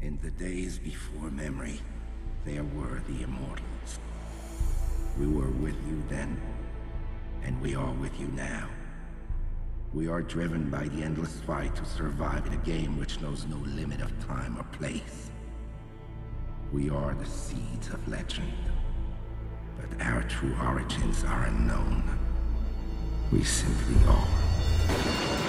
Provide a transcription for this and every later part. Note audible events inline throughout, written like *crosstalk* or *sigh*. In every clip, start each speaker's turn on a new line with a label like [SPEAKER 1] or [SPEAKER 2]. [SPEAKER 1] In the days before memory, there were the immortals. We were with you then, and we are with you now. We are driven by the endless fight to survive in a game which knows no limit of time or place. We are the seeds of legend, but our true origins are unknown. We simply are.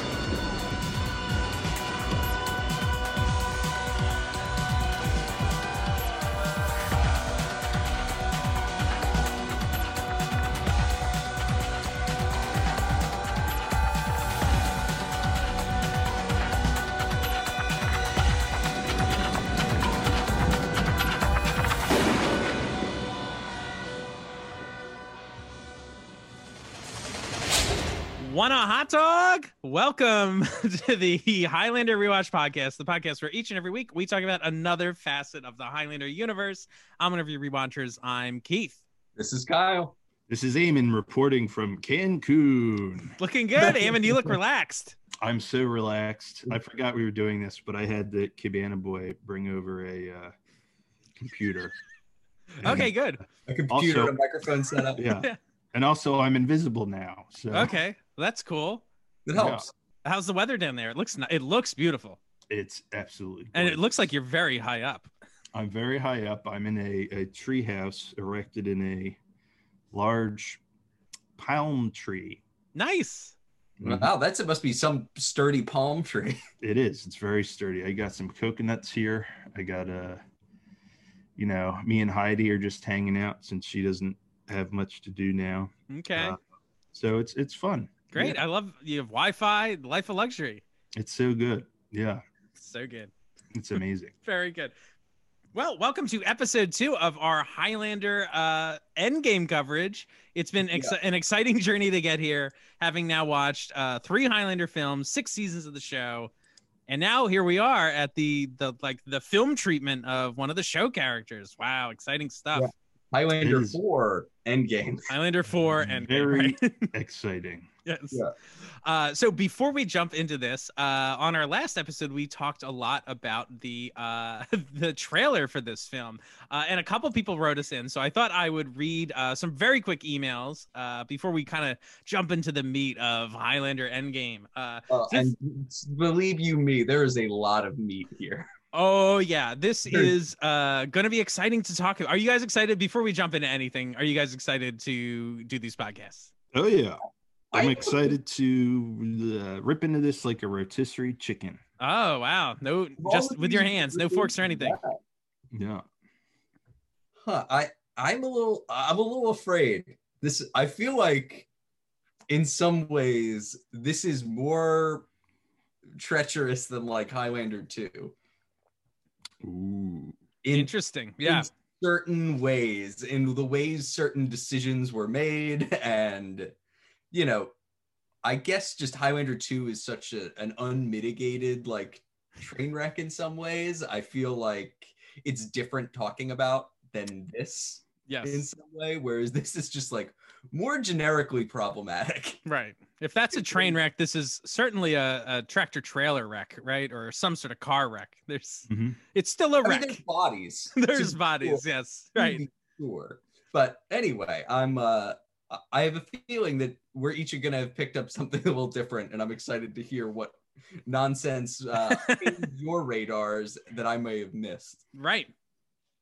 [SPEAKER 2] Want a hot dog? Welcome *laughs* to the Highlander Rewatch Podcast, the podcast where each and every week we talk about another facet of the Highlander universe. I'm one of your rewatchers. I'm Keith.
[SPEAKER 3] This is Kyle.
[SPEAKER 4] This is Eamon reporting from Cancun.
[SPEAKER 2] Looking good, Ammon. You look relaxed.
[SPEAKER 4] I'm so relaxed. I forgot we were doing this, but I had the Cabana boy bring over a uh, computer. And-
[SPEAKER 2] Okay, good.
[SPEAKER 3] A computer and
[SPEAKER 4] Also-
[SPEAKER 3] a microphone
[SPEAKER 2] *laughs*
[SPEAKER 3] setup.
[SPEAKER 4] Yeah. And also, I'm invisible now. So
[SPEAKER 2] Okay, that's cool.
[SPEAKER 3] That helps.
[SPEAKER 2] How's the weather down there? It looks ni- it looks beautiful,
[SPEAKER 4] it's absolutely.
[SPEAKER 2] and it
[SPEAKER 4] gorgeous.
[SPEAKER 2] looks like you're very high up.
[SPEAKER 4] I'm very high up. I'm in a, a tree house erected in a large palm tree.
[SPEAKER 2] Nice.
[SPEAKER 4] Mm-hmm.
[SPEAKER 3] Wow, that's it must be some sturdy palm tree. *laughs*
[SPEAKER 4] It is. It's very sturdy. I got some coconuts here. I got a, you know, me and Heidi are just hanging out since she doesn't have much to do now.
[SPEAKER 2] Okay,
[SPEAKER 4] Uh, So it's it's fun.
[SPEAKER 2] great. I love you have Wi-Fi, life of luxury.
[SPEAKER 4] It's so good. Yeah,
[SPEAKER 2] So good.
[SPEAKER 4] it's amazing.
[SPEAKER 2] Very good. Well, welcome to episode two of our Highlander uh, Endgame coverage. It's been ex- an exciting journey to get here, having now watched uh, three Highlander films, six seasons of the show, and now here we are at the the like the film treatment of one of the show characters. Wow, exciting stuff!
[SPEAKER 3] Highlander
[SPEAKER 4] It is.
[SPEAKER 3] 4 Endgame.
[SPEAKER 2] Highlander four and
[SPEAKER 4] Very-
[SPEAKER 2] *laughs*
[SPEAKER 4] Exciting.
[SPEAKER 2] Yes.
[SPEAKER 3] Yeah.
[SPEAKER 2] Uh, so before we jump into this, uh, on our last episode, we talked a lot about the uh, *laughs* the trailer for this film, uh, and a couple people wrote us in. So I thought I would read uh, some very quick emails uh, before we kind of jump into the meat of Highlander Endgame. Uh,
[SPEAKER 3] Uh,
[SPEAKER 2] This-
[SPEAKER 3] and believe you me, there is a lot of meat here.
[SPEAKER 2] oh yeah, this
[SPEAKER 3] Sure.
[SPEAKER 2] is uh, going to be exciting to talk. Are you guys excited? Before we jump into anything, are you guys excited to do these podcasts?
[SPEAKER 4] Oh yeah, I'm
[SPEAKER 3] I-
[SPEAKER 4] excited to uh, rip into this like a rotisserie chicken.
[SPEAKER 2] Oh wow, no,
[SPEAKER 3] all
[SPEAKER 2] just
[SPEAKER 3] of
[SPEAKER 2] with your
[SPEAKER 3] these
[SPEAKER 2] hands, no
[SPEAKER 3] different
[SPEAKER 2] forks or anything.
[SPEAKER 4] Yeah.
[SPEAKER 3] Huh, I I'm a little I'm a little afraid. This I feel like in some ways this is more treacherous than like Highlander 2.
[SPEAKER 4] Ooh.
[SPEAKER 3] In
[SPEAKER 2] Interesting. Yeah.
[SPEAKER 3] in certain ways in the ways certain decisions were made *laughs* and you know i guess just highlander 2 is such a, an unmitigated like train wreck in some ways i feel like it's different talking about than this
[SPEAKER 2] Yes.
[SPEAKER 3] in some way whereas this is just like more generically problematic
[SPEAKER 2] Right. If that's a train wreck, this is certainly a, a tractor trailer wreck, right? Or some sort of car wreck. There's
[SPEAKER 4] Mhm.
[SPEAKER 2] it's still a
[SPEAKER 3] Mm-hmm. i mean
[SPEAKER 2] wreck.
[SPEAKER 3] there's bodies
[SPEAKER 2] *laughs* there's
[SPEAKER 3] to be
[SPEAKER 2] bodies, yes. Right.
[SPEAKER 3] be Sure. But anyway, I'm uh I- I have a feeling that we're each gonna have picked up something *laughs* a little different, and I'm excited to hear what nonsense uh hit your radars that I may have missed. *laughs*
[SPEAKER 2] Right.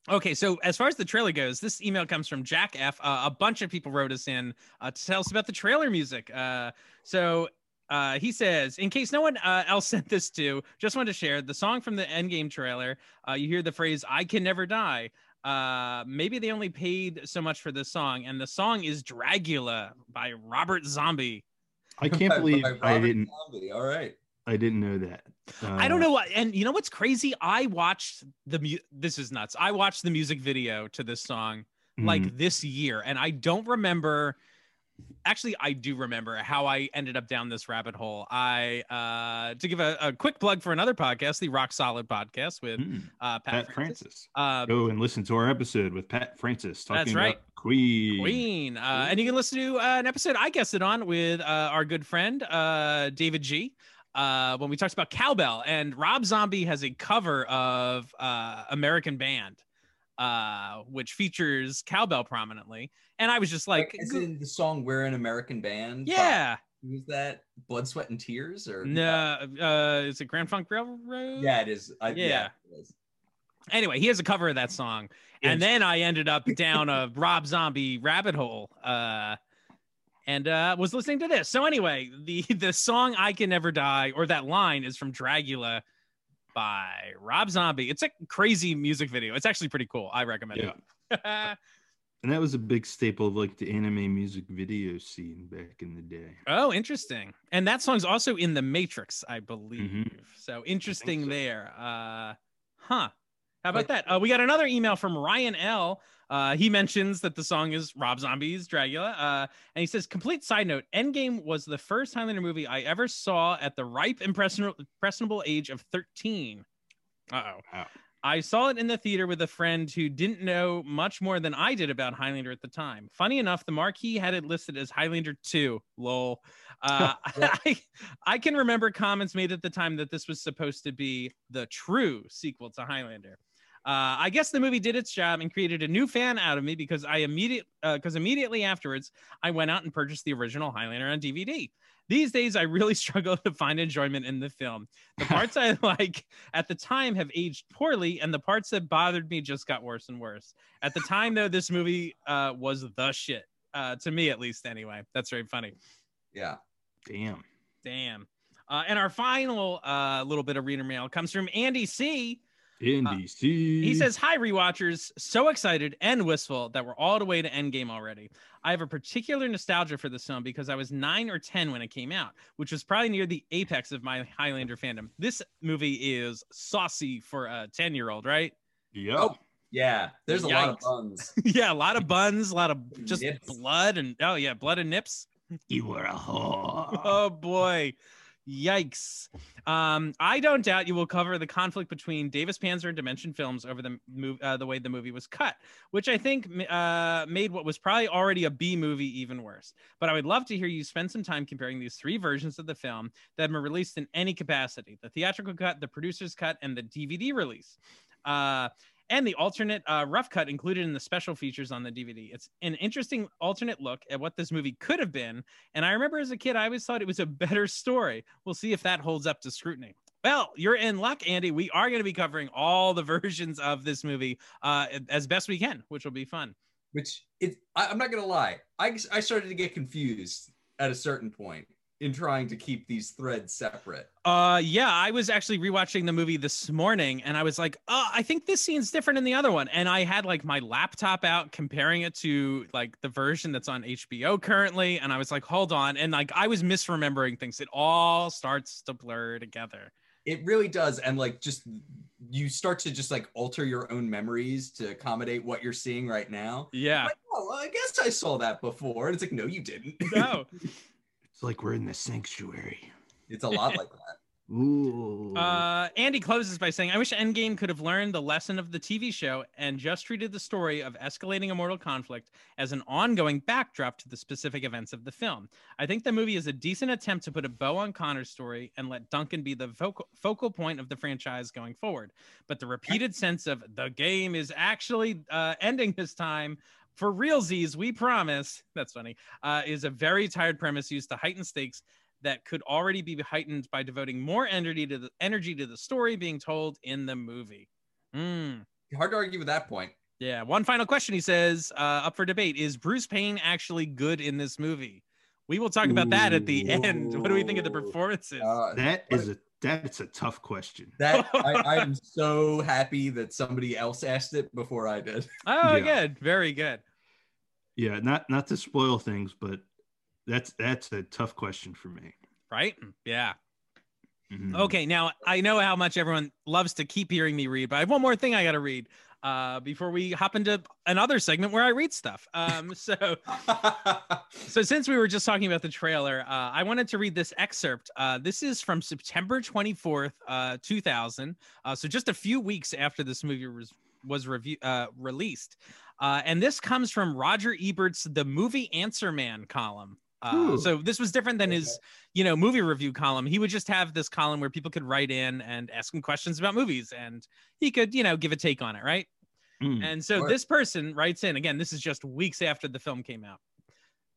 [SPEAKER 2] Okay, so as far as the trailer goes, this email comes from Jack F. Uh, a bunch of people wrote us in uh, to tell us about the trailer music. Uh, so uh, he says, in case no one uh, else sent this to, just wanted to share the song from the Endgame trailer. Uh, you hear the phrase, I can never die. Uh, maybe they only paid so much for this song, and the song is Dragula by Robert Zombie. *laughs*
[SPEAKER 4] I can't
[SPEAKER 3] By-
[SPEAKER 4] believe
[SPEAKER 3] by
[SPEAKER 4] I
[SPEAKER 3] Robert
[SPEAKER 4] didn't.
[SPEAKER 3] Zombie. All right.
[SPEAKER 4] I didn't know that. Uh,
[SPEAKER 2] I don't know what, and you know what's crazy? I watched the mu- this is nuts. I watched the music video to this song like
[SPEAKER 4] mm,
[SPEAKER 2] this year and i don't remember actually i do remember how i ended up down this rabbit hole i uh to give a, a quick plug for another podcast the rock solid podcast with
[SPEAKER 4] mm,
[SPEAKER 2] uh pat,
[SPEAKER 4] Pat
[SPEAKER 2] francis,
[SPEAKER 4] Francis.
[SPEAKER 2] Uh,
[SPEAKER 4] Go and listen to our episode with Pat Francis talking
[SPEAKER 2] That's right.
[SPEAKER 4] about Queen.
[SPEAKER 2] Queen. Uh, and you can listen to uh, an episode I guessed it on with uh, our good friend uh, David G. uh, when we talked about cowbell, and Rob Zombie has a cover of uh, American Band, uh, which features cowbell prominently. And I was just like,
[SPEAKER 3] Like, is in the song "We're an American Band." by-
[SPEAKER 2] yeah,
[SPEAKER 3] who's that? Blood, sweat, and tears, or
[SPEAKER 2] no, uh, is it Grand Funk Railroad?
[SPEAKER 3] Yeah, it is. I, yeah.
[SPEAKER 2] Yeah.
[SPEAKER 3] it is.
[SPEAKER 2] Anyway, he has a cover of that song, and then I ended up down a Rob Zombie rabbit hole, uh, and uh, was listening to this. So anyway, the *laughs* the song "I Can Never Die" or that line is from Dragula by Rob Zombie. It's a crazy music video. It's actually pretty cool. I recommend it.
[SPEAKER 4] And that was a big staple of like the anime music video scene back in the day.
[SPEAKER 2] *laughs* oh, interesting. And that song's also in The Matrix, I believe. So interesting
[SPEAKER 4] so.
[SPEAKER 2] there. Uh, huh. How about
[SPEAKER 3] Like-
[SPEAKER 2] that? Uh, we got another email from Ryan L. Uh, he mentions that the song is Rob Zombie's Dragula. Uh, and he says, complete side note Endgame was the first Highlander movie I ever saw at the ripe, impressionable, impressionable age of 13. Uh oh.
[SPEAKER 4] Wow.
[SPEAKER 2] I saw it in the theater with a friend who didn't know much more than I did about Highlander at the time. Funny enough, the marquee had it listed as Highlander 2. Lol.
[SPEAKER 4] *laughs*
[SPEAKER 2] Uh, *laughs* I, I can remember comments made at the time that this was supposed to be the true sequel to Highlander. Uh, I guess the movie did its job and created a new fan out of me because I immediate because immediately afterwards I went out and purchased the original Highlander on DVD. These days, I really *laughs* struggle to find enjoyment in the film. The parts I like at the time have aged poorly, and the parts that bothered me just got worse and worse. At the time, though, this movie uh, was the shit. Uh, to me, at least, anyway. That's very funny.
[SPEAKER 3] Yeah.
[SPEAKER 4] Damn.
[SPEAKER 2] Damn. Uh, and our final uh, little bit of reader mail comes from Andy C.
[SPEAKER 4] NBC.
[SPEAKER 2] Uh, He says, Hi, rewatchers. So excited and wistful that we're all the way to Endgame already. I have a particular nostalgia for this film because I was nine or 10 when it came out, which was probably near the apex of my Highlander fandom. This movie is saucy for a 10 year old, right?
[SPEAKER 4] Yep.
[SPEAKER 3] Oh. Yeah. There's a lot of
[SPEAKER 2] Yikes.
[SPEAKER 3] buns.
[SPEAKER 2] yeah, a lot of buns, a lot of just
[SPEAKER 3] Nips.
[SPEAKER 2] blood and, oh, yeah, blood and nips.
[SPEAKER 4] You were a whore.
[SPEAKER 2] oh boy yikes um i don't doubt you will cover the conflict between davis panzer and dimension films over the move uh, the way the movie was cut which i think m- uh made what was probably already a b movie even worse but i would love to hear you spend some time comparing these three versions of the film that were released in any capacity the theatrical cut the producer's cut and the dvd release uh and the alternate uh, rough cut included in the special features on the DVD. It's an interesting alternate look at what this movie could have been, and I remember as a kid, I always thought it was a better story. We'll see if that holds up to scrutiny. Well, you're in luck, Andy. We are going to be covering all the *laughs* versions of this movie uh, as best we can, which will be fun.
[SPEAKER 3] which it I, i'm not gonna lie I, I started to get confused at a certain point in trying to keep these threads separate
[SPEAKER 2] Uh, yeah, I was actually rewatching the movie this morning, and I was like, "Oh, I think this scene's different than the other one." And I had like my laptop out comparing it to like the version that's on HBO currently, and I was like, "Hold on," and like I was misremembering things. It all starts to blur together.
[SPEAKER 3] it really does and like just you start to just like alter your own memories to accommodate what you're seeing right now
[SPEAKER 2] Yeah.
[SPEAKER 3] like, oh well, i guess i saw that before and it's like no you didn't
[SPEAKER 2] No.
[SPEAKER 4] It's like we're in the sanctuary.
[SPEAKER 3] it's a lot like that
[SPEAKER 4] Ooh.
[SPEAKER 2] Uh, Andy closes by saying, I wish Endgame could have learned the lesson of the TV show and just treated the story of escalating immortal conflict as an ongoing backdrop to the specific events of the film. I think the movie is a decent attempt to put a bow on Connor's story and let Duncan be the vocal, focal point of the franchise going forward. But the repeated sense of the game is actually uh, ending this time. For realsies, we promise. *laughs* That's funny. Uh, is a very tired premise used to heighten stakes that could already be heightened by devoting more energy to the energy to the story being told in the movie. Mm.
[SPEAKER 3] hard to argue with that point
[SPEAKER 2] Yeah. One final question. He says, uh, up for debate: Is Bruce Payne actually good in this movie? We will talk about that at the *laughs*
[SPEAKER 4] Ooh.
[SPEAKER 2] end. What do we think of the performances?
[SPEAKER 3] uh,
[SPEAKER 4] that is a that's a tough question.
[SPEAKER 3] that I, I am so happy that somebody else asked it before i did *laughs*
[SPEAKER 2] oh,
[SPEAKER 4] yeah.
[SPEAKER 2] good. Very good.
[SPEAKER 4] Yeah, not not to spoil things, but that's that's a tough question for me.
[SPEAKER 2] Right? Mm, Yeah.
[SPEAKER 4] Mhm.
[SPEAKER 2] Okay, now I know how much everyone loves to keep hearing me read, but I have one more thing I got to read uh, before we hop into another segment where I read stuff. Um, *laughs* so, so since we were just talking about the trailer, uh, I wanted to read this excerpt. Uh, this is from September 24th, uh, 2000. Uh, so just a few weeks after this movie was was review, uh, released, uh, and this comes from Roger Ebert's "The Movie Answer Man" column. Uh, Uh,
[SPEAKER 4] Ooh.
[SPEAKER 2] so this was different than his, you know, movie review column. He would just have this column where people could write in and ask him questions about movies, and he could, you know, give a take on it, right?
[SPEAKER 4] Mm.
[SPEAKER 2] And so
[SPEAKER 3] Sure.
[SPEAKER 2] this person writes in again, this is just weeks after the film came out.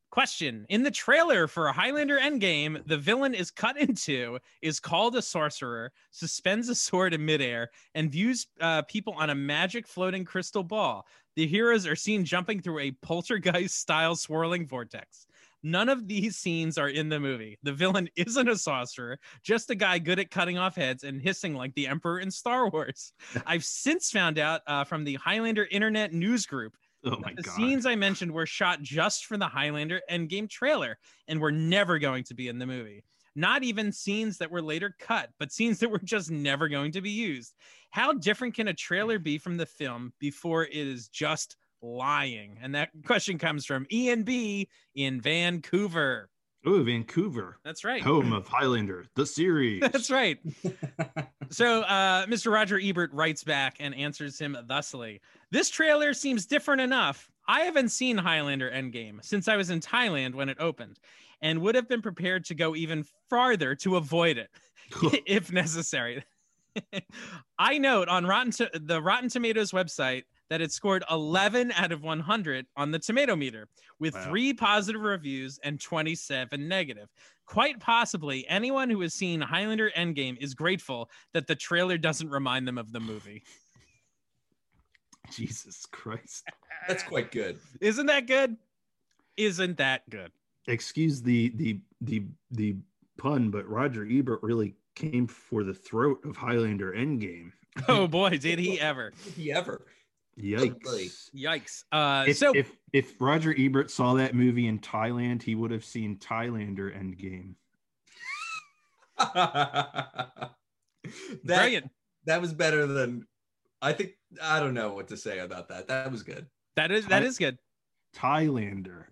[SPEAKER 2] Question In the trailer for Highlander Endgame, the villain is cut in two, is called a sorcerer, suspends a sword in midair, and views uh, people on a magic floating crystal ball. The heroes are seen jumping through a poltergeist style swirling vortex. None of these scenes are in the movie. The villain *laughs* isn't a sorcerer, just a guy good at cutting off heads and hissing like the Emperor in Star Wars. I've since found out uh, from the Highlander Internet News Group
[SPEAKER 4] oh my
[SPEAKER 2] that the
[SPEAKER 4] god.
[SPEAKER 2] scenes I mentioned were shot just for the Highlander Endgame trailer and were never going to be in the movie. Not even scenes that were later cut, but scenes that were just never going to be used. How different can a trailer be from the film before it is just lying? And that question comes from Ian B in Vancouver.
[SPEAKER 4] oh, Vancouver,
[SPEAKER 2] That's right.
[SPEAKER 4] home of Highlander, the series.
[SPEAKER 2] *laughs*
[SPEAKER 4] *laughs*
[SPEAKER 2] That's right. so uh, Mr. Roger Ebert writes back and answers him thusly This trailer seems different enough. I haven't seen Highlander Endgame since I was in Thailand when it opened and would have been prepared to go even farther to avoid it *laughs* if necessary. I note on Rotten to- the Rotten Tomatoes website that it scored 11 out of 100 on the tomato meter with
[SPEAKER 4] Wow.
[SPEAKER 2] three positive reviews and 27 negative. Quite possibly, anyone who has seen Highlander Endgame is grateful that the trailer doesn't remind them of the movie.
[SPEAKER 4] *laughs* Jesus Christ.
[SPEAKER 3] That's quite good.
[SPEAKER 2] Isn't that good? Isn't that good?
[SPEAKER 4] Excuse the the the the pun, but Roger Ebert really came for the throat of Highlander Endgame.
[SPEAKER 2] Oh boy, did he ever.
[SPEAKER 3] If he ever. Really?
[SPEAKER 4] Yikes.
[SPEAKER 2] Yikes. Uh,
[SPEAKER 4] If,
[SPEAKER 2] so,
[SPEAKER 4] if if Roger Ebert saw that movie in Thailand, he would have seen Thailander Endgame.
[SPEAKER 3] *laughs* that,
[SPEAKER 2] brilliant.
[SPEAKER 3] That was better than I think. I don't know what to say about that. That was good. *laughs*
[SPEAKER 2] That is, that
[SPEAKER 4] Thai-
[SPEAKER 2] is good.
[SPEAKER 4] Thailander.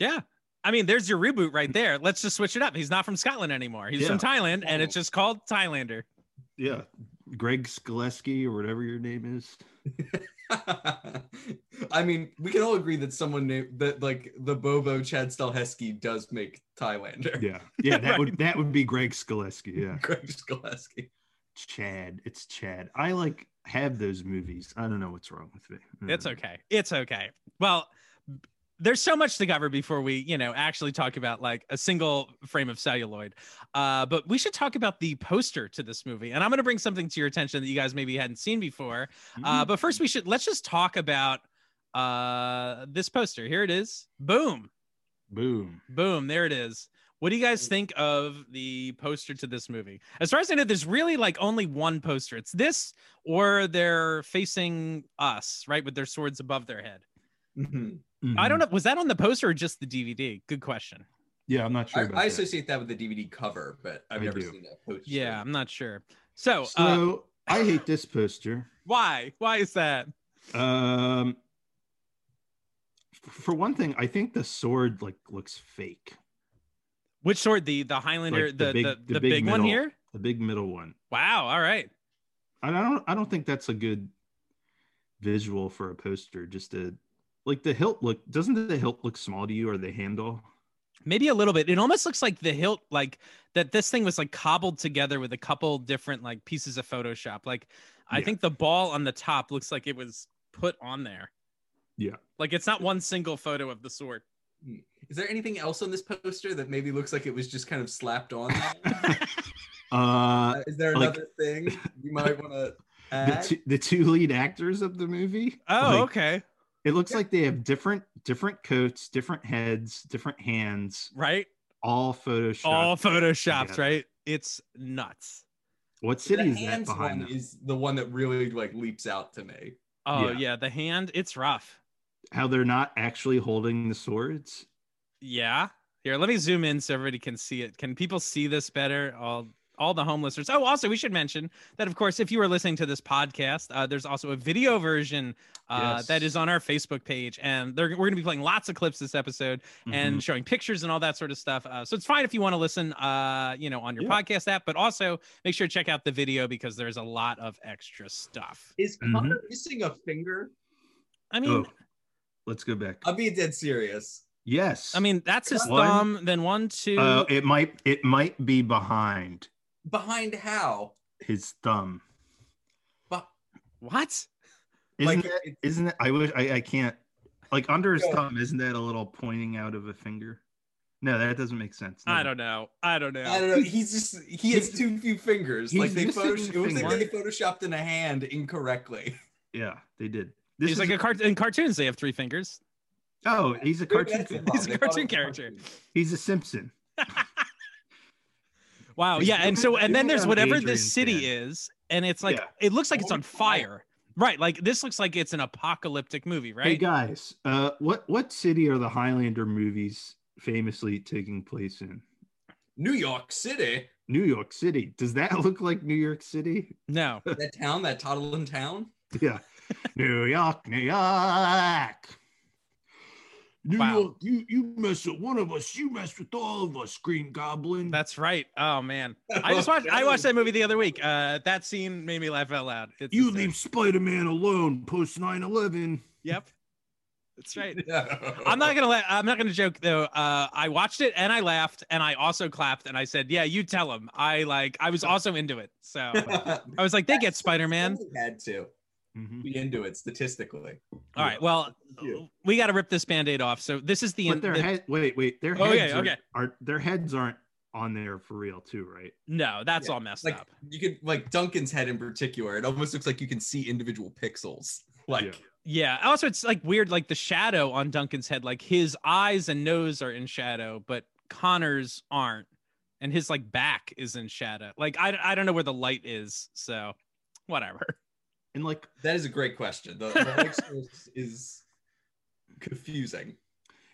[SPEAKER 2] Yeah. I mean, there's your reboot right there. Let's just switch it up. He's not from Scotland anymore. He's from Thailand, and it's just called Thailander.
[SPEAKER 4] Yeah. Greg Skleski or whatever your name is.
[SPEAKER 3] I mean, we can all agree that someone named that like the Bobo Chad Stelhesky does make Thailander.
[SPEAKER 4] Yeah. Yeah, that would that would be Greg Skleski. Yeah.
[SPEAKER 3] *laughs* Greg Skoleski.
[SPEAKER 4] Chad. It's Chad. I like have those movies. I don't know what's wrong with me. Mm.
[SPEAKER 2] It's
[SPEAKER 4] Mm-hmm.
[SPEAKER 2] okay. It's okay. Well, b- there's so much to cover before we, you know, actually talk about like a single frame of celluloid. Uh, but we should talk about the poster to this movie, and I'm going to bring something to your attention that you guys maybe hadn't seen before.
[SPEAKER 4] Mm.
[SPEAKER 2] Uh, but first, we should let's just talk about uh, this poster. Here it is. Boom,
[SPEAKER 4] Boom.
[SPEAKER 2] boom. There it is. What do you guys think of the poster to this movie? As far as I know, there's really like only one poster. It's this, or they're facing us, right, with their swords above their head.
[SPEAKER 4] Mm-hmm.
[SPEAKER 3] Mhm.
[SPEAKER 2] I don't know. Was that on the poster or just the DVD? Good question.
[SPEAKER 4] Yeah, I'm not
[SPEAKER 3] I,
[SPEAKER 4] sure about
[SPEAKER 3] I
[SPEAKER 4] that.
[SPEAKER 3] associate that with the DVD cover, but I've
[SPEAKER 4] I
[SPEAKER 3] never
[SPEAKER 4] do.
[SPEAKER 3] seen that poster.
[SPEAKER 2] Yeah, I'm not sure. So, uh,
[SPEAKER 4] so I hate this poster.
[SPEAKER 2] why? Why is that?
[SPEAKER 4] Um, f- for one thing, I think the sword like looks fake.
[SPEAKER 2] Which sword? The the Highlander,
[SPEAKER 4] Like
[SPEAKER 2] the, the,
[SPEAKER 4] the big-
[SPEAKER 2] the,
[SPEAKER 4] the
[SPEAKER 2] big,
[SPEAKER 4] big
[SPEAKER 2] one
[SPEAKER 4] middle.
[SPEAKER 2] here.
[SPEAKER 4] The big middle one.
[SPEAKER 2] Wow. All right.
[SPEAKER 4] And I don't. I don't think that's a good visual for a poster. Just a like the hilt look. Doesn't the hilt look small to you, or the handle?
[SPEAKER 2] *laughs* Maybe a little bit. It almost looks like the hilt, like that. This thing was like cobbled together with a couple different like pieces of Photoshop. Like, I
[SPEAKER 4] Yeah.
[SPEAKER 2] think the ball on the top looks like it was put on there.
[SPEAKER 4] Yeah.
[SPEAKER 2] Like it's not one single photo of the sword.
[SPEAKER 3] Is there anything else on this poster that maybe looks like it was just kind of slapped
[SPEAKER 4] *laughs*
[SPEAKER 3] on? there?
[SPEAKER 4] Uh,
[SPEAKER 3] Uh, Is there
[SPEAKER 4] like-
[SPEAKER 3] another thing you might want to
[SPEAKER 4] *laughs* the
[SPEAKER 3] add?
[SPEAKER 4] two, the two lead actors of the movie.
[SPEAKER 2] Oh,
[SPEAKER 4] Like,
[SPEAKER 2] okay.
[SPEAKER 4] It looks like they have different different coats, different heads, different hands,
[SPEAKER 2] Right.
[SPEAKER 4] all photoshopped.
[SPEAKER 2] All photoshops.
[SPEAKER 4] Yeah.
[SPEAKER 2] Right. It's nuts.
[SPEAKER 4] What city
[SPEAKER 3] The
[SPEAKER 4] is that
[SPEAKER 3] hands
[SPEAKER 4] behind
[SPEAKER 3] one
[SPEAKER 4] them?
[SPEAKER 3] is the one that really like leaps out to me.
[SPEAKER 2] Oh yeah.
[SPEAKER 4] Yeah.
[SPEAKER 2] the hand, it's rough.
[SPEAKER 4] How they're not actually holding the swords?
[SPEAKER 2] Yeah. Here, let me zoom in so everybody can see it. Can people see this better? All all the home listeners. Oh, also we should mention that of course, if you are listening to this podcast, uh, there's also a video version uh,
[SPEAKER 4] Yes.
[SPEAKER 2] that is on our Facebook page, and they're, we're going to be playing lots of clips this episode
[SPEAKER 4] Mm-hmm.
[SPEAKER 2] and showing pictures and all that sort of stuff. Uh, so it's fine if you want to listen, uh, you know, on your
[SPEAKER 4] Yeah.
[SPEAKER 2] podcast app, but also make sure to check out the video because there's a lot of extra stuff.
[SPEAKER 3] Is
[SPEAKER 4] Mhm.
[SPEAKER 3] Connor missing a finger?
[SPEAKER 2] I
[SPEAKER 4] Mhm.
[SPEAKER 2] mean,
[SPEAKER 4] oh, let's go back.
[SPEAKER 3] I'm being dead serious.
[SPEAKER 4] Yes.
[SPEAKER 2] I mean, that's his
[SPEAKER 4] One.
[SPEAKER 2] thumb. Then one, two.
[SPEAKER 4] uh, it might it might be behind
[SPEAKER 3] Behind how?
[SPEAKER 4] his thumb.
[SPEAKER 3] But
[SPEAKER 2] what?
[SPEAKER 4] Isn't
[SPEAKER 3] Like,
[SPEAKER 4] it?
[SPEAKER 3] it's-
[SPEAKER 4] Isn't it? I wish I, I can't. Like under his
[SPEAKER 3] Yeah.
[SPEAKER 4] thumb, isn't that a little pointing out of a finger? No, that doesn't make sense.
[SPEAKER 2] I
[SPEAKER 4] No.
[SPEAKER 2] don't know. I don't know.
[SPEAKER 3] I don't know. He's just he has
[SPEAKER 4] He's-
[SPEAKER 3] too few fingers.
[SPEAKER 4] he's
[SPEAKER 3] Like they
[SPEAKER 4] missing
[SPEAKER 3] photoshopped.
[SPEAKER 4] a
[SPEAKER 3] It was like
[SPEAKER 4] finger.
[SPEAKER 3] they photoshopped in a hand incorrectly.
[SPEAKER 4] Yeah, they did. This
[SPEAKER 2] He's
[SPEAKER 4] is
[SPEAKER 2] like a cart in cartoons. They have three fingers.
[SPEAKER 4] oh, he's a cartoon.
[SPEAKER 3] That's
[SPEAKER 4] fan.
[SPEAKER 3] wrong.
[SPEAKER 2] He's a
[SPEAKER 3] They
[SPEAKER 2] cartoon
[SPEAKER 3] photoshopped
[SPEAKER 2] character.
[SPEAKER 3] him.
[SPEAKER 4] He's a Simpson.
[SPEAKER 2] Wow.
[SPEAKER 4] He's
[SPEAKER 2] Yeah. And so,
[SPEAKER 4] doing-
[SPEAKER 2] and then
[SPEAKER 4] doing
[SPEAKER 2] there's
[SPEAKER 4] on
[SPEAKER 2] whatever
[SPEAKER 4] Adrian's
[SPEAKER 2] this city is, and it's like it looks like it's
[SPEAKER 3] Oh,
[SPEAKER 2] on
[SPEAKER 3] yeah.
[SPEAKER 2] fire. Right. Like this looks like it's an apocalyptic movie.
[SPEAKER 4] Hey
[SPEAKER 2] Right.
[SPEAKER 4] guys, uh, what what city are the Highlander movies famously taking place in?
[SPEAKER 3] New York City,
[SPEAKER 4] New York City. Does that *laughs* look like New York City?
[SPEAKER 2] no.
[SPEAKER 4] *laughs*
[SPEAKER 3] that town, that toddling town.
[SPEAKER 2] *laughs*
[SPEAKER 4] Yeah. New York, New York. New
[SPEAKER 2] Wow.
[SPEAKER 4] York, you you mess with one of us, you mess with all of us, Green Goblin.
[SPEAKER 2] That's right. Oh
[SPEAKER 4] *laughs*
[SPEAKER 2] man. I just watched. I watched that movie the other week. Uh, that scene made me laugh out loud. It's
[SPEAKER 4] you
[SPEAKER 2] hysterical.
[SPEAKER 4] leave Spider-Man alone post 9-11.
[SPEAKER 2] Yep.
[SPEAKER 3] *laughs*
[SPEAKER 2] That's right. I'm not gonna let. I'm not gonna joke though. Uh, I watched it and I laughed and I also clapped and I said, "Yeah, you tell him." I like. I was also into it,
[SPEAKER 4] *laughs*
[SPEAKER 2] so I was like, "They get Spider Man."
[SPEAKER 3] We had to
[SPEAKER 2] Mm-hmm.
[SPEAKER 4] Mhm.
[SPEAKER 3] be into it statistically.
[SPEAKER 2] All right. Well,
[SPEAKER 4] Yeah.
[SPEAKER 2] we got to rip this band-aid off. So this is the
[SPEAKER 4] But
[SPEAKER 2] end.
[SPEAKER 4] their
[SPEAKER 2] the-
[SPEAKER 4] head wait, wait, their
[SPEAKER 2] Okay,
[SPEAKER 4] heads are,
[SPEAKER 2] Oh, okay.
[SPEAKER 4] are their heads aren't on there for real too, right?
[SPEAKER 2] no, that's
[SPEAKER 3] Yeah,
[SPEAKER 2] all messed
[SPEAKER 3] Like
[SPEAKER 2] up.
[SPEAKER 3] you could like Duncan's head in particular. It almost looks like you can see individual pixels. *laughs* Like
[SPEAKER 4] Yeah.
[SPEAKER 2] Yeah. Also, it's like weird. Like the shadow on Duncan's head. Like his eyes and nose are in shadow, but Connor's aren't, and his like back is in shadow. Like I, I don't know where the light is. So, whatever. *laughs*
[SPEAKER 4] And like
[SPEAKER 3] that is a great question. The, the light
[SPEAKER 4] *laughs*
[SPEAKER 3] source is confusing.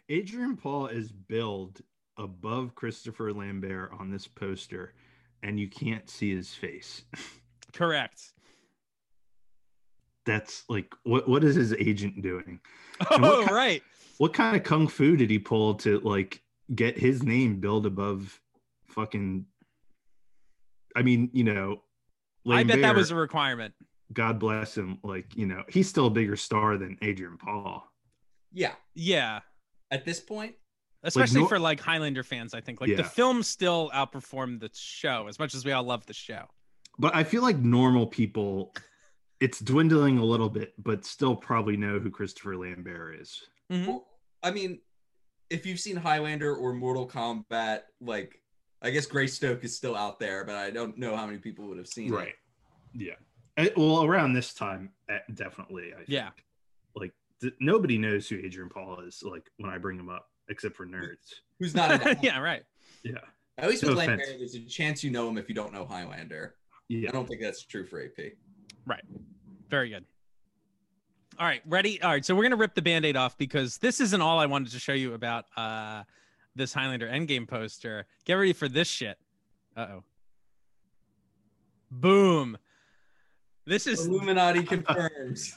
[SPEAKER 4] Adrian Paul is billed above Christopher Lambert on this poster, and you can't see his face.
[SPEAKER 2] Correct.
[SPEAKER 4] That's like what what is his agent doing? And what
[SPEAKER 2] Oh
[SPEAKER 4] ki-
[SPEAKER 2] right.
[SPEAKER 4] What kind of kung fu did he pull to like get his name billed above fucking I mean, you know,
[SPEAKER 2] I bet that
[SPEAKER 4] Lambert,
[SPEAKER 2] was a requirement.
[SPEAKER 4] God bless him. Like, you know, he's still a bigger star than Adrian Paul.
[SPEAKER 3] Yeah.
[SPEAKER 2] Yeah.
[SPEAKER 3] At this point,
[SPEAKER 2] Especially
[SPEAKER 4] nor-
[SPEAKER 2] for like Highlander fans, I think. Like the
[SPEAKER 4] Yeah.
[SPEAKER 2] film still outperformed the show as much as we all love the show.
[SPEAKER 4] But I feel like normal people, it's dwindling a little bit, but still probably know who Christopher Lambert is.
[SPEAKER 2] Mhm.
[SPEAKER 3] Well, I mean, if you've seen Highlander or Mortal Kombat, like I guess Greystoke is still out there, but I don't know how many people would have seen it.
[SPEAKER 4] Yeah. Eh, well, around this time, eh, definitely. I think.
[SPEAKER 2] Yeah. *laughs*
[SPEAKER 4] Like th- nobody knows who Adrian Paul is. Like when I bring him up, except for nerds.
[SPEAKER 3] Who's
[SPEAKER 4] *laughs*
[SPEAKER 3] not? In Highlander.
[SPEAKER 2] yeah, right.
[SPEAKER 4] Yeah.
[SPEAKER 3] At least
[SPEAKER 4] No
[SPEAKER 3] with Lambert,
[SPEAKER 4] offense.
[SPEAKER 3] there's a chance you know him if you don't know Highlander. I
[SPEAKER 4] Yeah.
[SPEAKER 3] don't think that's true for AP.
[SPEAKER 2] Very good. All right, ready? All right, so we're gonna rip the band-aid off because this isn't all I wanted to show you about uh this Highlander Endgame poster. Get ready for this shit. Uh-oh. Boom. This is
[SPEAKER 4] *laughs*
[SPEAKER 3] Illuminati confirms.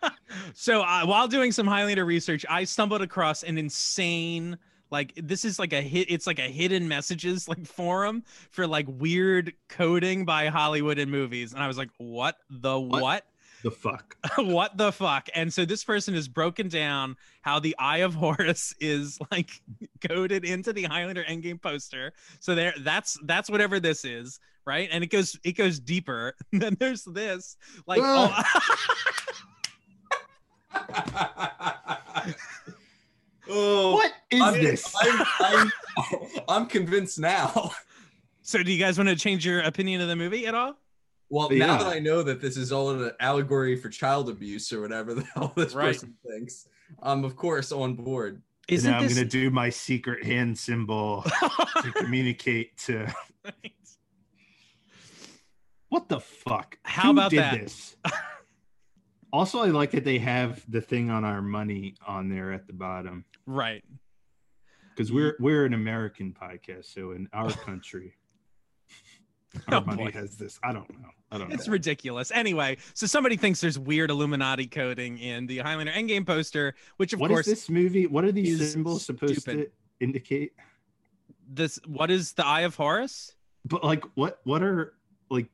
[SPEAKER 3] *laughs*
[SPEAKER 2] so uh, while doing some Highlander research, I stumbled across an insane like this is like a hit it's like a hidden messages like forum for like weird coding by Hollywood and movies and I was like what the
[SPEAKER 4] What?
[SPEAKER 2] what
[SPEAKER 4] The fuck.
[SPEAKER 2] *laughs* what the fuck and so this person has broken down how the eye of horus is like *laughs* coded into the highlander endgame poster so there that's that's whatever this is right and it goes it goes deeper *laughs* then there's this like
[SPEAKER 4] Ugh.
[SPEAKER 3] oh,
[SPEAKER 4] What is
[SPEAKER 3] I'm,
[SPEAKER 4] this?
[SPEAKER 3] I'm, I'm, I'm *laughs* convinced now.
[SPEAKER 2] *laughs*
[SPEAKER 3] *laughs*
[SPEAKER 2] so do you guys want to change your opinion of the movie at all
[SPEAKER 3] Well,
[SPEAKER 4] But
[SPEAKER 3] now
[SPEAKER 4] yeah.
[SPEAKER 3] that I know that this is all an allegory for child abuse or whatever the *laughs* hell this
[SPEAKER 2] Right.
[SPEAKER 3] person thinks, I'm of course on board.
[SPEAKER 4] And
[SPEAKER 2] isn't
[SPEAKER 4] now I'm
[SPEAKER 2] this
[SPEAKER 4] gonna do my secret hand symbol
[SPEAKER 2] *laughs*
[SPEAKER 4] to communicate to. What the fuck?
[SPEAKER 2] How about that?
[SPEAKER 4] This? *laughs* also, I like that they have the thing on our money on there at the bottom.
[SPEAKER 2] right
[SPEAKER 4] because we're
[SPEAKER 2] Mm.
[SPEAKER 4] we're an American podcast, so in
[SPEAKER 2] *laughs*
[SPEAKER 4] our country, our
[SPEAKER 2] Oh,
[SPEAKER 4] money
[SPEAKER 2] boy.
[SPEAKER 4] has this. I don't know. I don't know.
[SPEAKER 2] It's ridiculous. Anyway, so somebody thinks there's weird Illuminati coding in the Highlander Endgame poster, which of
[SPEAKER 4] What is
[SPEAKER 2] course
[SPEAKER 4] this movie? What are these
[SPEAKER 2] is
[SPEAKER 4] symbols supposed
[SPEAKER 2] stupid.
[SPEAKER 4] to indicate?
[SPEAKER 2] this what is the Eye of Horus?
[SPEAKER 4] But like, what what are like,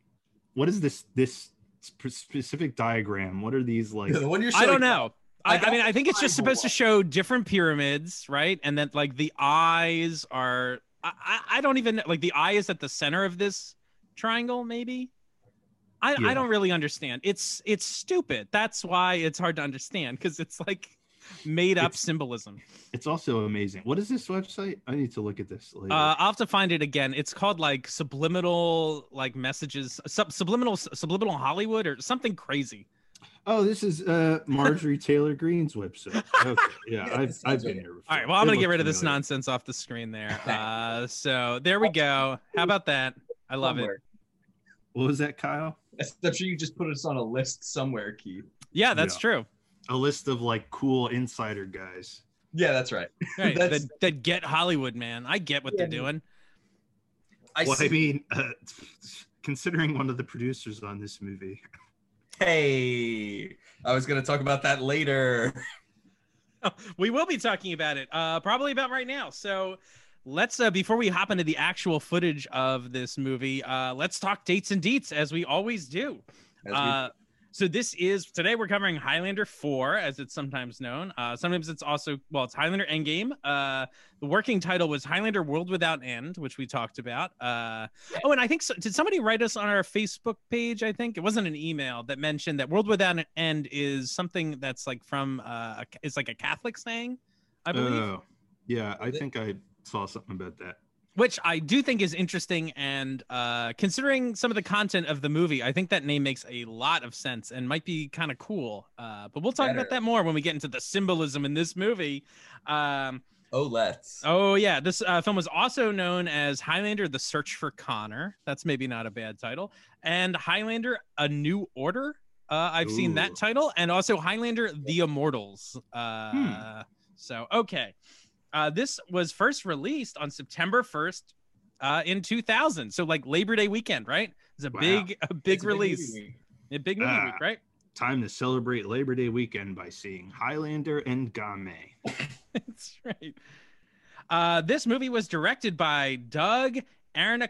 [SPEAKER 4] what is this this sp- specific diagram? What are these
[SPEAKER 3] *laughs*
[SPEAKER 4] like?
[SPEAKER 3] the one you're
[SPEAKER 2] I
[SPEAKER 3] showing-
[SPEAKER 2] don't know. I,
[SPEAKER 3] Like,
[SPEAKER 2] I mean,
[SPEAKER 3] all
[SPEAKER 2] I think it's just
[SPEAKER 3] five
[SPEAKER 2] supposed to
[SPEAKER 3] were-
[SPEAKER 2] show different pyramids, right? And that like the eyes are. I, I, I don't even like the eye is at the center of this triangle, maybe. I, I
[SPEAKER 4] Yeah.
[SPEAKER 2] don't really understand. It's it's stupid. That's why it's hard to understand because it's like made up
[SPEAKER 4] It's-
[SPEAKER 2] symbolism.
[SPEAKER 4] It's also amazing. What is this website? I need to look at this later.
[SPEAKER 2] Uh, I'll have to find it again. It's called like subliminal like messages, sub, subliminal subliminal Hollywood or something crazy.
[SPEAKER 4] oh, this
[SPEAKER 2] *laughs*
[SPEAKER 4] is uh, Marjorie Taylor Greene's website. Okay. Yeah,
[SPEAKER 3] Yeah,
[SPEAKER 4] I've,
[SPEAKER 3] this
[SPEAKER 4] I've
[SPEAKER 3] sounds
[SPEAKER 4] been
[SPEAKER 3] right.
[SPEAKER 4] here before.
[SPEAKER 2] All right. Well, I'm
[SPEAKER 4] It
[SPEAKER 2] going to get
[SPEAKER 4] looks
[SPEAKER 2] rid of this
[SPEAKER 4] familiar.
[SPEAKER 2] nonsense off the screen
[SPEAKER 3] *laughs*
[SPEAKER 2] there.
[SPEAKER 3] Thank you.
[SPEAKER 2] Uh, so there we go. How about that? I love it.
[SPEAKER 3] somewhere.
[SPEAKER 4] What was that, Kyle?
[SPEAKER 3] I'm sure you just put us on a list somewhere, Keith.
[SPEAKER 2] Yeah, that's
[SPEAKER 4] Yeah.
[SPEAKER 2] true.
[SPEAKER 4] A list of like cool insider guys.
[SPEAKER 3] Yeah, that's right.
[SPEAKER 2] Right.
[SPEAKER 3] That's-
[SPEAKER 2] That, that get Hollywood, man. I get what they're
[SPEAKER 3] Yeah.
[SPEAKER 2] doing.
[SPEAKER 3] I
[SPEAKER 4] well,
[SPEAKER 3] see.
[SPEAKER 4] I mean, uh, *laughs* considering one of the producers on this movie,
[SPEAKER 3] hey, I was gonna talk about that later. *laughs*
[SPEAKER 2] we will be talking about it uh, probably about right now. So let's uh, before we hop into the actual footage of this movie, uh, let's talk dates and deets as we always do.
[SPEAKER 3] As we-
[SPEAKER 2] Uh, so this is today we're covering Highlander 4 as it's sometimes known. Uh, sometimes it's also well it's Highlander Endgame. Uh, the working title was Highlander World Without End, which we talked about. Uh, oh, and I think so, did somebody write us on our Facebook page? I think it wasn't an email that mentioned that World Without an End is something that's like from uh, a- it's like a Catholic saying, I believe
[SPEAKER 4] Oh, yeah, I
[SPEAKER 3] Th-
[SPEAKER 4] think I saw something about that.
[SPEAKER 2] which I do think is interesting. And uh, considering some of the content of the movie, I think that name makes a lot of sense and might be kind of cool. Uh, but we'll talk about
[SPEAKER 3] Better.
[SPEAKER 2] that more when we get into the symbolism in this movie. Um,
[SPEAKER 3] oh, let's.
[SPEAKER 2] oh, yeah. This uh, film was also known as Highlander The Search for Connor. That's maybe not a bad title. And Highlander A New Order. Uh, I've seen that
[SPEAKER 4] Ooh.
[SPEAKER 2] title. And also Highlander The Immortals. Uh,
[SPEAKER 4] Hmm.
[SPEAKER 2] So, okay. Uh, this was first released on September 1st uh, in 2000. So like Labor Day weekend, right? It's a
[SPEAKER 4] Wow.
[SPEAKER 2] big, a big
[SPEAKER 3] It's a
[SPEAKER 2] release,
[SPEAKER 3] movie.
[SPEAKER 2] a big movie
[SPEAKER 4] Ah.
[SPEAKER 2] week, right?
[SPEAKER 4] Time to celebrate Labor Day weekend by seeing Highlander and Game.
[SPEAKER 2] *laughs* That's right. Uh, this movie was directed by Doug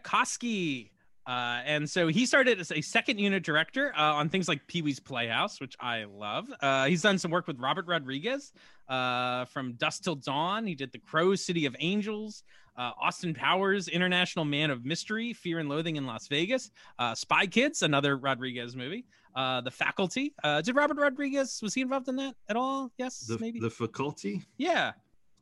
[SPEAKER 2] Aronofsky. Uh, and so he started as a second unit director uh, on things like Pee Wee's Playhouse, which I love. Uh, he's done some work with Robert Rodriguez uh, from Dust Till Dawn. He did The Crow, City of Angels, uh, Austin Powers, International Man of Mystery, Fear and Loathing in Las Vegas, uh, Spy Kids, another Rodriguez movie, uh, The Faculty. Uh, did Robert Rodriguez, was he involved in that at all? Yes,
[SPEAKER 4] The,
[SPEAKER 2] maybe?
[SPEAKER 4] the faculty?
[SPEAKER 2] yeah.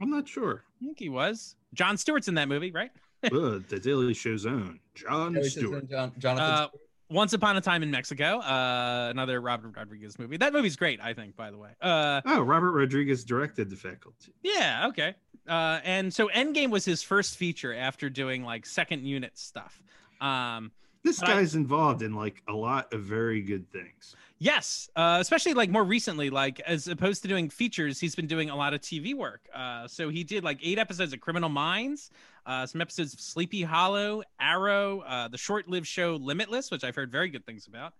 [SPEAKER 4] I'm not sure.
[SPEAKER 2] I think he was. John Stewart's in that movie, right? *laughs*
[SPEAKER 4] Ugh, the Daily Show's own John
[SPEAKER 3] Yeah, it's just
[SPEAKER 4] Stewart.
[SPEAKER 3] Jon- Jonathan
[SPEAKER 2] Uh, Once Upon a Time in Mexico, uh, another Robert Rodriguez movie. That movie's great, I think, by the way. Uh,
[SPEAKER 4] Oh, Robert Rodriguez directed the faculty.
[SPEAKER 2] yeah, okay. Uh, and so Endgame was his first feature after doing like second unit stuff. Um,
[SPEAKER 4] This
[SPEAKER 2] But I-
[SPEAKER 4] guy's involved in like a lot of very good things.
[SPEAKER 2] Yes, uh, especially like more recently, like as opposed to doing features, he's been doing a lot of TV work. Uh, so he did like eight episodes of Criminal Minds, uh, some episodes of Sleepy Hollow, Arrow, uh, the short-lived show Limitless, which I've heard very good things about,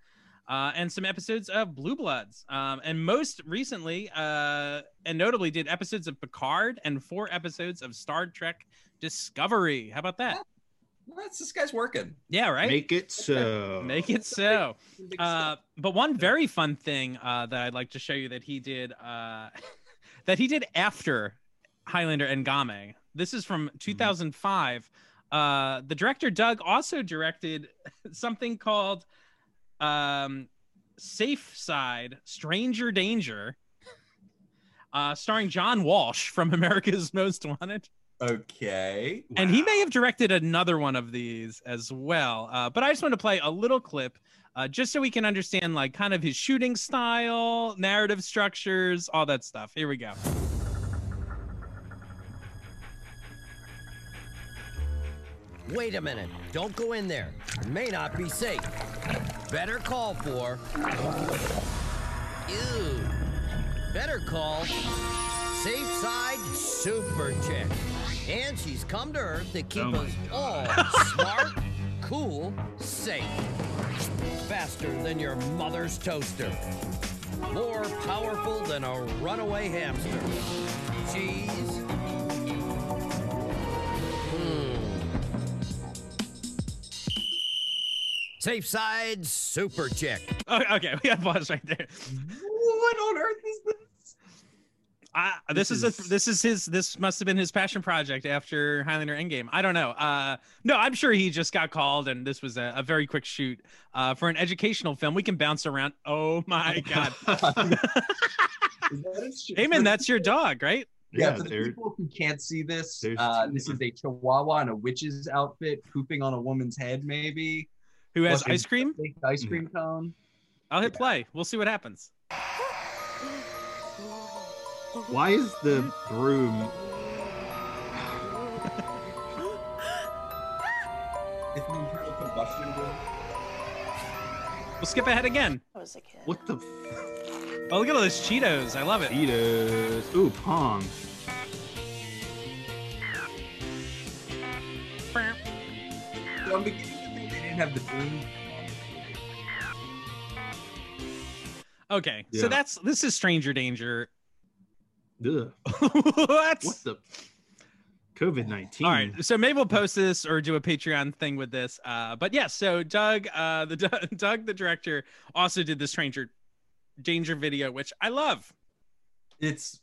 [SPEAKER 2] uh, and some episodes of Blue Bloods. Um, and most recently, uh, and notably, did episodes of Picard and four episodes of Star Trek Discovery. How about that?
[SPEAKER 3] Well, that's this guy's working.
[SPEAKER 2] Yeah, right.
[SPEAKER 4] Make it so.
[SPEAKER 2] Make it so. Uh, but one very fun thing uh, that I'd like to show you that he did uh, *laughs* that he did after Highlander and Game. This is from 2005. Uh, the director Doug also directed *laughs* something called um, Safe Side: Stranger Danger, uh, starring John Walsh from *laughs* America's Most Wanted.
[SPEAKER 3] okay.
[SPEAKER 2] And he
[SPEAKER 4] Wow.
[SPEAKER 2] may have directed another one of these as well. Uh, but I just want to play a little clip uh, just so we can understand, like, kind of his shooting style, narrative structures, all that stuff. Here we go. *laughs*
[SPEAKER 5] Wait a minute. Don't go in there. It may not be safe. Better call for. Ew. Better call. Safe side super chick. And she's come to Earth to keep
[SPEAKER 4] Oh my
[SPEAKER 5] us all
[SPEAKER 4] *laughs*
[SPEAKER 5] smart, cool, safe. Faster than your mother's toaster. More powerful than a runaway hamster. Cheese. hmm. Safe side super chick.
[SPEAKER 2] Oh, okay, we got pause right there.
[SPEAKER 3] What on earth is this?
[SPEAKER 2] I, this,
[SPEAKER 3] This
[SPEAKER 2] is, a
[SPEAKER 3] is-
[SPEAKER 2] this is his this must have been his passion project after Highlander Endgame. I don't know. Uh, no, I'm sure he just got called and this was a, a very quick shoot uh, for an educational film. We can bounce around. Oh
[SPEAKER 3] *laughs*
[SPEAKER 2] my god,
[SPEAKER 3] Is that a sh-
[SPEAKER 2] Amen. That's your dog, right?
[SPEAKER 3] Yeah,
[SPEAKER 4] Yeah,
[SPEAKER 3] for the
[SPEAKER 4] there-
[SPEAKER 3] people who can't see this,
[SPEAKER 4] there's
[SPEAKER 3] uh,
[SPEAKER 4] two
[SPEAKER 3] this is
[SPEAKER 4] of
[SPEAKER 3] a chihuahua in a witch's outfit pooping on a woman's head, maybe.
[SPEAKER 2] Who has
[SPEAKER 3] Fucking
[SPEAKER 2] ice cream?
[SPEAKER 3] baked
[SPEAKER 4] Mm-hmm.
[SPEAKER 3] ice cream cone.
[SPEAKER 2] I'll hit play. We'll see what happens.
[SPEAKER 4] Why is the broom?
[SPEAKER 3] It's an internal combustion room.
[SPEAKER 2] We'll skip ahead again.
[SPEAKER 6] I was a kid.
[SPEAKER 4] What the f-
[SPEAKER 2] Oh, look at all those Cheetos. I love it.
[SPEAKER 4] Cheetos? Ooh, Pong.
[SPEAKER 3] So I'm beginning to think they didn't have the dream.
[SPEAKER 2] Okay, so
[SPEAKER 4] Yeah.
[SPEAKER 2] that's this is Stranger Danger. *laughs*
[SPEAKER 4] Ugh.
[SPEAKER 2] what?
[SPEAKER 4] What
[SPEAKER 2] *laughs*
[SPEAKER 4] Hmm. the COVID nineteen?
[SPEAKER 2] All right, so maybe we'll post this or do a Patreon thing with this. Uh, but yes, so Doug, uh, the *laughs* Doug, Doug, the director, also did the Stranger Danger video, which I love.
[SPEAKER 3] It's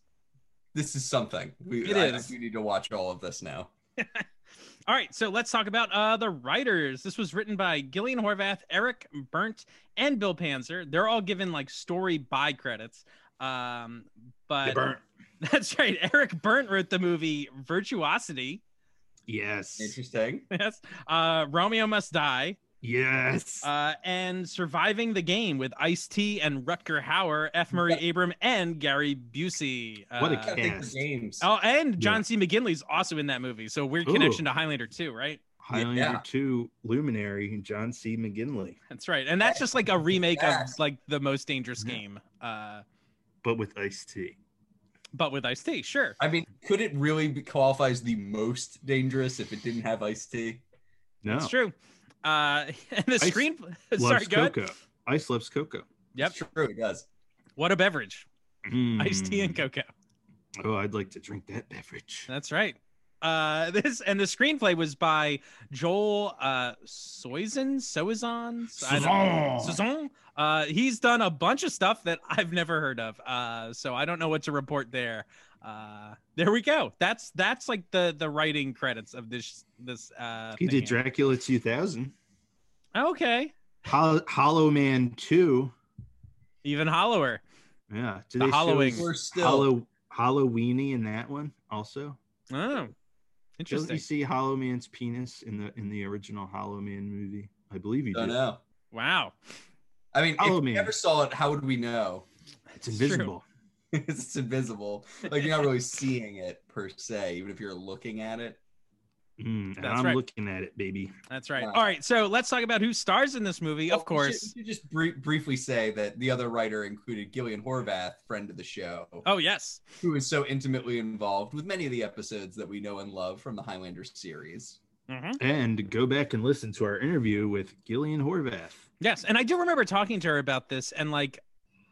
[SPEAKER 3] this is something. We,
[SPEAKER 2] It
[SPEAKER 3] I,
[SPEAKER 2] is.
[SPEAKER 3] I do need to watch all of this now.
[SPEAKER 2] All right, so let's talk about uh, the writers. This was written by Gillian Horvath, Eric Burnt, and Bill Panzer. They're all given like story by credits. Um, but *laughs* that's right. Eric Burnt wrote the movie Virtuosity. *laughs*
[SPEAKER 4] Yes.
[SPEAKER 3] Interesting.
[SPEAKER 2] Yes. Uh, Romeo Must Die.
[SPEAKER 4] Yes.
[SPEAKER 2] Uh, and surviving the game with Ice T and Rutger Hauer, F. Murray Abram, and Gary Busey. Uh,
[SPEAKER 4] What a
[SPEAKER 3] I
[SPEAKER 4] cat.
[SPEAKER 3] think the
[SPEAKER 4] Cast.
[SPEAKER 3] games.
[SPEAKER 2] Oh, and John
[SPEAKER 4] Yeah.
[SPEAKER 2] C. McGinley's also in that movie, so weird connection to Highlander too, right?
[SPEAKER 4] Highlander
[SPEAKER 3] yeah.
[SPEAKER 4] two luminary John C. McGinley,
[SPEAKER 2] That's right, and that's just like a remake
[SPEAKER 3] Yes.
[SPEAKER 2] of like the most dangerous
[SPEAKER 4] Yeah.
[SPEAKER 2] game, uh,
[SPEAKER 4] but with Ice T.
[SPEAKER 2] but with Ice T. Sure,
[SPEAKER 3] I mean, could it really be qualify as the most dangerous if it didn't have iced tea?
[SPEAKER 4] No.
[SPEAKER 2] that's true. Uh, *laughs* and the
[SPEAKER 4] Oh. Ice
[SPEAKER 2] screen. Sorry,
[SPEAKER 4] Loves
[SPEAKER 2] go ahead.
[SPEAKER 4] cocoa. Ice loves cocoa.
[SPEAKER 2] Yep.
[SPEAKER 3] It's true. It does.
[SPEAKER 2] What a beverage!
[SPEAKER 4] Mm.
[SPEAKER 2] Ice tea and cocoa.
[SPEAKER 4] Oh, I'd like to drink that beverage.
[SPEAKER 2] That's right. Uh, *laughs* this and the screenplay was by Joel uh, Soizon. Soizon. I don't-
[SPEAKER 4] Saison.
[SPEAKER 2] Saison. Uh, he's done a bunch of stuff that *laughs* I've never heard of. Uh, so I don't know what to report there. Uh, there we go. That's that's like the the writing credits of this this. Uh,
[SPEAKER 4] He
[SPEAKER 2] thing
[SPEAKER 4] did
[SPEAKER 2] here.
[SPEAKER 4] Dracula 2000,
[SPEAKER 2] Okay,
[SPEAKER 4] Hol- Hollow Man 2.
[SPEAKER 2] even hollower.
[SPEAKER 4] Yeah. Did
[SPEAKER 2] The
[SPEAKER 4] they show
[SPEAKER 2] Hollowing.
[SPEAKER 4] his
[SPEAKER 3] We're still.
[SPEAKER 4] Hollow Halloweeny in that one also?
[SPEAKER 2] Oh,
[SPEAKER 4] Doesn't
[SPEAKER 2] interesting.
[SPEAKER 4] you see Hollow Man's penis in the in the original Hollow Man movie? I believe you
[SPEAKER 3] Don't
[SPEAKER 4] do.
[SPEAKER 3] know.
[SPEAKER 2] Wow,
[SPEAKER 3] I mean,
[SPEAKER 4] Follow
[SPEAKER 3] if
[SPEAKER 4] me.
[SPEAKER 3] you never saw it, how would we know? *laughs*
[SPEAKER 4] It's invisible.
[SPEAKER 3] it's invisible. Like you're not really seeing it per se, even if you're looking at it.
[SPEAKER 4] Mm, and
[SPEAKER 2] That's
[SPEAKER 4] I'm
[SPEAKER 2] right.
[SPEAKER 4] looking at it, baby.
[SPEAKER 2] that's right.
[SPEAKER 3] Wow.
[SPEAKER 2] All right, so let's talk about who stars in this movie.
[SPEAKER 3] Oh, we
[SPEAKER 2] of
[SPEAKER 3] should-
[SPEAKER 2] course.
[SPEAKER 3] we should just bri- briefly say that the other writer included Gillian Horvath, friend of the show,
[SPEAKER 2] Oh yes,
[SPEAKER 3] who is so intimately involved with many of the episodes that we know and love from the Highlander series.
[SPEAKER 2] hmm
[SPEAKER 4] And go back and listen to our interview with Gillian Horvath.
[SPEAKER 2] Yes, and I do remember talking to her about this, and like,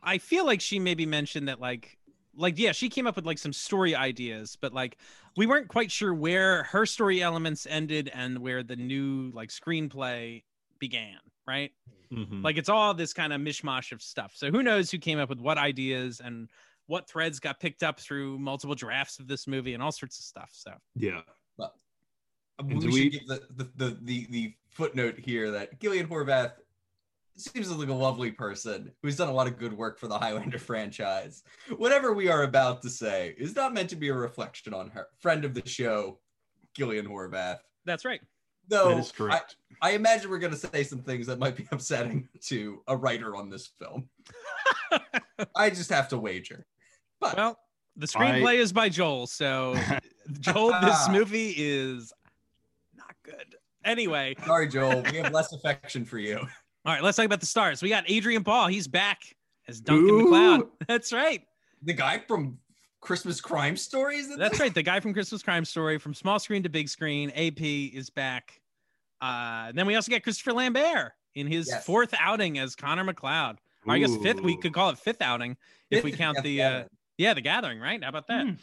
[SPEAKER 2] I feel like she maybe mentioned that like, like yeah, she came up with like some story ideas, but like, we weren't quite sure where her story elements ended and where the new like screenplay began, right?
[SPEAKER 4] Mhm.
[SPEAKER 2] Like, it's all this kind of mishmash of stuff. So who knows who came up with what ideas and what threads got picked up through multiple drafts of this movie and all sorts of stuff. So
[SPEAKER 4] yeah.
[SPEAKER 3] We,
[SPEAKER 4] do we-
[SPEAKER 3] should give the, the, the, the, the footnote here that Gillian Horvath seems like a lovely person who's done a lot of good work for the Highlander *laughs* franchise. Whatever we are about to say is not meant to be a reflection on her. Friend of the show, Gillian Horvath.
[SPEAKER 2] that's right.
[SPEAKER 3] Though
[SPEAKER 4] that is correct.
[SPEAKER 3] I, I imagine we're going to say some things that might be *laughs* upsetting to a writer on this
[SPEAKER 4] *laughs*
[SPEAKER 3] film. I just have to wager. But
[SPEAKER 2] Well, the screenplay is by Joel, so Joel, this movie is not good. Anyway,
[SPEAKER 3] sorry, Joel, we have less affection for you.
[SPEAKER 2] all right, let's talk about the stars. We got Adrian Paul. He's back as Duncan McLeod. *laughs* That's right.
[SPEAKER 3] The guy from Christmas Crime Stories. in
[SPEAKER 2] That's
[SPEAKER 3] this?
[SPEAKER 2] right. The guy from Christmas Crime Story, from small screen to big screen, AP is back. Uh, then we also get Christopher Lambert in his
[SPEAKER 3] Yes.
[SPEAKER 2] fourth outing as Connor McLeod. Or I guess fifth. We
[SPEAKER 4] Ooh.
[SPEAKER 2] could call it fifth outing if we
[SPEAKER 3] Fifth
[SPEAKER 2] count
[SPEAKER 3] Death
[SPEAKER 2] the uh,
[SPEAKER 3] Gallery.
[SPEAKER 2] *laughs* yeah the Gathering. Right? How about that?
[SPEAKER 4] Mm.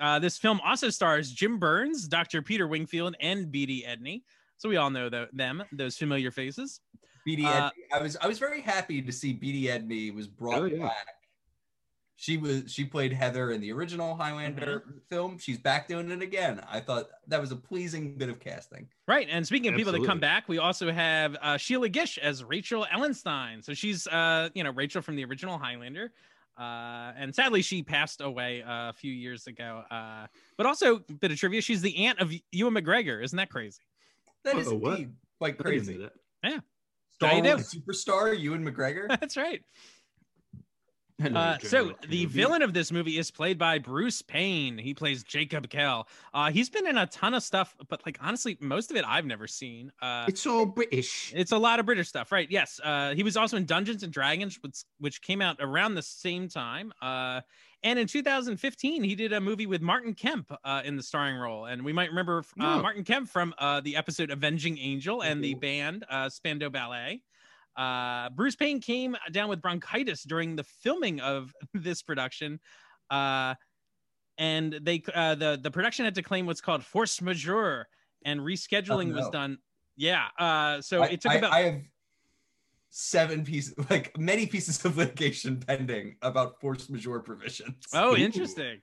[SPEAKER 2] Uh, this film also stars Jim Burns, Dr. Peter Wingfield, and B.D. Edney. So we all know tho- them, those familiar faces.
[SPEAKER 3] BD
[SPEAKER 2] uh,
[SPEAKER 3] Edney. I was I was very happy to see BD Edney was brought
[SPEAKER 4] Oh, yeah.
[SPEAKER 3] back She was she played Heather in the original Highlander
[SPEAKER 2] Mm-hmm.
[SPEAKER 3] film. She's back doing it again. I thought that was a pleasing bit of casting.
[SPEAKER 2] Right. And speaking of people that come
[SPEAKER 4] Absolutely.
[SPEAKER 2] back, we also have uh, Sheila Gish as Rachel Ellenstein. So she's, uh, you know, Rachel from the original Highlander. Uh, and sadly, she passed away uh, a few years ago. Uh, but also, bit of trivia, she's the aunt of Ewan McGregor. Isn't that crazy? *laughs*
[SPEAKER 3] That is
[SPEAKER 4] Whoa, Oh, what?
[SPEAKER 3] indeed quite
[SPEAKER 4] I didn't
[SPEAKER 3] crazy.
[SPEAKER 4] know that.
[SPEAKER 3] Star
[SPEAKER 2] How you Uh,
[SPEAKER 3] Wars superstar Ewan
[SPEAKER 2] *laughs*
[SPEAKER 3] McGregor.
[SPEAKER 2] That's right.
[SPEAKER 4] Hello,
[SPEAKER 2] Uh, so
[SPEAKER 4] General
[SPEAKER 2] the
[SPEAKER 4] Kenobi.
[SPEAKER 2] villain of this movie is played by Bruce Payne. He plays Jacob Kell. Uh, he's been in a ton of stuff, but like honestly, most of it I've never seen. Uh,
[SPEAKER 4] It's all British.
[SPEAKER 2] It's a lot of British stuff, right? Yes. Uh, he was also in Dungeons and Dragons, which, which came out around the same time. Uh, and in 2015, he did a movie with Martin Kemp uh, in the starring role, and we might remember uh,
[SPEAKER 4] Yeah.
[SPEAKER 2] Martin Kemp from uh, the episode "Avenging Angel" and the band uh, Spando Ballet. Uh, Bruce Payne came down with bronchitis during the filming of *laughs* this production. Uh, and they uh, the the production had to claim what's called force majeure, and rescheduling was
[SPEAKER 3] no.
[SPEAKER 2] done. Yeah, uh, so
[SPEAKER 3] I-
[SPEAKER 2] it took
[SPEAKER 3] I,
[SPEAKER 2] about
[SPEAKER 3] I have seven pieces, like many pieces of litigation pending about force majeure provisions.
[SPEAKER 2] oh,
[SPEAKER 4] Ooh.
[SPEAKER 2] interesting.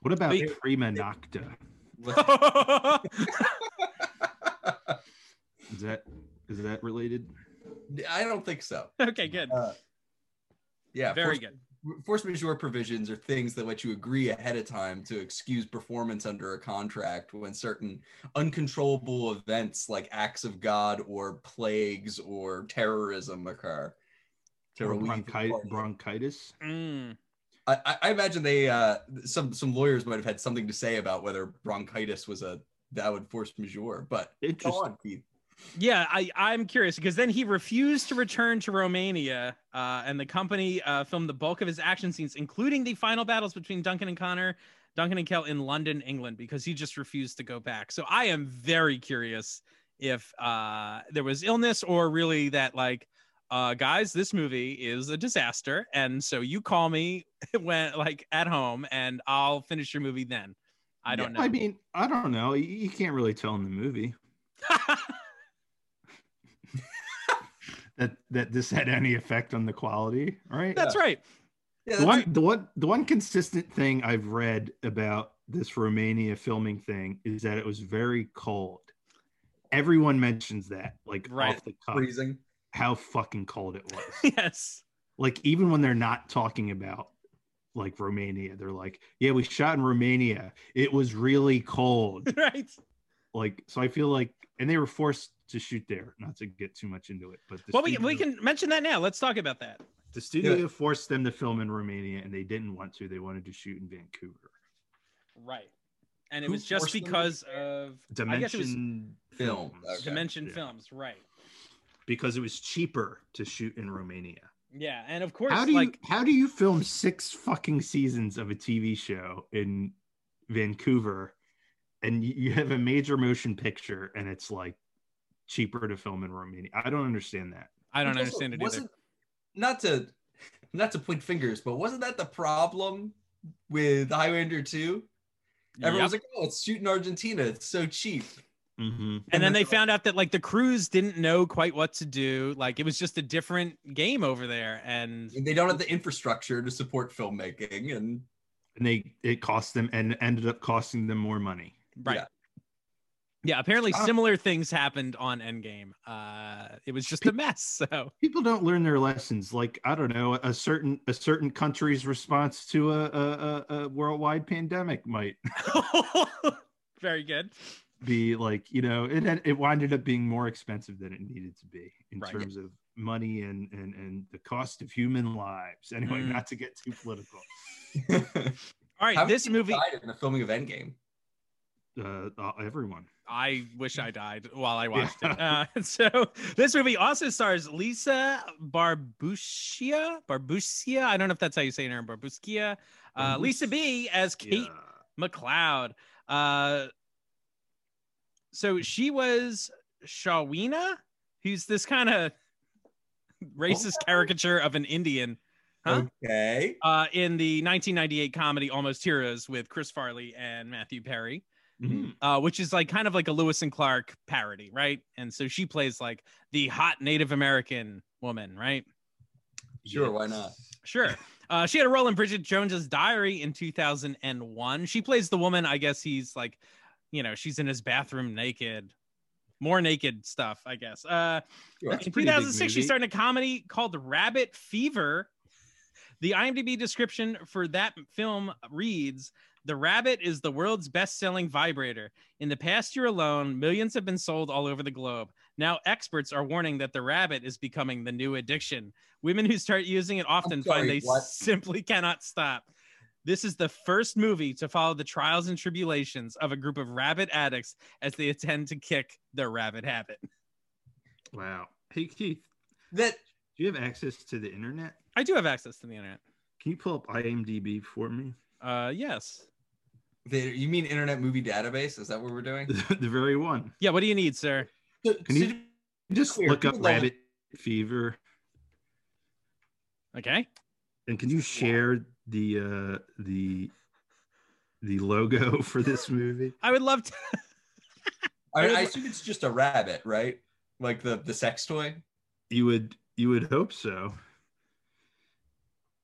[SPEAKER 4] What about
[SPEAKER 2] Wait.
[SPEAKER 4] Prima Nocta?
[SPEAKER 3] Let's-
[SPEAKER 4] Is that is that related?
[SPEAKER 3] I don't think so.
[SPEAKER 2] *laughs* okay, good,
[SPEAKER 3] Uh, Yeah,
[SPEAKER 2] very
[SPEAKER 3] force,
[SPEAKER 2] good.
[SPEAKER 3] Force majeure provisions are things that let you agree ahead of time to excuse performance under a contract when certain uncontrollable events like acts of God or plagues or terrorism occur. To
[SPEAKER 4] Or
[SPEAKER 3] relieve the
[SPEAKER 4] bronchi-
[SPEAKER 3] party.
[SPEAKER 4] bronchitis?
[SPEAKER 2] Mm.
[SPEAKER 3] I, I- I imagine they uh, some some lawyers might have had something to say about whether bronchitis was a valid force majeure, but go
[SPEAKER 4] Interesting.
[SPEAKER 3] on, Keith.
[SPEAKER 2] Yeah, I I'm curious because then he refused to return to Romania, uh, and the company uh, filmed the bulk of his action scenes, including the final battles between Duncan and Connor. Duncan and Kell in London, England, because he just refused to go back. So I am very curious if uh, there was illness or really that, like, uh, guys, this movie is a disaster, and so you call me *laughs* when, like, at home, and I'll finish your movie then. I don't know.
[SPEAKER 4] I mean, I don't know. You, you can't really tell in
[SPEAKER 2] *laughs*
[SPEAKER 4] the movie that that this had any effect on the quality, right?
[SPEAKER 2] That's right. *laughs*
[SPEAKER 3] Yeah,
[SPEAKER 4] the
[SPEAKER 3] that's-
[SPEAKER 4] one the one the one consistent thing I've read about this Romania filming thing is that it was very cold. Everyone mentions that, like
[SPEAKER 2] Right.
[SPEAKER 4] off the cuff,
[SPEAKER 3] freezing.
[SPEAKER 4] how fucking cold it was. *laughs*
[SPEAKER 2] Yes. *laughs*
[SPEAKER 4] like even when they're not talking about like Romania, they're like, "Yeah, we shot in Romania. It was really
[SPEAKER 2] *laughs*
[SPEAKER 4] cold."
[SPEAKER 2] right.
[SPEAKER 4] like, so I feel like, and they were forced to shoot there. Not to get too much into it, but the
[SPEAKER 2] Well, we, we
[SPEAKER 4] studio-
[SPEAKER 2] can mention that now. Let's talk about that.
[SPEAKER 4] The studio forced them to film in Romania, and they didn't want to. They wanted to shoot in Vancouver.
[SPEAKER 2] Right. And it
[SPEAKER 3] Who
[SPEAKER 2] was just
[SPEAKER 3] forced them to
[SPEAKER 2] because
[SPEAKER 3] do that?
[SPEAKER 2] of I guess it was
[SPEAKER 4] Dimension
[SPEAKER 3] Film,
[SPEAKER 4] Films.
[SPEAKER 3] okay.
[SPEAKER 2] Dimension
[SPEAKER 4] Yeah.
[SPEAKER 2] Films, right?
[SPEAKER 4] because it was cheaper to shoot in Romania.
[SPEAKER 2] Yeah, and of course,
[SPEAKER 4] How do
[SPEAKER 2] like
[SPEAKER 4] you how do you film six fucking seasons of a TV show in Vancouver, and you- you have a major motion picture, and it's like cheaper to film in Romania? I don't understand that.
[SPEAKER 2] I don't
[SPEAKER 3] Also,
[SPEAKER 2] understand it either.
[SPEAKER 3] wasn't- Not to not to point fingers, but wasn't that the problem with Highlander 2? Everyone
[SPEAKER 2] Yep.
[SPEAKER 3] was like, oh, it's shooting Argentina. It's so cheap.
[SPEAKER 4] Mm-hmm.
[SPEAKER 2] and then they
[SPEAKER 3] they're
[SPEAKER 2] found out that like the crews didn't know quite what to do. Like it was just a different game over there, and
[SPEAKER 3] like- They don't have the infrastructure to support filmmaking. And *laughs*
[SPEAKER 4] And they it cost them and ended up costing them more money.
[SPEAKER 2] right. Yeah.
[SPEAKER 3] Yeah.
[SPEAKER 2] apparently
[SPEAKER 3] Ah.
[SPEAKER 2] similar things happened on Endgame. Uh, it was just a mess.
[SPEAKER 3] *laughs*
[SPEAKER 2] So
[SPEAKER 4] People don't learn their lessons. Like I don't know, a certain a certain country's response to a a, a, a worldwide pandemic might
[SPEAKER 2] *laughs* very good.
[SPEAKER 4] be like you know it had- it winded up being more expensive than it needed to be in
[SPEAKER 2] Right.
[SPEAKER 4] terms of money and and and the cost of human lives anyway
[SPEAKER 2] Mm.
[SPEAKER 4] not to get too political
[SPEAKER 2] All right,
[SPEAKER 3] How many
[SPEAKER 2] this
[SPEAKER 3] people
[SPEAKER 2] movie.
[SPEAKER 3] died in the filming of Endgame.
[SPEAKER 4] uh, uh, everyone
[SPEAKER 2] I wish I died while I watched it. Uh, *laughs* so this movie also stars Lisa Barbushia. Barbushia. I don't know if that's how you say her name. Barbushia. Uh,
[SPEAKER 4] Barbus-
[SPEAKER 2] Lisa B as Kate
[SPEAKER 4] Yeah.
[SPEAKER 2] McLeod. Uh, so she was Shawina, who's this kind of racist caricature of an Indian Huh?
[SPEAKER 3] Okay.
[SPEAKER 2] uh, in the 1998 comedy Almost Heroes with Chris Farley and Matthew Perry
[SPEAKER 3] Hmm.
[SPEAKER 4] Mhm.
[SPEAKER 2] uh, which is like kind of like a Lewis and Clark parody, right? And so she plays like the hot Native American woman, right?
[SPEAKER 3] Sure, why not?
[SPEAKER 2] Sure. Uh, she had a role in Bridget Jones's Diary in 2001. She plays the woman. I guess he's like, you know, she's in his bathroom naked, more naked stuff. I guess. Uh,
[SPEAKER 3] Sure.
[SPEAKER 4] That's a
[SPEAKER 2] in
[SPEAKER 4] pretty big
[SPEAKER 2] 2006, she
[SPEAKER 4] movie.
[SPEAKER 2] started a comedy called Rabbit Fever. The IMDb description for that film reads The rabbit is the world's best selling vibrator. In the past year alone, millions have been sold all over the globe. Now, experts are warning that the rabbit is becoming the new addiction. Women who start using it often find they
[SPEAKER 3] sorry, what?
[SPEAKER 2] simply cannot stop. This is the first movie to follow the trials and tribulations of a group of rabbit addicts as they attempt to kick their rabbit habit.
[SPEAKER 4] Wow. Hey Keith,
[SPEAKER 3] That
[SPEAKER 4] do you have access to the internet?
[SPEAKER 2] I do have access to the internet.
[SPEAKER 4] Can you pull up IMDb for me? *laughs*
[SPEAKER 2] Uh, yes.
[SPEAKER 3] there you mean Internet Movie Database? Is that what we're doing?
[SPEAKER 4] the very one.
[SPEAKER 2] Yeah. What do you need, sir?
[SPEAKER 3] So-
[SPEAKER 4] *laughs* Can you-
[SPEAKER 3] so-
[SPEAKER 4] Just
[SPEAKER 3] Clear.
[SPEAKER 4] look up
[SPEAKER 3] People don't-
[SPEAKER 4] rabbit fever,
[SPEAKER 2] Okay.
[SPEAKER 4] and can you share the uh, the the logo *laughs* for this movie?
[SPEAKER 2] I would love to.
[SPEAKER 3] I,
[SPEAKER 4] *laughs*
[SPEAKER 3] I assume it's just a rabbit, right? Like the the sex toy.
[SPEAKER 4] You would you would hope so.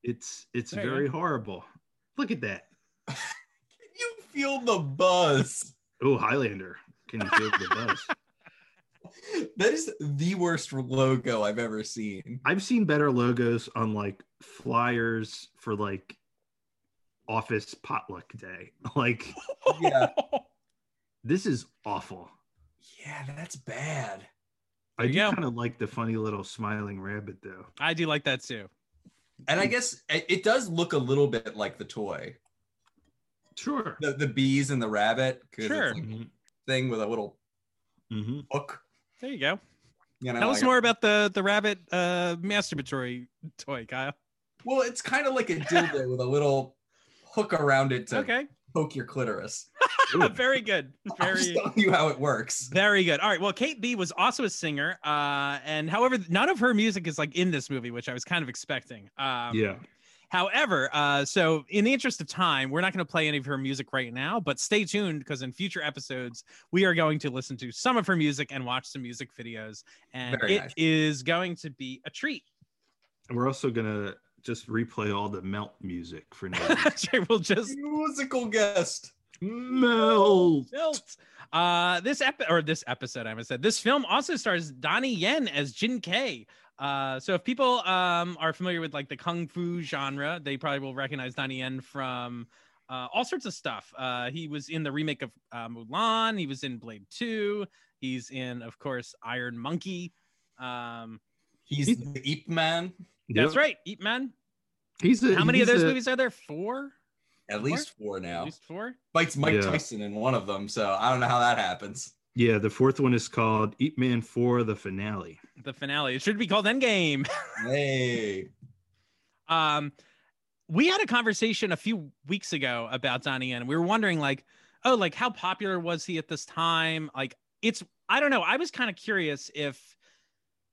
[SPEAKER 4] It's it's
[SPEAKER 2] There you
[SPEAKER 4] very horrible. Look at that.
[SPEAKER 3] Can you feel the buzz?
[SPEAKER 4] Oh, Highlander. Can you feel the
[SPEAKER 2] *laughs*
[SPEAKER 4] buzz?
[SPEAKER 3] That is the worst logo I've ever seen.
[SPEAKER 4] I've seen better logos on like flyers for like office potluck day. *laughs* Like
[SPEAKER 2] *laughs*
[SPEAKER 3] Yeah.
[SPEAKER 4] this is awful.
[SPEAKER 3] Yeah, that's bad.
[SPEAKER 4] I
[SPEAKER 2] There you
[SPEAKER 4] do
[SPEAKER 2] go.
[SPEAKER 4] kind of like the funny little smiling rabbit though.
[SPEAKER 2] I do like that too.
[SPEAKER 3] And
[SPEAKER 2] Mm.
[SPEAKER 3] I guess it it does look a little bit like the toy,
[SPEAKER 4] Sure.
[SPEAKER 3] the, the bees and the rabbit, 'cause
[SPEAKER 2] Sure.
[SPEAKER 3] it's like
[SPEAKER 2] *laughs*
[SPEAKER 4] Mm-hmm.
[SPEAKER 3] a thing with a little
[SPEAKER 4] hmm
[SPEAKER 3] hook.
[SPEAKER 2] There you go.
[SPEAKER 3] You know,
[SPEAKER 2] Tell us
[SPEAKER 3] like a-
[SPEAKER 2] more about the the rabbit uh masturbatory toy, Kyle.
[SPEAKER 3] well, it's kind of like a dildo with a little hook around it to
[SPEAKER 2] Okay.
[SPEAKER 3] poke your clitoris. *laughs*
[SPEAKER 2] *laughs* Very good.
[SPEAKER 3] I'm just
[SPEAKER 2] Very.
[SPEAKER 3] telling you how it works.
[SPEAKER 2] Very good. All right. Well, Kate B was also a singer, uh, and however, none of her music is like in this movie, which I was kind of expecting. Um,
[SPEAKER 4] yeah.
[SPEAKER 2] However, uh, so in the interest of time, we're not going to play any of her music right now, but stay tuned because in future episodes, we are going to listen to some of her music and watch some music videos. And it
[SPEAKER 3] Very
[SPEAKER 2] is
[SPEAKER 3] nice.
[SPEAKER 2] going to be a treat. *laughs*
[SPEAKER 4] And we're also gonna just replay all the melt music
[SPEAKER 2] *laughs*
[SPEAKER 4] for now.
[SPEAKER 2] Sure, we'll just
[SPEAKER 3] Musical guest.
[SPEAKER 4] melt.
[SPEAKER 2] melt. Uh, this ep- or this episode, I almost said this film also stars Donnie Yen as Jin K. Uh, so if people um, are familiar with like the kung fu genre, they probably will recognize Donnie Yen from uh, all sorts of stuff. Uh, he was in the remake of uh, Mulan. He was in Blade Two. He's in, of course, Iron Monkey. Um,
[SPEAKER 3] He's
[SPEAKER 2] He's-
[SPEAKER 3] the Eep Man.
[SPEAKER 2] That's right, Eat Man.
[SPEAKER 4] He's a,
[SPEAKER 2] How many of
[SPEAKER 4] he's
[SPEAKER 2] those
[SPEAKER 4] a-
[SPEAKER 2] movies are there? Four.
[SPEAKER 3] At least four
[SPEAKER 2] At
[SPEAKER 3] now.
[SPEAKER 2] least four.
[SPEAKER 3] Bites Mike
[SPEAKER 4] Yeah.
[SPEAKER 3] Tyson in one of them, so I don't know how that happens.
[SPEAKER 4] Yeah, the fourth one is called Eat Man for the finale.
[SPEAKER 2] The finale. It should be called Endgame. *laughs*
[SPEAKER 3] Hey.
[SPEAKER 2] um we had a conversation a few weeks ago about Donnie Yen. We were wondering like, oh, like how popular was he at this time? Like it's I don't know. I was kind of curious if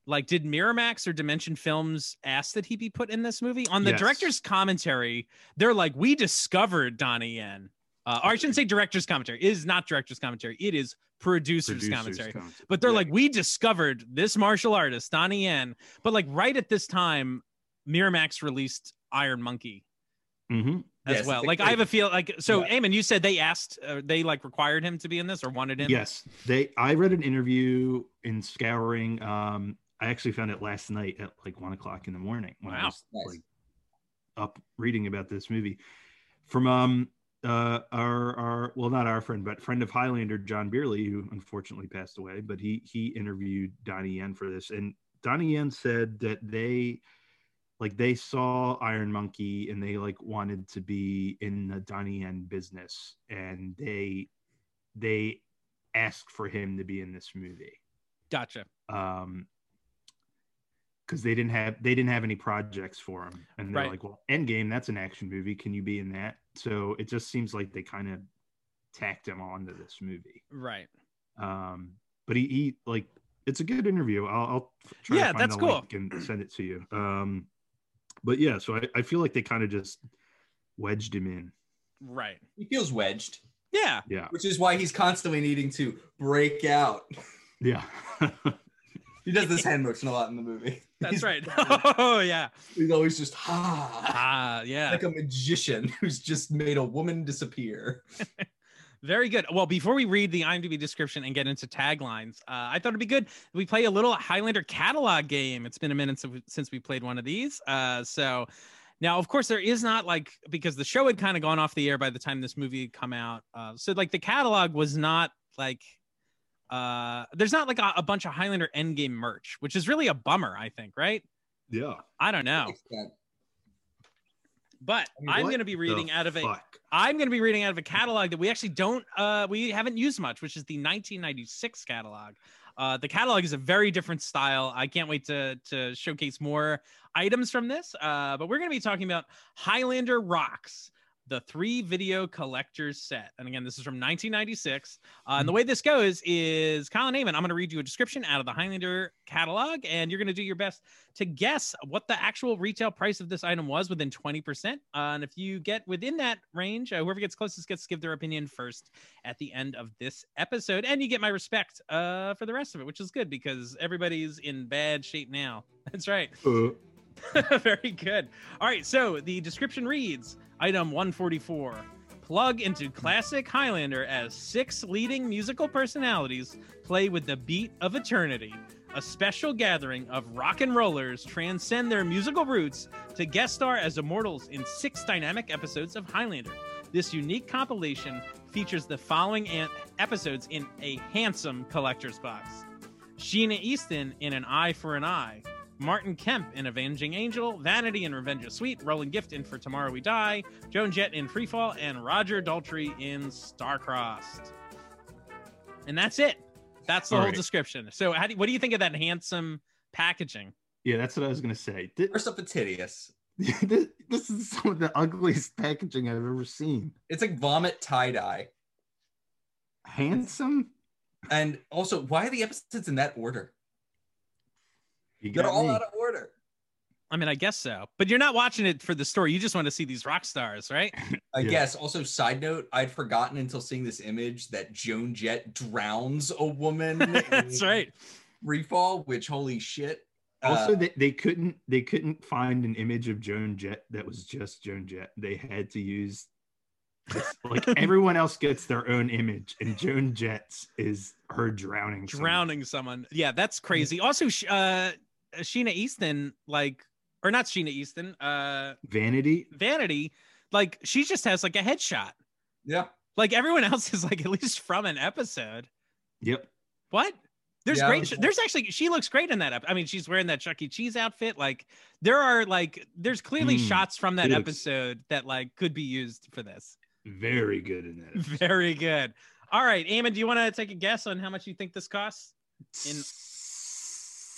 [SPEAKER 2] like did Miramax or Dimension Films ask that he be put in this movie? On the
[SPEAKER 4] Yes.
[SPEAKER 2] director's commentary, they're like, we discovered Donnie Yen. Uh, or I shouldn't say director's commentary. It is not director's commentary. It is producer's,
[SPEAKER 4] Producer's
[SPEAKER 2] commentary
[SPEAKER 4] commentary.
[SPEAKER 2] but they're
[SPEAKER 3] Yeah.
[SPEAKER 2] like we discovered this martial artist donnie yen but like right at this time miramax released iron monkey
[SPEAKER 4] Mhm.
[SPEAKER 2] as
[SPEAKER 3] Yes, I
[SPEAKER 2] well
[SPEAKER 3] think
[SPEAKER 2] like
[SPEAKER 3] they-
[SPEAKER 2] i have a feel like so
[SPEAKER 3] Yeah.
[SPEAKER 2] Eamon, you said they asked uh, they like required him to be in this or wanted him
[SPEAKER 4] Yes, they. I read an interview in scouring. Um, I actually found it last night at like one o'clock in the morning when I
[SPEAKER 2] Wow.
[SPEAKER 4] was
[SPEAKER 3] Nice.
[SPEAKER 4] like up reading about this movie from um uh our our well not our friend but friend of Highlander John Beerley who unfortunately passed away but he he interviewed Donnie Yen for this and Donnie Yen said that they like they saw Iron Monkey and they like wanted to be in the Donnie Yen business and they they asked for him to be in this movie
[SPEAKER 2] gotcha
[SPEAKER 4] um because they didn't have they didn't have any projects for him and they're
[SPEAKER 2] Right.
[SPEAKER 4] like well endgame that's an action movie can you be in that so it just seems like they kind of tacked him onto this movie
[SPEAKER 2] right
[SPEAKER 4] um but he, he like it's a good interview i'll, I'll try
[SPEAKER 2] Yeah,
[SPEAKER 4] to find
[SPEAKER 2] that's
[SPEAKER 4] the
[SPEAKER 2] cool.
[SPEAKER 4] link and send it to you um but yeah so i, I feel like they kind of just wedged him in
[SPEAKER 2] right
[SPEAKER 3] He feels wedged,
[SPEAKER 2] yeah
[SPEAKER 4] yeah *laughs*
[SPEAKER 3] which is why he's constantly needing to break out.
[SPEAKER 4] yeah
[SPEAKER 3] He does
[SPEAKER 2] *laughs*
[SPEAKER 3] this hand motion a lot in the movie.
[SPEAKER 2] That's
[SPEAKER 3] *laughs* He's-
[SPEAKER 2] right. *laughs* Oh yeah.
[SPEAKER 3] He's always just ha,
[SPEAKER 2] Ah yeah.
[SPEAKER 3] like a magician *laughs* who's just made a woman disappear.
[SPEAKER 2] Very good. Well, before we read the IMDb description and get into taglines, uh, I thought it'd be good if we play a little Highlander catalog game. It's been a minute since we, since we played one of these. Uh, so now, of course, there is not like because the show had kind of gone off the air by the time this movie had come out. Uh, so like the catalog was not like uh, there's not like a, a bunch of Highlander Endgame merch, which is really a bummer. I think, right?
[SPEAKER 4] *laughs* Yeah.
[SPEAKER 2] I don't know, but I'm
[SPEAKER 4] What
[SPEAKER 2] going to be reading
[SPEAKER 4] the
[SPEAKER 2] out of a
[SPEAKER 4] fuck?
[SPEAKER 2] I'm going to be reading out of a catalog that we actually don't, uh, we haven't used much, which is the 1996 catalog. Uh, the catalog is a very different style. I can't wait to to showcase more items from this. Uh, but we're going to be talking about Highlander Rocks, the three video collectors set. And again, this is from 1996. Uh, and the way this goes is Colin Heyman, I'm going to read you a description out of the Highlander catalog, and you're going to do your best to guess what the actual retail price of this item was within 20%. Uh, and if you get within that range, uh, whoever gets closest gets to give their opinion first at the end of this episode. And you get my respect uh, for the rest of it, which is good because everybody's in bad shape now. *laughs* That's right.
[SPEAKER 4] Uh,
[SPEAKER 2] *laughs* Very good. All right. So the description reads Item 144 Plug into classic Highlander as six leading musical personalities play with the beat of eternity. A special gathering of rock and rollers transcend their musical roots to guest star as immortals in six dynamic episodes of Highlander. This unique compilation features the following an- episodes in a handsome collector's box Sheena Easton in An Eye for an Eye, Martin Kemp in Avenging Angel, Vanity in Revenge of Sweet, Roland Gift in For Tomorrow We Die, Joan Jett in Freefall, and Roger Daltrey in Starcrossed. And that's it. That's the
[SPEAKER 4] All
[SPEAKER 2] whole
[SPEAKER 4] right.
[SPEAKER 2] description. So, how do, what do you think of that handsome packaging?
[SPEAKER 4] yeah, that's what I was gonna say. Thi-
[SPEAKER 3] First up, it's hideous.
[SPEAKER 4] *laughs* This, this is some of the ugliest packaging I've ever seen.
[SPEAKER 3] It's like vomit tie dye.
[SPEAKER 4] Handsome.
[SPEAKER 3] And also, why are the episodes in that order?
[SPEAKER 4] You got
[SPEAKER 3] They're all
[SPEAKER 4] me.
[SPEAKER 3] out of order.
[SPEAKER 2] I mean, I guess so. But you're not watching it for the story. You just want to see these rock stars, right? *laughs*
[SPEAKER 3] I
[SPEAKER 4] Yeah.
[SPEAKER 3] guess. Also, side note, I'd forgotten until seeing this image that Joan Jett drowns a woman.
[SPEAKER 2] *laughs* That's
[SPEAKER 3] in
[SPEAKER 2] right.
[SPEAKER 3] Refall, which holy shit.
[SPEAKER 4] also,
[SPEAKER 3] uh,
[SPEAKER 4] they, they couldn't they couldn't find an image of Joan Jett that was just Joan Jett. They had to use
[SPEAKER 3] *laughs*
[SPEAKER 4] like everyone else gets their own image, and Joan Jett's is her drowning. somewhere.
[SPEAKER 2] Drowning someone. Yeah, that's crazy. Also, sh- uh, Sheena Easton, like, or not Sheena Easton, uh,
[SPEAKER 4] Vanity.
[SPEAKER 2] Vanity, like, she just has like a headshot.
[SPEAKER 3] yeah.
[SPEAKER 2] Like, everyone *laughs* else is like at least from an episode.
[SPEAKER 4] Yep.
[SPEAKER 2] What? There's
[SPEAKER 3] Yeah.
[SPEAKER 2] great. There's actually she looks great in that. Ep- I mean, she's wearing that Chuck E. Cheese outfit. Like there are like there's clearly
[SPEAKER 4] Mm,
[SPEAKER 2] shots from that
[SPEAKER 4] she looks-
[SPEAKER 2] episode that like could be used for this.
[SPEAKER 4] Very good in that.
[SPEAKER 2] *laughs* Very good. All right, Amon, do you want to take a guess on how much you think this costs? in-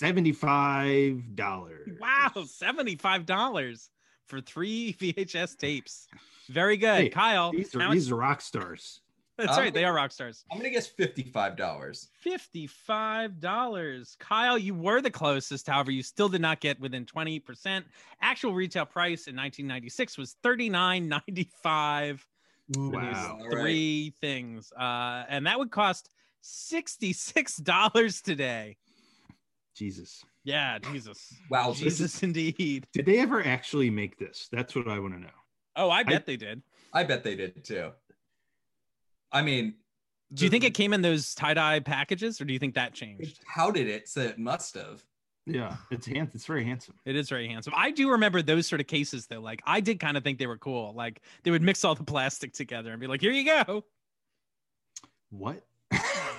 [SPEAKER 4] seventy-five dollars.
[SPEAKER 2] Wow, seventy-five dollars for three *laughs* VHS tapes. Very good,
[SPEAKER 4] Hey,
[SPEAKER 2] Kyle.
[SPEAKER 4] These
[SPEAKER 2] how
[SPEAKER 4] are
[SPEAKER 2] much-
[SPEAKER 4] these are rock stars.
[SPEAKER 2] *laughs* that's
[SPEAKER 3] I'm-
[SPEAKER 2] right, they are rock stars.
[SPEAKER 3] I'm going to guess $55.
[SPEAKER 2] Fifty-five dollars, Kyle. You were the closest. However, you still did not get within twenty percent. Actual retail price in nineteen ninety-six was thirty-nine ninety-five.
[SPEAKER 4] Wow.
[SPEAKER 3] All right.
[SPEAKER 2] Three things, uh, and that would cost sixty-six dollars today.
[SPEAKER 4] Jesus.
[SPEAKER 2] Yeah, Jesus.
[SPEAKER 3] Wow. Jesus.
[SPEAKER 2] Jesus, indeed.
[SPEAKER 4] Did they ever actually make this? That's what I want to know.
[SPEAKER 2] Oh, I bet they did.
[SPEAKER 3] I bet they did too. I mean,
[SPEAKER 2] Do you think it came in those tie dye packages, or do you think that changed?
[SPEAKER 3] How did it? So it must have.
[SPEAKER 4] Yeah, it's hand. It's very handsome.
[SPEAKER 2] It is very handsome. I do remember those sort of cases though. Like I did kind of think they were cool. Like they would mix all the plastic together and be like, "Here you go." *laughs*
[SPEAKER 4] What?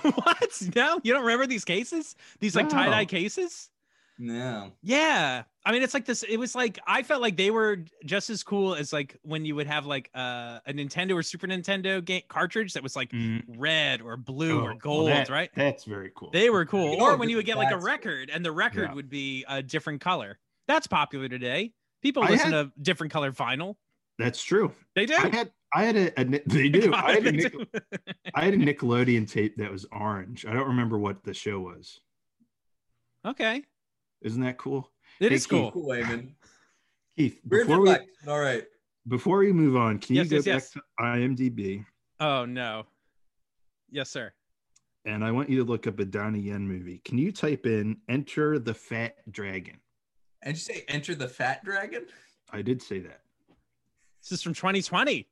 [SPEAKER 2] what? No, you don't remember these cases? These like
[SPEAKER 4] No.
[SPEAKER 2] tie dye cases?
[SPEAKER 3] No.
[SPEAKER 2] Yeah. I mean, it's like this. It was like I felt like they were just as cool as like when you would have like uh, a Nintendo or Super Nintendo game cartridge that was like
[SPEAKER 4] Mm,
[SPEAKER 2] red or blue
[SPEAKER 4] oh,
[SPEAKER 2] or
[SPEAKER 4] well,
[SPEAKER 2] gold,
[SPEAKER 4] that-
[SPEAKER 2] right?
[SPEAKER 4] That's very cool.
[SPEAKER 2] They were cool.
[SPEAKER 3] Yeah,
[SPEAKER 2] Or when you would get like a
[SPEAKER 3] that's cool.
[SPEAKER 2] record and the record
[SPEAKER 4] Yeah.
[SPEAKER 2] would be a different color. That's popular today. People
[SPEAKER 4] I
[SPEAKER 2] listen to different color vinyl.
[SPEAKER 4] That's true.
[SPEAKER 2] They do.
[SPEAKER 4] I had I had a, a Ni- *laughs* they do. I had a,
[SPEAKER 2] They *laughs*
[SPEAKER 4] Nic-
[SPEAKER 2] do.
[SPEAKER 4] I had a Nickelodeon tape that was orange. I don't remember what the show was.
[SPEAKER 2] Okay.
[SPEAKER 4] Isn't that cool,
[SPEAKER 2] It
[SPEAKER 4] Hey,
[SPEAKER 2] is
[SPEAKER 4] Keith.
[SPEAKER 2] cool.
[SPEAKER 3] Cool, Eamon.
[SPEAKER 4] Keith?
[SPEAKER 3] Weird
[SPEAKER 4] Before we
[SPEAKER 3] reflection. All right.
[SPEAKER 4] before we move on, can
[SPEAKER 2] Yes,
[SPEAKER 4] you go
[SPEAKER 2] yes, yes.
[SPEAKER 4] back to IMDb?
[SPEAKER 2] Oh, no. Oh, Yes, sir.
[SPEAKER 4] and I want you to look up a Donnie Yen movie. Can you type in Enter the Fat Dragon?
[SPEAKER 3] And you say Enter the Fat Dragon?
[SPEAKER 4] I did say that.
[SPEAKER 2] This is from 2020.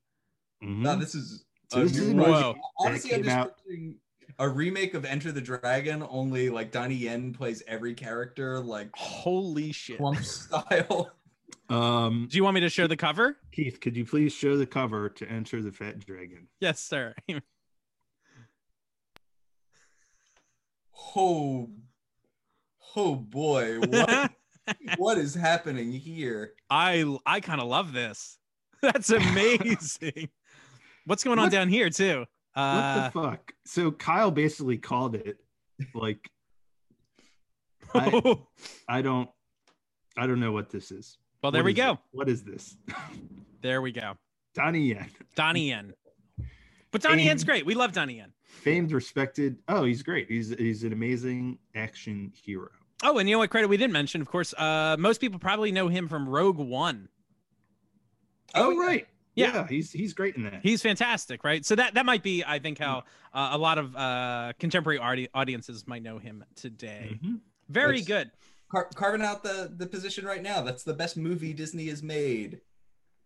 [SPEAKER 4] Mhm.
[SPEAKER 3] No, this is
[SPEAKER 4] So
[SPEAKER 3] a
[SPEAKER 4] this is
[SPEAKER 3] new
[SPEAKER 4] a
[SPEAKER 3] one.
[SPEAKER 4] *laughs*
[SPEAKER 2] movie
[SPEAKER 3] Honestly, I'm
[SPEAKER 4] that came
[SPEAKER 3] just
[SPEAKER 4] out-
[SPEAKER 3] picturing a remake of Enter the Dragon, only like Donnie Yen plays every character like
[SPEAKER 2] Holy shit.
[SPEAKER 4] *laughs*
[SPEAKER 3] clump style.
[SPEAKER 4] um,
[SPEAKER 2] Do you want me to show the cover?
[SPEAKER 4] Keith, could you please show the cover to Enter the Fat Dragon?
[SPEAKER 2] Yes, sir. *laughs*
[SPEAKER 3] Oh, oh
[SPEAKER 4] *laughs*
[SPEAKER 3] boy, what, what is happening here?
[SPEAKER 2] I I kind of love this. *laughs* That's amazing. What's going on
[SPEAKER 4] What-
[SPEAKER 2] down here too?
[SPEAKER 4] What
[SPEAKER 2] Uh,
[SPEAKER 4] the fuck? So Kyle basically called it.
[SPEAKER 2] *laughs*
[SPEAKER 4] Like I- I don't, I don't know what this is.
[SPEAKER 2] well, there
[SPEAKER 4] What
[SPEAKER 2] we
[SPEAKER 4] is
[SPEAKER 2] go.
[SPEAKER 4] it? What is this? *laughs*
[SPEAKER 2] There we go.
[SPEAKER 4] Donnie Yen,
[SPEAKER 2] Donnie Yen. But Donnie Yen's
[SPEAKER 4] And-
[SPEAKER 2] great. We love Donnie Yen.
[SPEAKER 4] famed, respected. Oh, he's great. He's he's an amazing action hero.
[SPEAKER 2] Oh, and you know what credit we didn't mention? Of course, uh, most people probably know him from Rogue One.
[SPEAKER 4] Oh,
[SPEAKER 3] yeah.
[SPEAKER 4] right.
[SPEAKER 2] Yeah.
[SPEAKER 4] Yeah. he's he's great in that.
[SPEAKER 2] He's fantastic, right? So that that might be, I think, how uh, a lot of uh, contemporary audi- audiences might know him today.
[SPEAKER 4] Mhm.
[SPEAKER 2] Very
[SPEAKER 3] That's-
[SPEAKER 2] good.
[SPEAKER 3] Car- carving out the the position right now. That's the best movie Disney has made.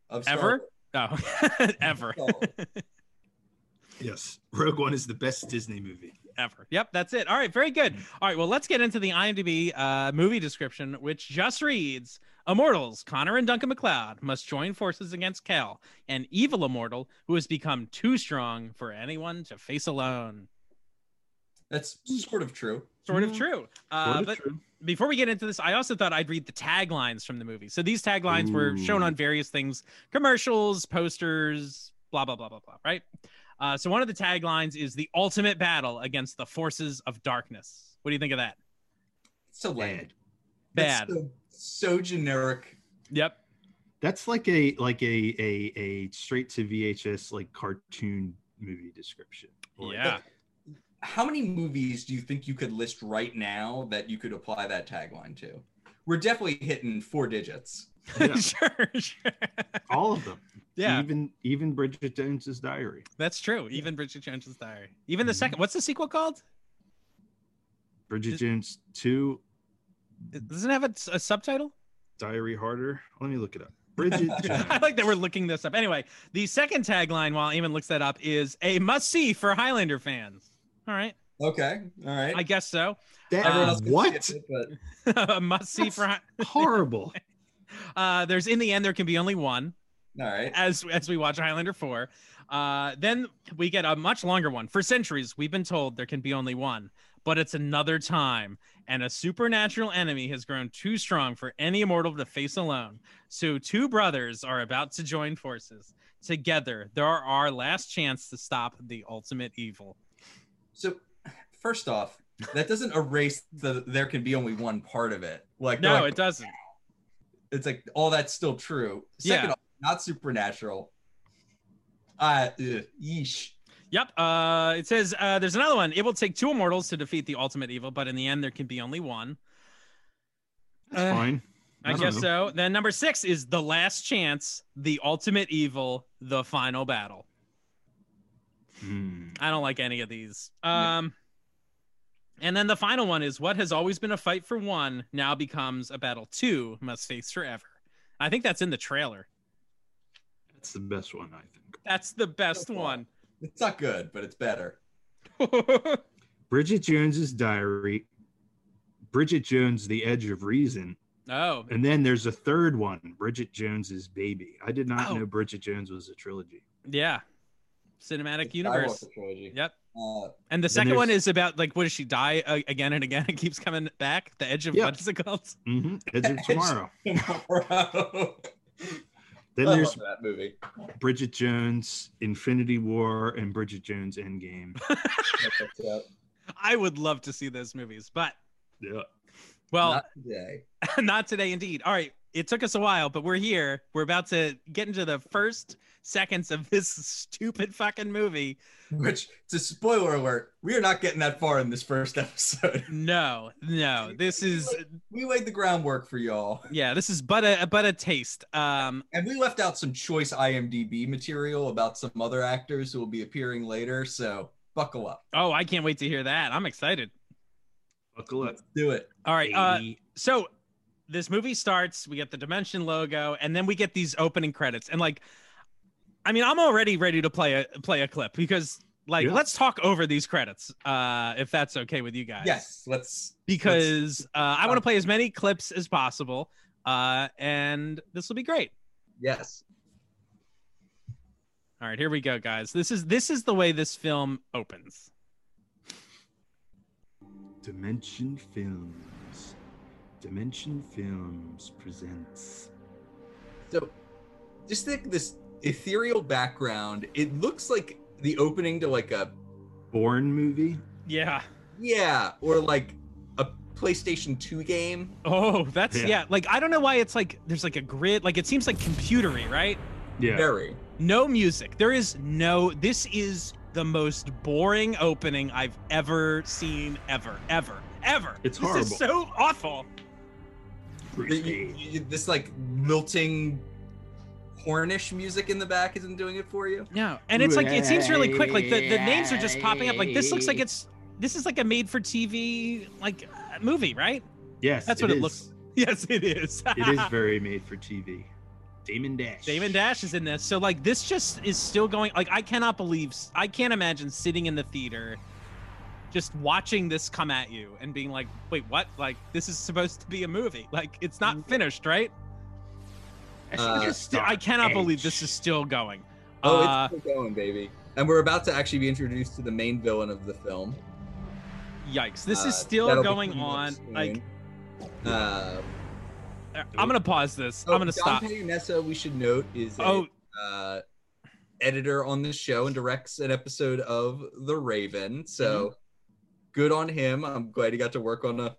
[SPEAKER 3] Of Star
[SPEAKER 2] Ever?
[SPEAKER 3] Wars.
[SPEAKER 2] Oh, *laughs* ever,
[SPEAKER 3] So,
[SPEAKER 4] Yes, Rogue One is the best Disney movie.
[SPEAKER 2] ever. Yep, that's it. All right, very good. All right, well, let's get into the IMDb uh, movie description, which just reads Immortals Connor and Duncan McLeod must join forces against Cal, an evil immortal who has become too strong for anyone to face alone.
[SPEAKER 3] that's sort of true.
[SPEAKER 2] Sort of
[SPEAKER 4] Hmm.
[SPEAKER 2] true. Uh, but before we get into this, I also thought I'd read the taglines from the movie. So these taglines were shown
[SPEAKER 4] Ooh.
[SPEAKER 2] on various things commercials, posters, blah, blah, blah, blah, blah, right? Uh, so one of the taglines is the ultimate battle against the forces of darkness. What do you think of that?
[SPEAKER 3] So lame. That's
[SPEAKER 2] Bad.
[SPEAKER 3] So, so generic.
[SPEAKER 2] Yep.
[SPEAKER 4] That's like a like a a a straight to VHS like cartoon movie description. Like,
[SPEAKER 2] *laughs* Yeah.
[SPEAKER 3] How many movies do you think you could list right now that you could apply that tagline to? We're definitely hitting four digits.
[SPEAKER 2] *laughs*
[SPEAKER 4] yeah,
[SPEAKER 2] sure, sure.
[SPEAKER 4] all of them.
[SPEAKER 2] *laughs* Yeah,
[SPEAKER 4] Even even Bridget Jones's Diary.
[SPEAKER 2] that's true. Even Bridget Jones's Diary. Even the
[SPEAKER 4] Mhm.
[SPEAKER 2] second. What's the sequel called?
[SPEAKER 4] Bridget
[SPEAKER 2] Just-
[SPEAKER 4] Jones Two
[SPEAKER 2] It- Doesn't it have a, a subtitle? *laughs*
[SPEAKER 4] Diary Harder. Let me look it up. Bridget
[SPEAKER 2] I
[SPEAKER 4] Jones.
[SPEAKER 2] like that we're looking this up. Anyway, the second tagline while Eamon looks that up is a must see for Highlander fans. All right,
[SPEAKER 3] Okay. All right.
[SPEAKER 2] I guess so.
[SPEAKER 4] That
[SPEAKER 3] Everyone
[SPEAKER 2] Uh,
[SPEAKER 3] else
[SPEAKER 4] is
[SPEAKER 3] can
[SPEAKER 4] what?
[SPEAKER 3] skip it, but
[SPEAKER 2] *laughs* a must see for. Hi- *laughs*
[SPEAKER 4] Horrible.
[SPEAKER 2] Uh, there's in the end there can be only one.
[SPEAKER 3] all right.
[SPEAKER 2] as as we watch Highlander four. Uh, then we get a much longer one. For centuries, we've been told there can be only one, but it's another time, and a supernatural enemy has grown too strong for any immortal to face alone. So two brothers are about to join forces. Together, they're our last chance to stop the ultimate evil.
[SPEAKER 3] So, first off, that doesn't erase the there can be only one part of it. Like
[SPEAKER 2] No,
[SPEAKER 3] no,
[SPEAKER 2] it doesn't.
[SPEAKER 3] it's like all that's still true. Second
[SPEAKER 2] Yeah.
[SPEAKER 3] off, not supernatural. Uh, ugh, yeesh.
[SPEAKER 2] Yep. Uh, it says uh, there's another one. It will take two immortals to defeat the ultimate evil, but in the end, there can be only one.
[SPEAKER 4] That's
[SPEAKER 2] Uh,
[SPEAKER 4] fine.
[SPEAKER 2] I,
[SPEAKER 4] I don't
[SPEAKER 2] guess so. Then number six is the last chance, the ultimate evil, the final battle.
[SPEAKER 4] Hmm.
[SPEAKER 2] I don't like any of these. Um, and then the final one is what has always been a fight for one now becomes a battle two must face forever. I think that's in the trailer.
[SPEAKER 4] That's the best one I think.
[SPEAKER 2] That's the best
[SPEAKER 3] So far.
[SPEAKER 2] one.
[SPEAKER 3] It's not good, but it's better.
[SPEAKER 4] Bridget Jones's Diary. Bridget Jones, The Edge of Reason,
[SPEAKER 2] *laughs* oh,
[SPEAKER 4] And then there's a third one, Bridget Jones's Baby. I did not
[SPEAKER 2] Oh.
[SPEAKER 4] know Bridget Jones was a trilogy.
[SPEAKER 2] yeah. Cinematic universe.
[SPEAKER 3] Skywalker trilogy.
[SPEAKER 2] Yep.
[SPEAKER 3] Uh, *laughs*
[SPEAKER 2] And the
[SPEAKER 4] Then
[SPEAKER 2] second one
[SPEAKER 4] there's-
[SPEAKER 2] is about like, what does she die uh, again and again? *laughs* It keeps coming back. The edge of
[SPEAKER 4] Yeah.
[SPEAKER 2] what's it called?
[SPEAKER 4] Mm-hmm. Edge
[SPEAKER 2] *laughs*
[SPEAKER 4] of Tomorrow.
[SPEAKER 3] tomorrow.
[SPEAKER 4] Then
[SPEAKER 3] I
[SPEAKER 4] there's
[SPEAKER 3] love that movie.
[SPEAKER 4] Bridget Jones Infinity War and Bridget Jones Endgame. *laughs*
[SPEAKER 2] I would love to see those movies, but
[SPEAKER 4] yeah.
[SPEAKER 2] *laughs* well,
[SPEAKER 3] Not today.
[SPEAKER 2] *laughs* Not today, indeed. All right. It took us a while, but we're here. We're about to get into the first seconds of this stupid fucking movie.
[SPEAKER 3] Which, it's a spoiler alert, we are not getting that far in this first *laughs* episode.
[SPEAKER 2] No, no. This is
[SPEAKER 3] We laid the groundwork for y'all.
[SPEAKER 2] yeah, this is but a but a taste. Um
[SPEAKER 3] And we left out some choice IMDb material about some other actors who will be appearing later. So Buckle up.
[SPEAKER 2] Oh, I can't wait to hear that. I'm excited.
[SPEAKER 4] Buckle up.
[SPEAKER 3] Let's do it.
[SPEAKER 2] All right. Uh,
[SPEAKER 4] baby.
[SPEAKER 2] so this movie starts. We get the Dimension logo, and then we get these opening credits. And like, I mean, I'm already ready to play a play a clip because like,
[SPEAKER 4] Yeah.
[SPEAKER 2] let's talk over these credits, uh, if that's okay with you guys.
[SPEAKER 3] Yes, let's.
[SPEAKER 2] Because uh, I want to play as many clips as possible, uh, and this will be great.
[SPEAKER 3] Yes.
[SPEAKER 2] All right, here we go, guys. This is this is the way this film opens.
[SPEAKER 4] Dimension Films. Dimension Films presents.
[SPEAKER 3] So, just think this ethereal background. It looks like the opening to like a
[SPEAKER 4] Born movie?
[SPEAKER 2] Yeah.
[SPEAKER 3] yeah, or like a PlayStation Two game.
[SPEAKER 2] Oh, that's yeah.
[SPEAKER 4] Yeah.
[SPEAKER 2] Like I don't know why it's like there's like a grid. Like it seems like computery, right?
[SPEAKER 4] Yeah.
[SPEAKER 3] Very.
[SPEAKER 2] No music. There is no. This is the most boring opening I've ever seen, ever, ever, ever.
[SPEAKER 4] It's
[SPEAKER 2] this
[SPEAKER 4] horrible.
[SPEAKER 2] is so awful.
[SPEAKER 3] But you- you- this like lilting Hornish music in the back isn't doing it for you.
[SPEAKER 2] No, and it's like it seems really quick. Like the, the names are just popping up. Like this looks like it's this is like a made for TV like uh, movie, right? *laughs*
[SPEAKER 4] Yes,
[SPEAKER 2] That's what it
[SPEAKER 4] is.
[SPEAKER 2] looks- Yes, it is. *laughs*
[SPEAKER 4] it is very made for TV. Damon Dash.
[SPEAKER 2] Damon Dash is in this. So like this just is still going like I cannot believe I can't imagine sitting in the theater just watching this come at you and being like, "Wait, what? Like this is supposed to be a movie. Like it's
[SPEAKER 3] Mm-hmm.
[SPEAKER 2] not finished, right?"
[SPEAKER 4] Dash is
[SPEAKER 3] Uh,
[SPEAKER 4] a
[SPEAKER 2] Sti- I
[SPEAKER 4] star.
[SPEAKER 2] cannot believe this
[SPEAKER 4] Edge.
[SPEAKER 2] is still going.
[SPEAKER 3] Oh,
[SPEAKER 2] Uh,
[SPEAKER 3] it's still going, baby. And we're about to actually be introduced to the main villain of the film.
[SPEAKER 2] yikes. This is
[SPEAKER 3] Uh,
[SPEAKER 2] still
[SPEAKER 3] that'll be
[SPEAKER 2] going
[SPEAKER 3] coming up
[SPEAKER 2] on.
[SPEAKER 3] soon.
[SPEAKER 2] Like
[SPEAKER 3] uh,
[SPEAKER 2] uh, I'm going to pause this.
[SPEAKER 3] oh,
[SPEAKER 2] I'm going to
[SPEAKER 3] John
[SPEAKER 2] stop.
[SPEAKER 3] Paglianessa, we should note, is a
[SPEAKER 2] Oh,
[SPEAKER 3] uh, editor on the show and directs an episode of The Raven. So good on him. I'm glad he got to work on a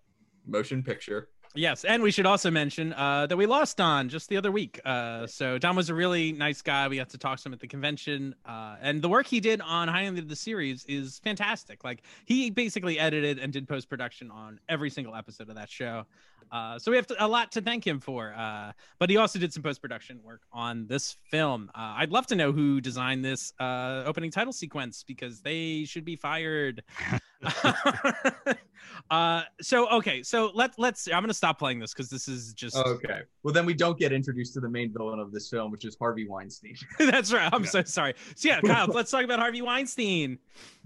[SPEAKER 3] motion picture.
[SPEAKER 2] Yes, and we should also mention uh, that we lost Don just the other week. Uh, so Don was a really nice guy. We got to talk to him at the convention, uh, and the work he did on High End of the series is fantastic. Like he basically edited and did post production on every single episode of that show. Uh, so we have to, a lot to thank him for. Uh, but he also did some post production work on this film. Uh, I'd love to know who designed this uh, opening title sequence because they should be fired. *laughs* uh, so okay, so let's let's. I'm gonna stop playing this because this is just.
[SPEAKER 3] Okay. Well, then we don't get introduced to the main villain of this film, which is Harvey Weinstein.
[SPEAKER 2] *laughs*
[SPEAKER 3] *laughs*
[SPEAKER 2] That's right. I'm
[SPEAKER 4] Yeah.
[SPEAKER 2] so sorry. So yeah, Kyle, let's talk about Harvey Weinstein.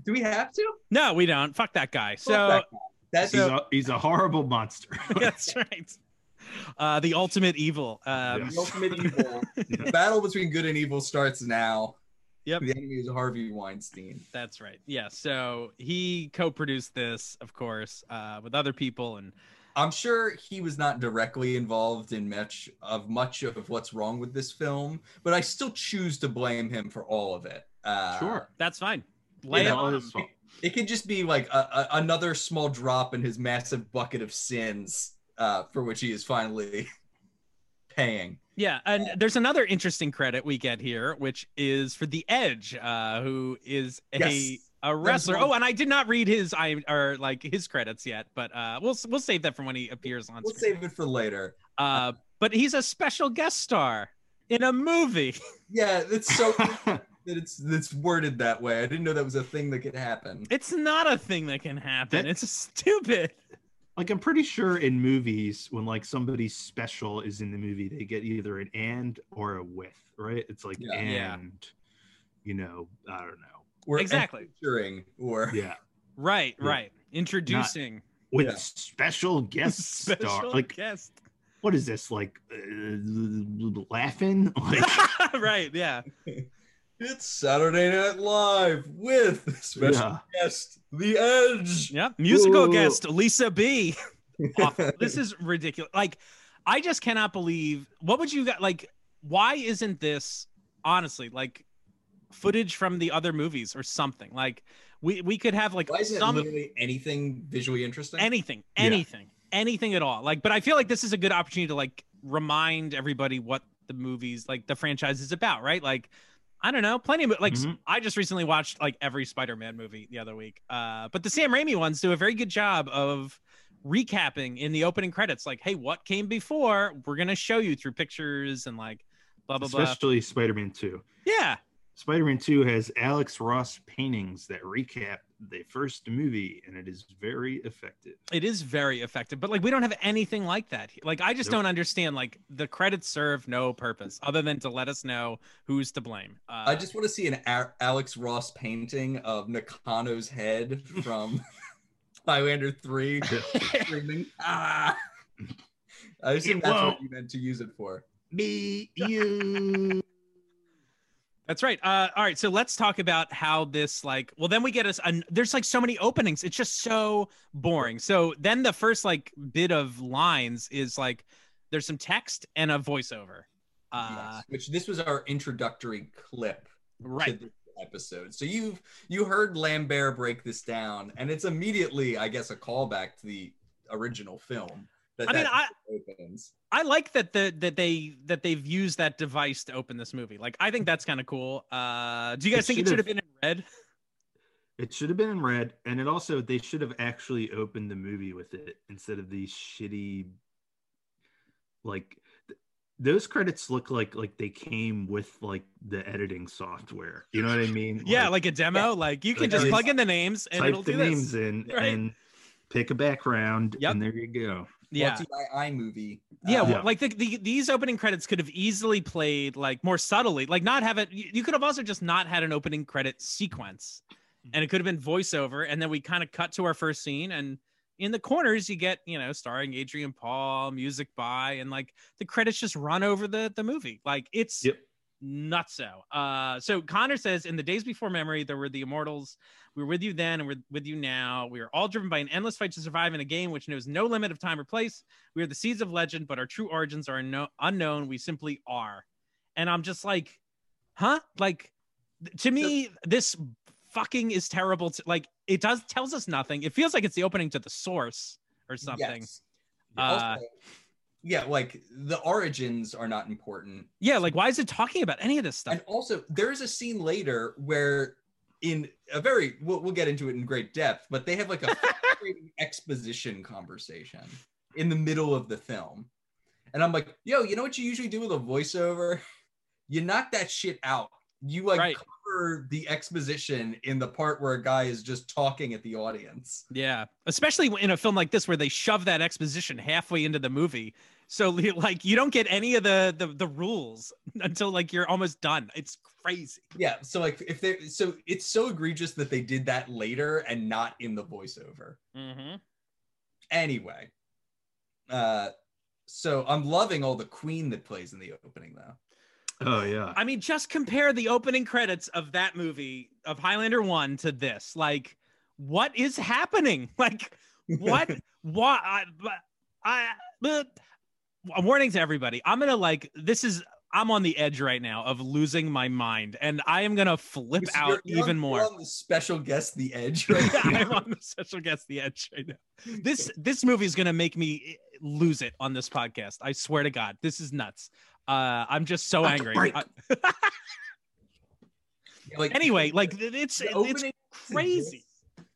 [SPEAKER 3] Do we have to?
[SPEAKER 2] No, we don't. Fuck that guy. So.
[SPEAKER 3] that That's
[SPEAKER 4] He's, a, he's a horrible monster.
[SPEAKER 2] *laughs*
[SPEAKER 4] *laughs*
[SPEAKER 2] That's right. Uh, the ultimate evil. Um,
[SPEAKER 4] Yes.
[SPEAKER 3] the ultimate evil. the battle between good and evil starts now.
[SPEAKER 2] Yep.
[SPEAKER 3] The enemy is Harvey Weinstein.
[SPEAKER 2] That's right. Yeah. So he co-produced this, of course, uh, with other people, and
[SPEAKER 3] I'm sure he was not directly involved in much of much of what's wrong with this film, but I still choose to blame him for all of it. Uh,
[SPEAKER 4] sure.
[SPEAKER 2] that's fine. Lay
[SPEAKER 4] It's
[SPEAKER 2] it
[SPEAKER 3] Yeah.
[SPEAKER 4] all
[SPEAKER 2] on.
[SPEAKER 4] his fault.
[SPEAKER 3] It could just be like a, a, another small drop in his massive bucket of sins uh, for which he is finally *laughs* paying.
[SPEAKER 2] Yeah, and there's another interesting credit we get here, which is for the Edge, uh, who is a
[SPEAKER 3] Yes.
[SPEAKER 2] a wrestler.
[SPEAKER 3] one.
[SPEAKER 2] Oh, and I did not read his I or like his credits yet, but uh, we'll we'll save that for when he appears on
[SPEAKER 3] We'll
[SPEAKER 2] screen.
[SPEAKER 3] save it for later.
[SPEAKER 2] uh, but he's a special guest star in a movie. *laughs*
[SPEAKER 3] Yeah, it's so
[SPEAKER 4] *laughs*
[SPEAKER 3] that it's it's worded that way. I didn't know that was a thing that could happen.
[SPEAKER 2] It's not a thing that can happen.
[SPEAKER 4] That-
[SPEAKER 2] It's stupid.
[SPEAKER 4] like I'm pretty sure in movies when like somebody special is in the movie, they get either an and or a with, right? It's like
[SPEAKER 3] Yeah.
[SPEAKER 2] Yeah.
[SPEAKER 4] and, you know, I don't know.
[SPEAKER 3] Or
[SPEAKER 2] Exactly.
[SPEAKER 3] featuring or
[SPEAKER 4] Yeah,
[SPEAKER 2] Right,
[SPEAKER 4] Yeah.
[SPEAKER 2] right. Introducing
[SPEAKER 4] with
[SPEAKER 3] Yeah.
[SPEAKER 4] special
[SPEAKER 2] *laughs*
[SPEAKER 4] guest
[SPEAKER 2] special
[SPEAKER 4] star. Like
[SPEAKER 2] guest.
[SPEAKER 4] *laughs* what is this? Like uh, laughing? *laughs*
[SPEAKER 2] *laughs*
[SPEAKER 4] Like
[SPEAKER 2] right, yeah.
[SPEAKER 3] It's Saturday Night Live with special
[SPEAKER 4] yeah.
[SPEAKER 3] guest The Edge.
[SPEAKER 2] Yeah, musical
[SPEAKER 4] Whoa.
[SPEAKER 2] guest Lisa
[SPEAKER 3] *laughs*
[SPEAKER 2] B. Awful. this is ridiculous. Like, I just cannot believe. What would you got? Like, why isn't this honestly like footage from the other movies or something? Like, we we could have like
[SPEAKER 3] Why isn't it
[SPEAKER 2] some
[SPEAKER 3] literally anything visually interesting?
[SPEAKER 2] anything,
[SPEAKER 4] Yeah.
[SPEAKER 2] anything, anything at all. Like, but I feel like this is a good opportunity to like remind everybody what the movies, like the franchise is about, right? Like, I don't know, plenty of like
[SPEAKER 4] Mhm.
[SPEAKER 2] I just recently watched like every Spider-Man movie the other week. Uh, but the Sam Raimi ones do a very good job of recapping in the opening credits, like, hey, what came before? We're gonna show you through pictures and like blah blah blah.
[SPEAKER 4] especially Spider-Man Two.
[SPEAKER 2] Yeah.
[SPEAKER 4] Spider Man 2 has Alex Ross paintings that recap the first movie, and it is very effective.
[SPEAKER 2] It is very effective, but like we don't have anything like that. Like I just
[SPEAKER 4] Nope.
[SPEAKER 2] don't understand. Like the credits serve no purpose other than to let us know who's to blame. Uh,
[SPEAKER 3] I just want to see an A- Alex Ross painting of Nakano's head from *laughs* Highlander 3 screaming, ah! I assume
[SPEAKER 4] It
[SPEAKER 3] that's
[SPEAKER 4] won't.
[SPEAKER 3] what you meant to use it for.
[SPEAKER 2] *laughs*
[SPEAKER 4] Be you.
[SPEAKER 2] that's right. Uh, all right, so let's talk about how this like. Well, then we get us. An, there's like so many openings. It's just so boring. So then the first like bit of lines is like there's some text and a voiceover. Uh,
[SPEAKER 3] Yes, Which this was our introductory clip to
[SPEAKER 2] Right.
[SPEAKER 3] this episode. So you've you heard Lambert break this down, and it's immediately, I guess, a callback to the original film. That
[SPEAKER 2] I mean,
[SPEAKER 3] that
[SPEAKER 2] I-
[SPEAKER 3] opens.
[SPEAKER 2] I like that the that they that they've used that device to open this movie. Like I think that's kind of cool. Uh do you guys
[SPEAKER 4] It
[SPEAKER 2] think it should have
[SPEAKER 4] should've-
[SPEAKER 2] been in red?
[SPEAKER 4] It should have been in red, and it also they should have actually opened the movie with it instead of these shitty, like th- those credits look like like they came with like the editing software. You know what I mean?
[SPEAKER 2] Yeah, like a demo. Like you can
[SPEAKER 4] Like,
[SPEAKER 2] just
[SPEAKER 4] uh,
[SPEAKER 2] plug in the names and it'll
[SPEAKER 4] type the
[SPEAKER 2] do this.
[SPEAKER 4] names in
[SPEAKER 2] *laughs* Right.
[SPEAKER 4] and pick a background,
[SPEAKER 2] Yep.
[SPEAKER 4] and there you go.
[SPEAKER 2] Yeah.
[SPEAKER 3] Brought to you by iMovie.
[SPEAKER 2] Yeah,
[SPEAKER 3] Uh,
[SPEAKER 2] well,
[SPEAKER 4] Yeah.
[SPEAKER 2] like the, the these opening credits could have easily played like more subtly, like not have it. You you could have also just not had an opening credit sequence,
[SPEAKER 4] Mm-hmm.
[SPEAKER 2] and it could have been voiceover, and then we kind of cut to our first scene, and in the corners you get you know starring Adrian Paul, music by, and like the credits just run over the the movie, like it's.
[SPEAKER 4] Yep.
[SPEAKER 2] Not so. Uh, so Connor says, in the days before memory, there were the immortals. We were with you then, and we're with you now. We are all driven by an endless fight to survive in a game which knows no limit of time or place. We are the seeds of legend, but our true origins are unkno- unknown. We simply are. And I'm just like, huh? Like, th- to me, this fucking is terrible. To, like, it does tells us nothing. It feels like it's the opening to the source or something.
[SPEAKER 3] yes.
[SPEAKER 2] Uh,
[SPEAKER 3] Also, yeah, like the origins are not important.
[SPEAKER 2] Yeah, like, why is it talking about any of this stuff?
[SPEAKER 3] And also, there is a scene later where, in a very, we'll, we'll get into it in great depth, but they have
[SPEAKER 2] *laughs*
[SPEAKER 3] like a frustrating exposition conversation in the middle of the film. And I'm like, yo, you know what you usually do with a voiceover? *laughs* You knock that shit out. You like
[SPEAKER 2] Right.
[SPEAKER 3] cover the exposition in the part where a guy is just talking at the audience.
[SPEAKER 2] Yeah, especially in a film like this where they shove that exposition halfway into the movie. So like you don't get any of the the, the rules until like you're almost done. It's crazy.
[SPEAKER 3] Yeah. So like if they so it's so egregious that they did that later and not in the voiceover.
[SPEAKER 2] Mm-hmm.
[SPEAKER 3] Anyway. Uh so I'm loving all the queen that plays in the opening though.
[SPEAKER 4] Oh yeah,
[SPEAKER 2] I mean, just compare the opening credits of that movie of Highlander One to this. Like, what is happening? *laughs* Like, what? why? I, but- I, but, a warning to everybody. I'm gonna like this is. I'm on the edge right now of losing my mind, and I am gonna flip
[SPEAKER 3] You're-
[SPEAKER 2] out
[SPEAKER 3] you're on-
[SPEAKER 2] even
[SPEAKER 3] you're
[SPEAKER 2] more. *laughs*
[SPEAKER 3] on the special guest the edge right now.
[SPEAKER 2] I'm on the special guest the edge right now. This this movie is gonna make me eh, lose it on this podcast. I swear to God, this is nuts. Uh, I'm just so
[SPEAKER 4] That's
[SPEAKER 2] angry.
[SPEAKER 4] right.
[SPEAKER 2] I-
[SPEAKER 3] Like
[SPEAKER 2] anyway, like th- it's
[SPEAKER 3] the
[SPEAKER 2] it's
[SPEAKER 3] opening to
[SPEAKER 2] crazy.
[SPEAKER 3] this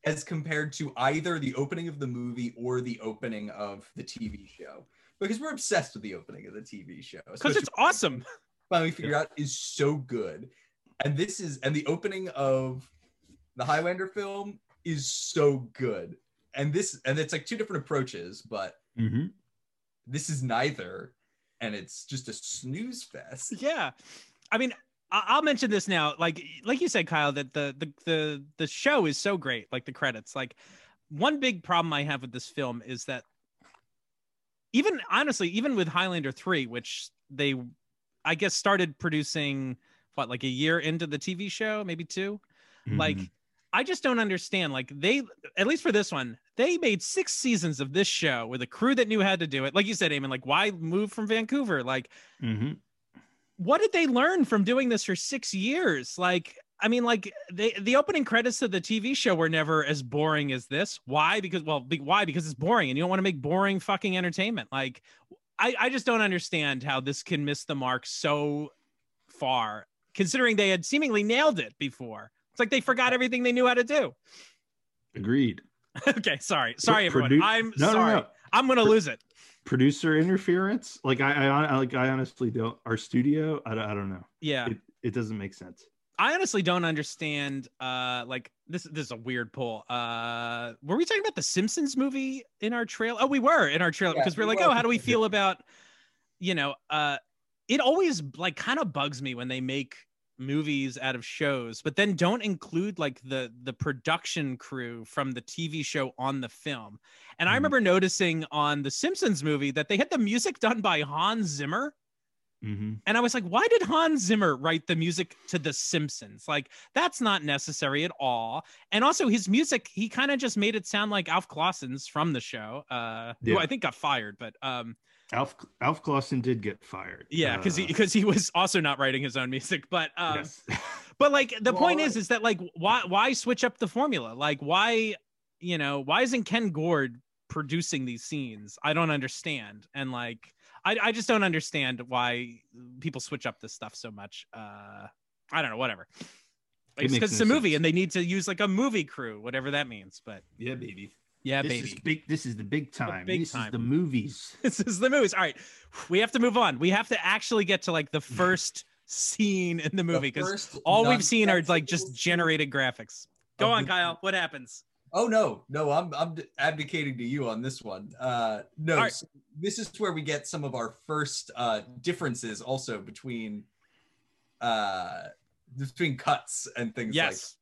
[SPEAKER 3] as compared to either the opening of the movie or the opening of the TV show. Because we're obsessed with the opening of the TV show.
[SPEAKER 2] because
[SPEAKER 3] especially
[SPEAKER 2] it's awesome. *laughs*
[SPEAKER 3] finally figure out is so good. And this is and the opening of the Highlander film is so good. And this and it's like two different approaches, but
[SPEAKER 4] Mhm.
[SPEAKER 3] this is neither. And it's just a snooze fest.
[SPEAKER 2] Yeah, I mean, I- I'll mention this now. Like, like you said, Kyle, that the the the the show is so great. Like the credits. Like, one big problem I have with this film is that even honestly, even with Highlander three, which they, I guess, started producing what like a year into the TV show, maybe two. Like,
[SPEAKER 4] Mhm.
[SPEAKER 2] I just don't understand. Like they, at least for this one, they made six seasons of this show with a crew that knew how to do it. Like you said, Eamon, like why move from Vancouver? Like
[SPEAKER 4] Mhm.
[SPEAKER 2] what did they learn from doing this for six years? Like, I mean, like they, the opening credits of the TV show were never as boring as this. Why? Because well, be, why? Because it's boring, and you don't want to make boring fucking entertainment. Like, I, I just don't understand how this can miss the mark so far, considering they had seemingly nailed it before. It's like they forgot everything they knew how to do. *laughs*
[SPEAKER 4] agreed.
[SPEAKER 2] okay, sorry, sorry, everyone.
[SPEAKER 4] Produ-
[SPEAKER 2] I'm
[SPEAKER 4] No, no,
[SPEAKER 2] sorry.
[SPEAKER 4] no.
[SPEAKER 2] I'm gonna lose it.
[SPEAKER 4] Producer interference. Like I, I, hon- like I honestly don't. Our studio. I, don't- I don't know.
[SPEAKER 2] Yeah.
[SPEAKER 4] It, it doesn't make sense.
[SPEAKER 2] I honestly don't understand. Uh, like this. This is a weird pull. Uh, were we talking about the Simpsons movie in our trail? Oh, we were in our trailer
[SPEAKER 3] *laughs* Yeah,
[SPEAKER 2] because we are
[SPEAKER 3] we
[SPEAKER 2] like,
[SPEAKER 3] were.
[SPEAKER 2] oh, how do we feel about, you know, uh, it always like kind of bugs me when they make movies out of shows, but then don't include like the the production crew from the TV show on the film.
[SPEAKER 3] Mm-hmm.
[SPEAKER 2] And I
[SPEAKER 4] Mhm.
[SPEAKER 2] remember noticing on the Simpsons movie that they had the music done by Hans Zimmer.
[SPEAKER 4] Mm-hmm.
[SPEAKER 2] And I was like, why did Hans Zimmer write the music to The Simpsons? Like, that's not necessary at all. And also, his music, he kind of just made it sound like Alf Clausen's from the show, uh, who
[SPEAKER 4] Yeah.
[SPEAKER 2] I think got fired. But um,
[SPEAKER 4] Alf Alf Clausen did get fired.
[SPEAKER 2] yeah, because he
[SPEAKER 4] Uh,
[SPEAKER 2] because he was also not writing his own music. But um,
[SPEAKER 4] yes. *laughs*
[SPEAKER 2] but like the
[SPEAKER 3] Well,
[SPEAKER 2] point
[SPEAKER 3] I-
[SPEAKER 2] is, is that like why why switch up the formula? Like why you know why isn't Ken Gord producing these scenes? I don't understand. And like I I just don't understand why people switch up this stuff so much. Uh, I don't know. Whatever.
[SPEAKER 4] It
[SPEAKER 2] Like, it's
[SPEAKER 4] makes
[SPEAKER 2] because it's
[SPEAKER 4] no
[SPEAKER 2] a movie,
[SPEAKER 4] sense.
[SPEAKER 2] and they need to use like a movie crew, whatever that means. But
[SPEAKER 3] Yeah, baby.
[SPEAKER 2] yeah,
[SPEAKER 4] this
[SPEAKER 2] baby, *laughs*
[SPEAKER 4] is big. This is the big time.
[SPEAKER 2] big
[SPEAKER 4] this
[SPEAKER 2] time.
[SPEAKER 4] is the movies.
[SPEAKER 2] this is the movies. All right, we have to move on. We have to actually get to
[SPEAKER 4] *laughs*
[SPEAKER 2] like the first scene in the movie because all we've seen are like just generated graphics. Go
[SPEAKER 3] of
[SPEAKER 2] on,
[SPEAKER 3] the-
[SPEAKER 2] Kyle. What happens?
[SPEAKER 3] Oh no, no, I'm I'm d- abdicating to you on this one. Uh, no,
[SPEAKER 2] All right.
[SPEAKER 3] so this is where we get some of our first uh, differences also between uh, between cuts and things like
[SPEAKER 2] Yes.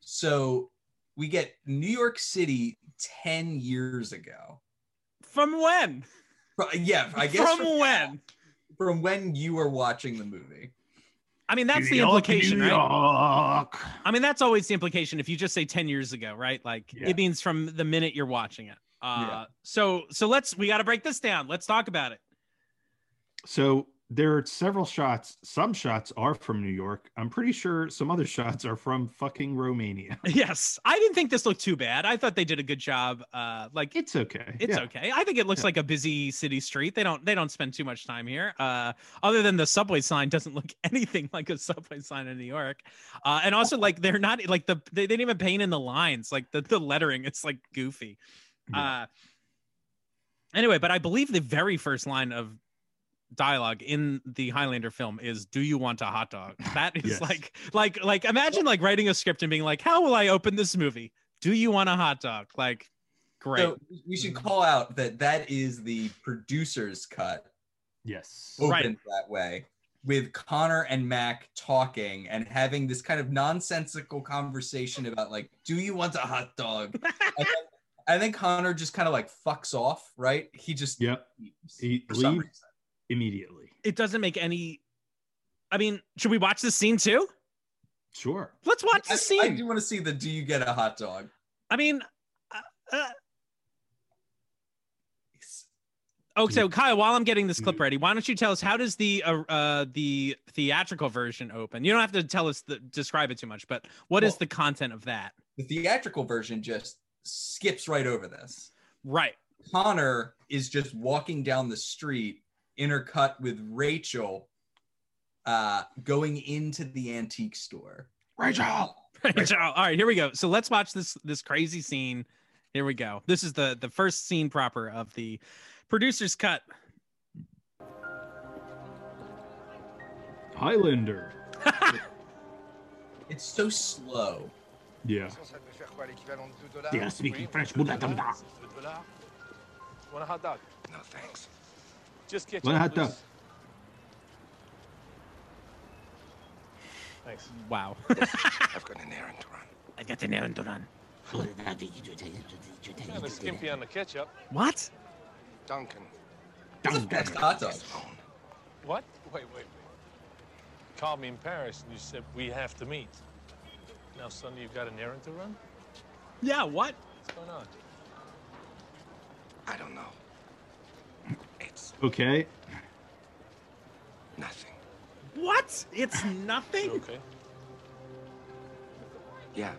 [SPEAKER 3] So we get New York City 10 years ago.
[SPEAKER 2] From when?
[SPEAKER 3] Fr- Yeah, I guess
[SPEAKER 2] from,
[SPEAKER 3] from,
[SPEAKER 2] when?
[SPEAKER 3] from when you were watching the movie.
[SPEAKER 2] I mean, that's
[SPEAKER 4] New
[SPEAKER 2] the
[SPEAKER 4] York,
[SPEAKER 2] implication,
[SPEAKER 4] New
[SPEAKER 2] right?
[SPEAKER 4] York.
[SPEAKER 2] I mean, that's always the implication. If you just say 10 years ago, right? Like
[SPEAKER 4] Yeah.
[SPEAKER 2] it means from the minute you're watching it. Uh,
[SPEAKER 3] Yeah.
[SPEAKER 2] So, so let's, we got to break this down. Let's talk about it. *laughs*
[SPEAKER 4] So there are several shots. Some shots are from New York. I'm pretty sure some other shots are from fucking Romania.
[SPEAKER 2] Yes. I didn't think this looked too bad. I thought they did a good job. Uh, like
[SPEAKER 4] It's okay.
[SPEAKER 2] it's
[SPEAKER 4] Yeah.
[SPEAKER 2] okay. I think it looks
[SPEAKER 4] Yeah.
[SPEAKER 2] like a busy city street. They don't, they don't spend too much time here. Uh, other than the subway sign doesn't look *laughs* anything like a subway sign in New York. Uh, and also like, they're not like the, they, they didn't even paint in the lines. Like the, the lettering, it's like goofy.
[SPEAKER 4] Yeah.
[SPEAKER 2] Uh, anyway, but I believe the very first line of dialogue in the Highlander film is "Do you want a hot
[SPEAKER 4] *laughs*
[SPEAKER 2] dog?" That is
[SPEAKER 4] Yes.
[SPEAKER 2] like, like, like. Imagine like writing a script and being like, "How will I open this movie? Do you want a hot dog?" Like, great. *laughs*
[SPEAKER 3] So we should call out that that is the producer's cut
[SPEAKER 4] Yes.
[SPEAKER 3] opened
[SPEAKER 2] Right.
[SPEAKER 3] that way with Connor and Mac talking and having this kind of nonsensical conversation about like, do you want a hot dog? and, then, and then Connor just kind of like fucks off, right? He just
[SPEAKER 4] Yep.
[SPEAKER 3] leaves
[SPEAKER 4] He
[SPEAKER 3] for some
[SPEAKER 4] leaves
[SPEAKER 3] reason.
[SPEAKER 4] immediately.
[SPEAKER 2] it doesn't make any. I mean, should we watch this scene too?
[SPEAKER 4] Sure.
[SPEAKER 2] Let's watch the
[SPEAKER 3] I, I
[SPEAKER 2] scene.
[SPEAKER 3] do want to see the do you get a hot dog?
[SPEAKER 2] I, mean, uh, uh, oh, so Kyle, while I'm getting this clip ready, why don't you tell us how does the uh, uh the theatrical version open? You don't have to tell us the describe it too much, but what is
[SPEAKER 3] Well-
[SPEAKER 2] the content of that?
[SPEAKER 3] the theatrical version just skips right over this.
[SPEAKER 2] Right. *laughs*
[SPEAKER 3] Connor is just walking down the street, intercut with Rachel uh, going into the antique store.
[SPEAKER 4] Rachel.
[SPEAKER 2] Right, Joe. All right, here we go. So let's watch this this crazy scene. Here we go. This is the the first scene proper of the producer's cut.
[SPEAKER 4] Highlander.
[SPEAKER 3] It's so slow.
[SPEAKER 4] Yeah.
[SPEAKER 6] Ça, ça devait faire quoi, l'équivalent de 2 dollars
[SPEAKER 4] Yes, speaking French, Buddha Dunda.
[SPEAKER 6] Want a hot dog? No, thanks. Just get
[SPEAKER 4] Want a hot dog?
[SPEAKER 6] Thanks.
[SPEAKER 2] Wow. *laughs*
[SPEAKER 6] I've got an errand to run.
[SPEAKER 2] I got an errand to run.
[SPEAKER 6] Kind of skimpy on the ketchup.
[SPEAKER 2] What?
[SPEAKER 6] Duncan.
[SPEAKER 3] It's the best hot dog. *laughs*
[SPEAKER 6] What? Wait, wait, wait. Called me in Paris and you said we have to meet. Now suddenly you've got an errand to run?
[SPEAKER 2] Yeah, what?
[SPEAKER 6] What's going on?
[SPEAKER 7] I don't know. It's
[SPEAKER 4] Okay.
[SPEAKER 7] nothing.
[SPEAKER 2] What? It's
[SPEAKER 6] You
[SPEAKER 2] nothing.
[SPEAKER 6] okay?
[SPEAKER 7] Yeah.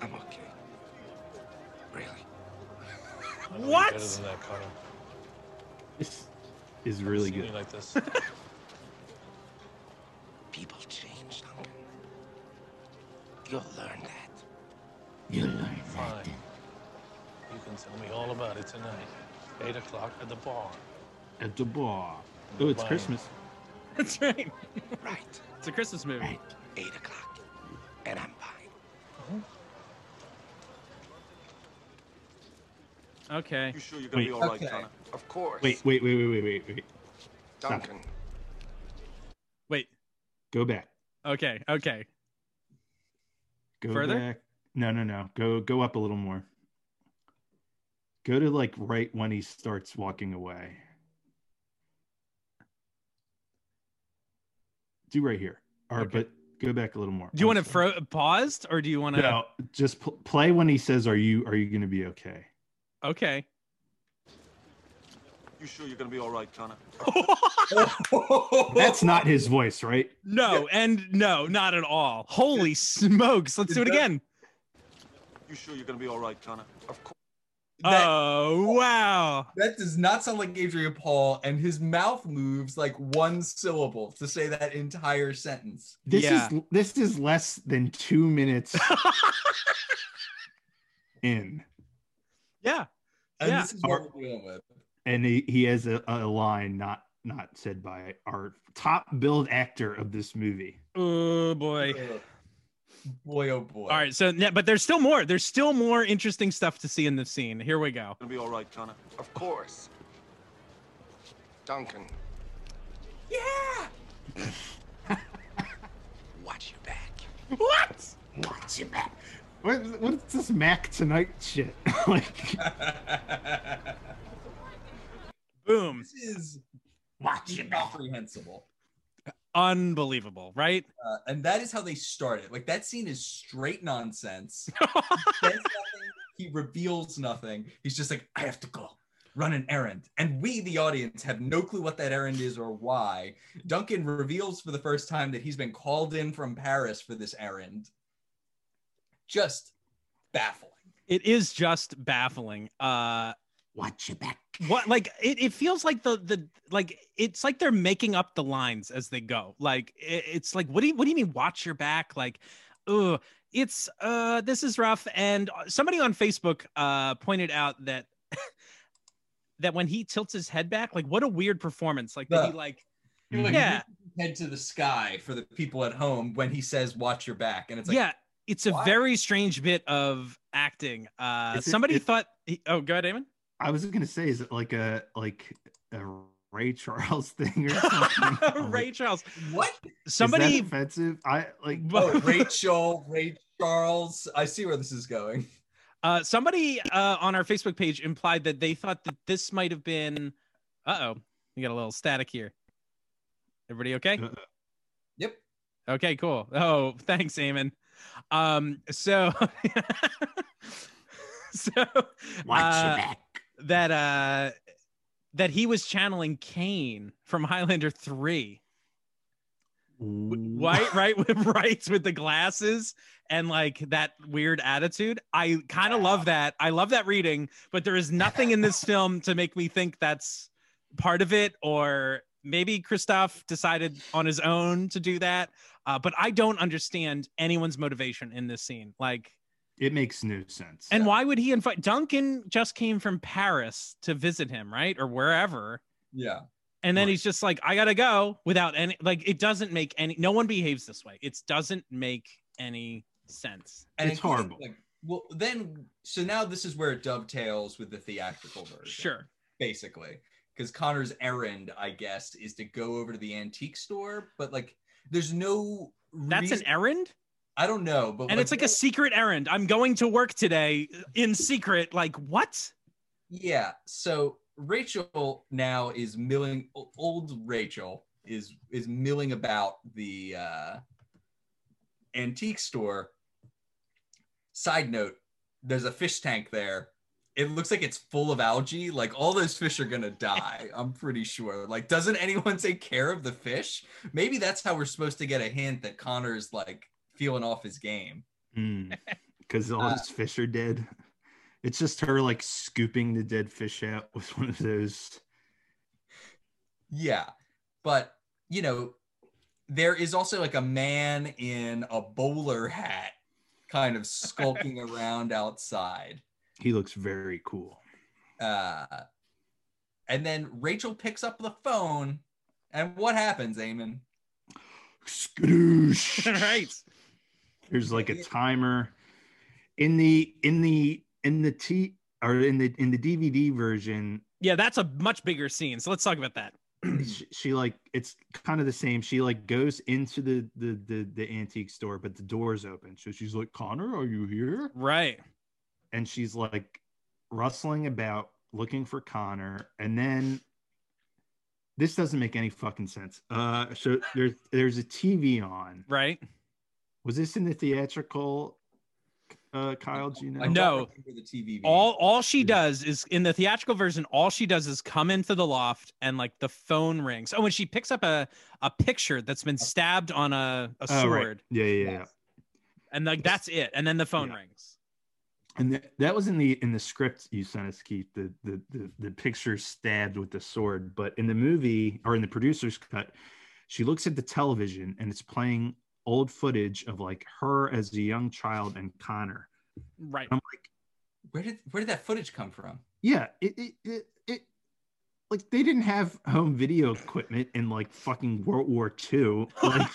[SPEAKER 7] I'm okay. Really?
[SPEAKER 6] Better
[SPEAKER 2] What?
[SPEAKER 6] than that, Connor.
[SPEAKER 4] This is really
[SPEAKER 6] See me
[SPEAKER 4] good.
[SPEAKER 6] like
[SPEAKER 8] *laughs*
[SPEAKER 6] this.
[SPEAKER 7] People change, Duncan. You'll learn that.
[SPEAKER 6] Fine. You can tell me all about it tonight. Eight o'clock at the bar.
[SPEAKER 4] At the bar. Oh, it's
[SPEAKER 6] Bye.
[SPEAKER 4] Christmas.
[SPEAKER 2] That's right.
[SPEAKER 7] Right.
[SPEAKER 2] It's a Christmas movie.
[SPEAKER 4] Right.
[SPEAKER 7] 8 o'clock, and I'm fine.
[SPEAKER 2] Okay.
[SPEAKER 9] You sure you're gonna
[SPEAKER 4] Wait.
[SPEAKER 9] be alright,
[SPEAKER 3] Okay.
[SPEAKER 9] Connor?
[SPEAKER 7] Of course.
[SPEAKER 4] Wait, wait, wait, wait, wait, wait, wait. stop.
[SPEAKER 7] Duncan.
[SPEAKER 2] Wait.
[SPEAKER 4] Go back.
[SPEAKER 2] Okay. Okay.
[SPEAKER 4] Go
[SPEAKER 2] Further?
[SPEAKER 4] back. No, no, no. Go go up a little more. Go to like right when he starts walking away. Do right here. Or
[SPEAKER 2] Okay.
[SPEAKER 4] but go back a little more.
[SPEAKER 2] Do you want to
[SPEAKER 4] I'm sorry.
[SPEAKER 2] fro- paused or do you want to?
[SPEAKER 4] No, just pl- play when he says are you are you going to be okay?
[SPEAKER 2] Okay.
[SPEAKER 9] You sure you're gonna be alright, Connor?
[SPEAKER 4] That's not his voice, right?
[SPEAKER 2] No, and no, not at all. Holy smokes! Let's do it again.
[SPEAKER 9] You sure you're gonna be alright, Connor?
[SPEAKER 3] That-
[SPEAKER 2] Oh wow!
[SPEAKER 3] That does not sound like Adrian Paul, and his mouth moves like one syllable to say that entire sentence.
[SPEAKER 4] This
[SPEAKER 2] Yeah.
[SPEAKER 4] is this is less than
[SPEAKER 2] *laughs*
[SPEAKER 4] 2 minutes in.
[SPEAKER 2] Yeah.
[SPEAKER 3] And
[SPEAKER 2] Yeah.
[SPEAKER 3] this is what we're dealing with.
[SPEAKER 4] and he, he has a, a line not not said by our top billed actor of this movie.
[SPEAKER 2] Oh boy.
[SPEAKER 3] Ugh. Boy, oh boy.
[SPEAKER 2] All right. So, yeah, but there's still more. There's still more interesting stuff to see in the scene. Here we go.
[SPEAKER 9] Gonna be alright, Connor?
[SPEAKER 7] Of course. Duncan. Yeah! Watch your back.
[SPEAKER 2] What?
[SPEAKER 7] Watch your back.
[SPEAKER 4] What, what's this Mac tonight shit? *laughs* like
[SPEAKER 2] Boom!
[SPEAKER 3] This is
[SPEAKER 7] Watch your back.
[SPEAKER 3] incomprehensible.
[SPEAKER 2] Unbelievable, right?
[SPEAKER 3] Uh, and that is how they start it. Like that scene is
[SPEAKER 2] *laughs*
[SPEAKER 3] straight nonsense. he, says nothing, he reveals nothing. He's just like, I have to go run an errand. And we, the audience, have no clue what that errand is or why. Duncan reveals for the first time that he's been called in from Paris for this errand. Just baffling.
[SPEAKER 2] It is just baffling. Uh,
[SPEAKER 7] Watch your back.
[SPEAKER 2] what like it, it feels like the the like it's like they're making up the lines as they go like it- it's like what do you what do you mean watch your back like oh it's uh this is rough and uh, somebody on facebook uh pointed out that *laughs* that when he tilts his head back like what a weird performance like that he
[SPEAKER 3] Yeah.
[SPEAKER 2] like
[SPEAKER 3] yeah.
[SPEAKER 2] Yeah.
[SPEAKER 3] head to the sky for the people at home when he says, "Watch your back," and it's like,
[SPEAKER 2] yeah it's a
[SPEAKER 3] why?
[SPEAKER 2] very strange bit of acting uh
[SPEAKER 4] Is it-
[SPEAKER 2] somebody
[SPEAKER 4] it-
[SPEAKER 2] thought he, oh go ahead Eamon.
[SPEAKER 4] I was gonna say, is it like a like a Ray Charles thing or
[SPEAKER 2] *laughs*
[SPEAKER 4] something? *laughs* Like,
[SPEAKER 2] ray
[SPEAKER 4] is
[SPEAKER 2] charles *laughs*
[SPEAKER 3] "What?"
[SPEAKER 4] that
[SPEAKER 2] somebody
[SPEAKER 4] offensive. I like
[SPEAKER 3] Oh, Rachel, Ray Charles. I see where this is going.
[SPEAKER 2] Uh, somebody uh, on our Facebook page implied that they thought that this might have been. Uh oh, we got a little static here. Everybody okay?
[SPEAKER 7] Uh-uh.
[SPEAKER 3] Yep.
[SPEAKER 2] Okay, cool. Oh, thanks, Eamon. Um, so, *laughs* so
[SPEAKER 7] Watch
[SPEAKER 2] uh,
[SPEAKER 7] your back.
[SPEAKER 2] that uh, that he was channeling Kane from Highlander Three. White, right, *laughs* with right with the glasses and like that weird attitude. I kind of love that. I love that reading, but there is nothing in this film to make me think that's part of it, or maybe Christoph decided on his own to do that. Uh, but I don't understand anyone's motivation in this scene. Like,
[SPEAKER 4] it makes no sense.
[SPEAKER 2] and why would he invite Duncan? Just came from Paris to visit him, right, or wherever
[SPEAKER 3] Yeah.
[SPEAKER 2] and then
[SPEAKER 4] Right.
[SPEAKER 2] he's just like i gotta go without any like it doesn't make any no one behaves this way it doesn't make any sense
[SPEAKER 3] And
[SPEAKER 4] It's
[SPEAKER 3] including,
[SPEAKER 4] horrible.
[SPEAKER 3] like, well, then, so now this is where it dovetails with the theatrical version.
[SPEAKER 2] sure
[SPEAKER 3] Basically. Because Connor's errand, I guess, is to go over to the antique store, but like, there's no.
[SPEAKER 2] that's an
[SPEAKER 3] reason-
[SPEAKER 2] errand
[SPEAKER 3] I don't know, but
[SPEAKER 2] and it's like a secret errand i'm going to work today in secret like
[SPEAKER 4] *laughs*
[SPEAKER 2] what
[SPEAKER 3] Yeah. So Rachel now is milling. o- Old Rachel is is milling about the uh, antique store. Side note: There's a fish tank there. It looks like it's full of algae. Like all those fish are gonna die. I'm pretty sure. Like, doesn't anyone take care of the fish? Maybe that's how we're supposed to get a hint that Connor's like feeling off his game.
[SPEAKER 4] Because Hmm. all
[SPEAKER 3] Uh,
[SPEAKER 4] his fish are dead. It's just her like scooping the dead fish out with one of those.
[SPEAKER 3] Yeah. But, you know, there is also like a man in a bowler hat kind
[SPEAKER 2] *laughs*
[SPEAKER 3] of skulking around outside.
[SPEAKER 4] He looks very cool.
[SPEAKER 3] Uh, and then Rachel picks up the phone. And what happens, Eamon?
[SPEAKER 4] Skadoosh.
[SPEAKER 2] All *laughs* right.
[SPEAKER 4] There's like a timer in the in the in the T or in the in the DVD version.
[SPEAKER 2] Yeah, that's a much bigger scene. So let's talk about that.
[SPEAKER 4] she, she like it's kind of the same. She like goes into the, the the the antique store, but the door's open. So she's like, "Connor, are you here?"
[SPEAKER 2] Right.
[SPEAKER 4] and she's like rustling about looking for Connor and then this doesn't make any fucking sense. Uh so there's there's a TV on.
[SPEAKER 2] Right.
[SPEAKER 4] Was this in the theatrical uh Kyle, do you know?
[SPEAKER 3] I don't
[SPEAKER 2] No.
[SPEAKER 3] remember the TV.
[SPEAKER 2] All all she
[SPEAKER 4] Yeah.
[SPEAKER 2] does is in the theatrical version, all she does is come into the loft and like the phone rings. Oh, and she picks up a a picture that's been stabbed on a, a
[SPEAKER 4] Oh,
[SPEAKER 2] sword.
[SPEAKER 4] right. Yeah, yeah, yeah.
[SPEAKER 2] And like that's it. And then the phone
[SPEAKER 4] Yeah.
[SPEAKER 2] rings.
[SPEAKER 4] And th- that was in the in the script you sent us, Keith. The, the the the picture stabbed with the sword, but in the movie or in the producer's cut, she looks at the television and it's playing old footage of like her as a young child and Connor.
[SPEAKER 2] Right.
[SPEAKER 4] I'm
[SPEAKER 3] Where did where did that footage come from?
[SPEAKER 4] Yeah, it it, it it like they didn't have home video equipment in like fucking World War II. Like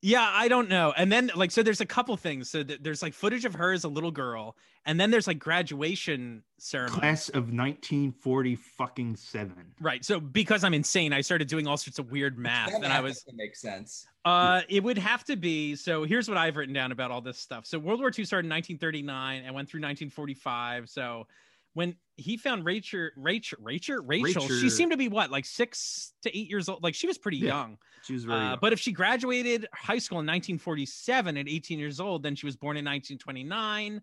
[SPEAKER 2] yeah, I don't know. And then like so there's a couple things. So th- there's like footage of her as a little girl, and then there's like graduation ceremony.
[SPEAKER 4] class of 1940 fucking seven.
[SPEAKER 2] Right. So because I'm insane, I started doing all sorts of weird math
[SPEAKER 3] That
[SPEAKER 2] and I was
[SPEAKER 3] doesn't make sense.
[SPEAKER 2] Uh, it would have to be. So here's what I've written down about all this stuff. So World War II started in 1939 and went through 1945. So when he found Rachel, Rachel, Rachel, Rachel, she
[SPEAKER 4] Rachel.
[SPEAKER 2] seemed to be what, like six to eight years old. Like she was pretty
[SPEAKER 4] Yeah,
[SPEAKER 2] young.
[SPEAKER 4] She was very
[SPEAKER 2] Uh,
[SPEAKER 4] *laughs*
[SPEAKER 2] but if she graduated high school in 1947 at 18 years old, then she was born in 1929,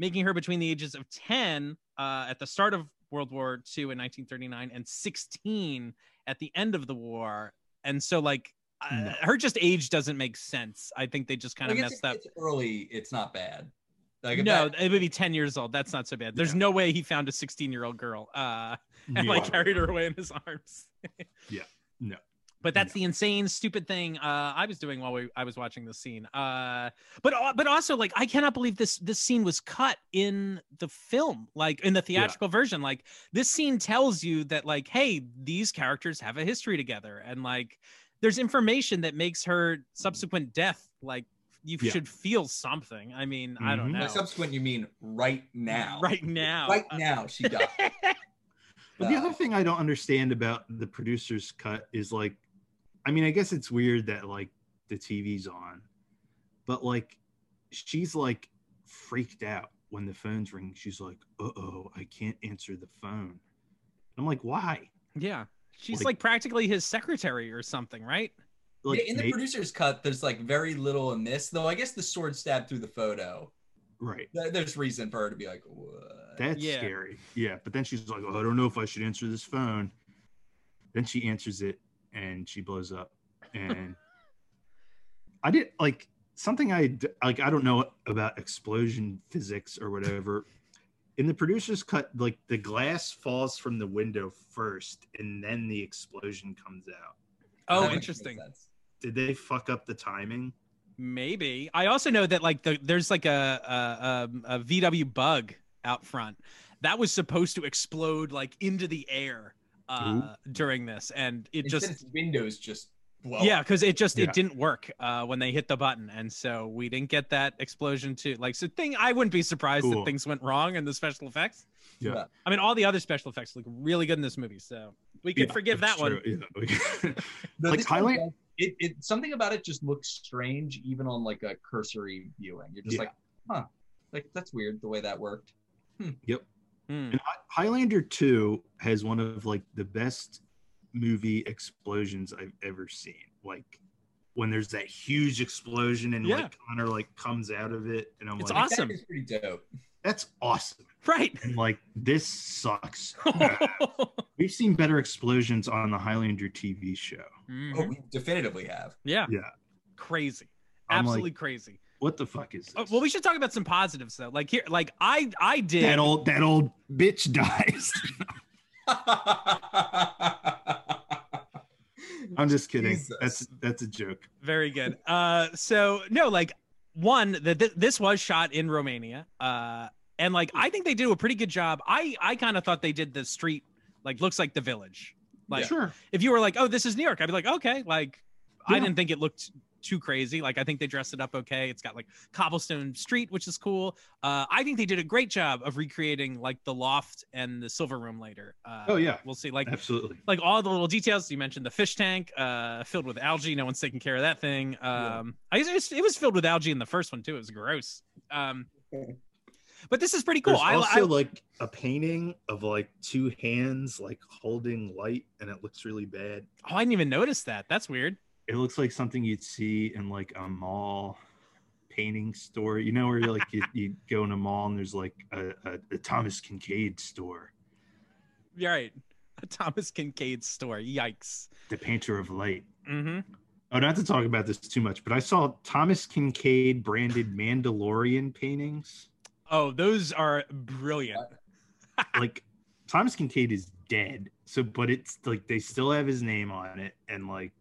[SPEAKER 2] making her between the ages of 10 uh, at the start of World War II in 1939 and 16 at the end of the war. And so, like, uh,
[SPEAKER 4] No.
[SPEAKER 2] her just age doesn't make sense. I think they just kind of
[SPEAKER 3] Like,
[SPEAKER 2] messed
[SPEAKER 3] it's,
[SPEAKER 2] up.
[SPEAKER 3] It's early. It's not bad. Like if
[SPEAKER 2] No,
[SPEAKER 3] that-
[SPEAKER 2] it would be 10 years old. That's not so bad. There's
[SPEAKER 4] Yeah.
[SPEAKER 2] no way he found a 16 year old girl. Uh, *laughs* and like carried her away in his arms. *laughs*
[SPEAKER 4] Yeah. No.
[SPEAKER 2] But that's the insane, stupid thing uh, I was doing while we, I was watching this scene. Uh, but al- but also like I cannot believe this this scene was cut in the film, like in the theatrical version. Like this scene tells you that like, hey, these characters have a history together, and like there's information that makes her subsequent death like you
[SPEAKER 4] Yeah.
[SPEAKER 2] should feel something. I mean, I don't
[SPEAKER 4] Mhm.
[SPEAKER 2] know.
[SPEAKER 3] By subsequent, you mean right now?
[SPEAKER 2] Right now.
[SPEAKER 3] Right
[SPEAKER 2] Uh,
[SPEAKER 3] now, she died.
[SPEAKER 2] *laughs*
[SPEAKER 4] But the
[SPEAKER 3] Uh,
[SPEAKER 4] other thing I don't understand about the producer's cut is like, I mean, I guess it's weird that like the TV's on, but like she's like freaked out when the phone's ringing. She's like, uh oh, I can't answer the phone. I'm like, why?
[SPEAKER 2] Yeah. She's
[SPEAKER 4] Like-
[SPEAKER 2] like practically his secretary or something, right?
[SPEAKER 4] Like,
[SPEAKER 3] yeah, in the
[SPEAKER 4] may-
[SPEAKER 3] producer's cut, there's like very little amiss, though. I guess the sword stabbed through the photo.
[SPEAKER 4] right.
[SPEAKER 3] There- There's reason for her to be like, what?
[SPEAKER 4] That's
[SPEAKER 2] Yeah.
[SPEAKER 4] scary. Yeah. But then she's like, oh, I don't know if I should answer this phone. Then she answers it and she blows up. And I did like something I d- like, I don't know about explosion physics or whatever. In the producer's cut, like the glass falls from the window first and then the explosion comes out.
[SPEAKER 2] Oh,
[SPEAKER 3] That makes
[SPEAKER 2] interesting.
[SPEAKER 3] sense.
[SPEAKER 4] Did they fuck up the timing?
[SPEAKER 2] Maybe. I also know that like the, there's like a um, a, a a VW bug out front that was supposed to explode like into the air uh, during this, and it
[SPEAKER 3] Instead,
[SPEAKER 2] just
[SPEAKER 3] it's windows just blow.
[SPEAKER 2] yeah, because it just
[SPEAKER 4] Yeah.
[SPEAKER 2] it didn't work uh, when they hit the button, and so we didn't get that explosion too. Like so, thing I wouldn't be surprised that
[SPEAKER 4] Cool.
[SPEAKER 2] things went wrong in the special effects.
[SPEAKER 4] Yeah.
[SPEAKER 3] Yeah.
[SPEAKER 2] I mean, all the other special effects look really good in this movie, so we could
[SPEAKER 4] Yeah,
[SPEAKER 2] forgive that
[SPEAKER 4] that's
[SPEAKER 2] one.
[SPEAKER 4] true. *laughs* Yeah.
[SPEAKER 3] No,
[SPEAKER 4] Like
[SPEAKER 3] this one
[SPEAKER 4] Thailand-
[SPEAKER 3] does- It, it something about it just looks strange, even on like a cursory viewing. You're just
[SPEAKER 4] Yeah.
[SPEAKER 3] like, huh, like that's weird the way that worked.
[SPEAKER 2] Hmm.
[SPEAKER 4] And Hi- Highlander 2 has one of like the best movie explosions I've ever seen. Like when there's that huge explosion and
[SPEAKER 2] Yeah.
[SPEAKER 4] like Connor like comes out of it and I'm
[SPEAKER 2] It's
[SPEAKER 4] like
[SPEAKER 2] awesome.
[SPEAKER 3] That is pretty dope.
[SPEAKER 4] that's awesome.
[SPEAKER 2] Right.
[SPEAKER 4] And like this
[SPEAKER 2] *laughs*
[SPEAKER 4] sucks. *laughs* We've seen better explosions on the Highlander TV show.
[SPEAKER 2] Mhm.
[SPEAKER 3] Oh, we definitively have. *laughs*
[SPEAKER 2] Yeah.
[SPEAKER 4] Yeah.
[SPEAKER 2] Crazy.
[SPEAKER 4] I'm
[SPEAKER 2] Absolutely
[SPEAKER 4] like
[SPEAKER 2] crazy.
[SPEAKER 4] what the fuck is this?
[SPEAKER 2] Oh, well, we should talk about some positives though. Like here, like I I did.
[SPEAKER 4] that old that old bitch dies. I'm just kidding. *laughs*
[SPEAKER 3] Jesus.
[SPEAKER 4] That's that's a joke.
[SPEAKER 2] Very good. Uh, so no, like one that th- this was shot in Romania. Uh, and like I think they do a pretty good job. I I kind of thought they did the street like looks like the village. Like
[SPEAKER 4] Sure.
[SPEAKER 2] if you were like, oh, this is New York, I'd be like, okay, like I
[SPEAKER 4] Yeah.
[SPEAKER 2] didn't think it looked too crazy. Like I think they dressed it up okay. It's got like cobblestone street, which is cool. Uh, I think they did a great job of recreating like the loft and the silver room later. Uh,
[SPEAKER 4] Oh, yeah.
[SPEAKER 2] we'll see. Like
[SPEAKER 4] Absolutely.
[SPEAKER 2] like all the little details you mentioned the fish tank uh filled with algae no one's taking care of that thing um i guess it was, it was filled with algae in the first one too it was gross um but this is pretty cool
[SPEAKER 4] There's
[SPEAKER 2] I,
[SPEAKER 4] also
[SPEAKER 2] I,
[SPEAKER 4] like a painting of like two hands like holding light, and it looks really bad.
[SPEAKER 2] oh, I didn't even notice that that's weird
[SPEAKER 4] It looks like something you'd see in like a mall painting store. You know where you like *laughs* you, you go in a mall and there's like a, a, a Thomas Kincaid store,
[SPEAKER 2] you're right *laughs* a thomas kincaid store yikes
[SPEAKER 4] the painter of light.
[SPEAKER 2] mm-hmm
[SPEAKER 4] Oh, not to talk about this too much, but I saw Thomas Kincaid branded Mandalorian paintings.
[SPEAKER 2] oh those are brilliant
[SPEAKER 4] Like Thomas Kincaid is dead, so but it's like they still have his name on it, and like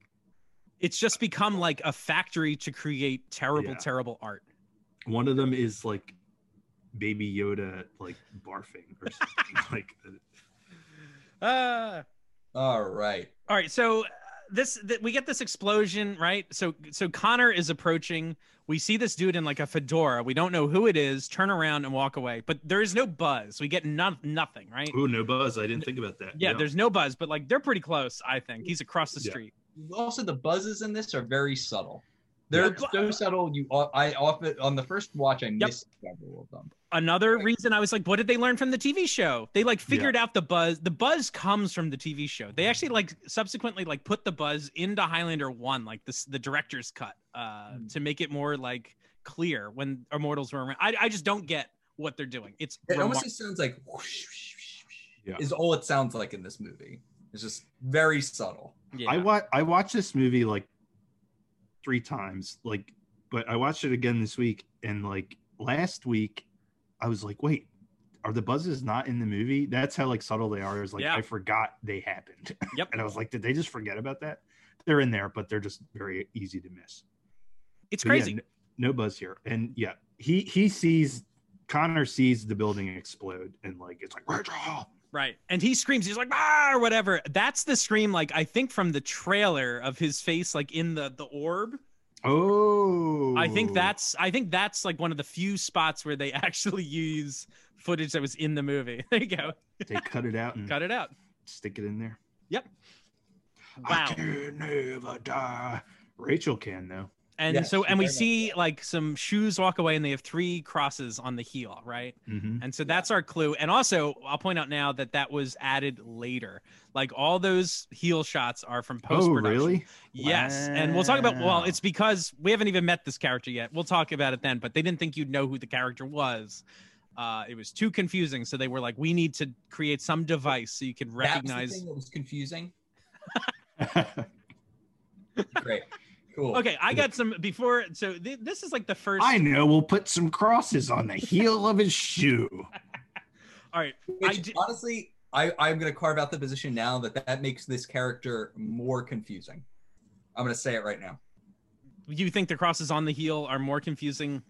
[SPEAKER 2] it's just become like a factory to create terrible
[SPEAKER 4] Yeah.
[SPEAKER 2] terrible art
[SPEAKER 4] one of them is like Baby Yoda like barfing or something *laughs* like.
[SPEAKER 2] uh
[SPEAKER 3] All right.
[SPEAKER 2] All right, so uh, this th- we get this explosion, right? So so Connor is approaching. We see this dude in like a fedora. We don't know who it is. Turn around and walk away. But there is no buzz. We get none nothing, right?
[SPEAKER 4] Oh no, Buzz! I didn't think about that.
[SPEAKER 2] Yeah, there's no buzz, but like they're pretty close, I think. He's across the
[SPEAKER 4] Yeah.
[SPEAKER 2] street.
[SPEAKER 3] Also, the buzzes in this are very subtle. They're so subtle. You, uh, I often on the first watch, I missed several of them.
[SPEAKER 2] Another reason I was like, what did they learn from the TV show? They like figured out the buzz. The buzz comes from the TV show. They actually like subsequently like put the buzz into Highlander 1, like this the director's cut, uh, to make it more like clear when immortals were around. I, I just don't get what they're doing. It's
[SPEAKER 3] It almost
[SPEAKER 2] remar-
[SPEAKER 3] just sounds like whoosh, whoosh, whoosh, whoosh,
[SPEAKER 4] Yeah.
[SPEAKER 3] is all it sounds like in this movie. It's just very subtle.
[SPEAKER 2] yeah.
[SPEAKER 4] I wa- I watched this movie like three times, like, but I watched it again this week, and like last week, I was like, wait, are the buzzes not in the movie? That's how like subtle they are. I was like,
[SPEAKER 2] Yeah.
[SPEAKER 4] I forgot they happened,
[SPEAKER 2] Yep.
[SPEAKER 4] *laughs* and I was like, did they just forget about that? They're in there, but they're just very easy to miss.
[SPEAKER 2] it's
[SPEAKER 4] But yeah,
[SPEAKER 2] crazy.
[SPEAKER 4] n- no buzz here, and yeah, he he sees Connor sees the building explode, and like it's like where's your home?
[SPEAKER 2] Right. And he screams, he's like, ah, or whatever. That's the scream, like, I think from the trailer of his face, like in the the orb.
[SPEAKER 4] Oh,
[SPEAKER 2] I think that's I think that's like one of the few spots where they *laughs* actually use footage that was in the movie. *laughs* There you go.
[SPEAKER 4] they cut it out and
[SPEAKER 2] *laughs* Cut it out.
[SPEAKER 4] stick it in there.
[SPEAKER 2] Yep.
[SPEAKER 4] I
[SPEAKER 2] Wow.
[SPEAKER 4] can never die. Rachel can though.
[SPEAKER 2] And
[SPEAKER 3] Yeah,
[SPEAKER 2] so and we
[SPEAKER 3] very much.
[SPEAKER 2] see like some shoes walk away and they have three crosses on the heel, right?
[SPEAKER 4] Mm-hmm.
[SPEAKER 2] And so that's our clue. And also, I'll point out now that that was added later. Like all those heel shots are from post
[SPEAKER 4] Oh,
[SPEAKER 2] production.
[SPEAKER 4] really? *laughs*
[SPEAKER 2] Yes. And we'll talk about well,
[SPEAKER 4] Wow.
[SPEAKER 2] it's because we haven't even met this character yet. We'll talk about it then, but they didn't think you'd know who the character was. Uh, it was too confusing, so they were like, "We need to create some device so you can
[SPEAKER 3] That was the
[SPEAKER 2] recognize."
[SPEAKER 3] thing that was confusing.
[SPEAKER 2] *laughs*
[SPEAKER 3] Great. Cool.
[SPEAKER 2] Okay, I got some before. So th- this is like the first.
[SPEAKER 4] I know. We'll put some crosses on the heel of his shoe.
[SPEAKER 2] All right, I
[SPEAKER 3] Which,
[SPEAKER 2] did-
[SPEAKER 3] honestly, I, I'm going to carve out the position now that that makes this character more confusing. I'm going to say it right now.
[SPEAKER 2] you think the crosses on the heel are more confusing?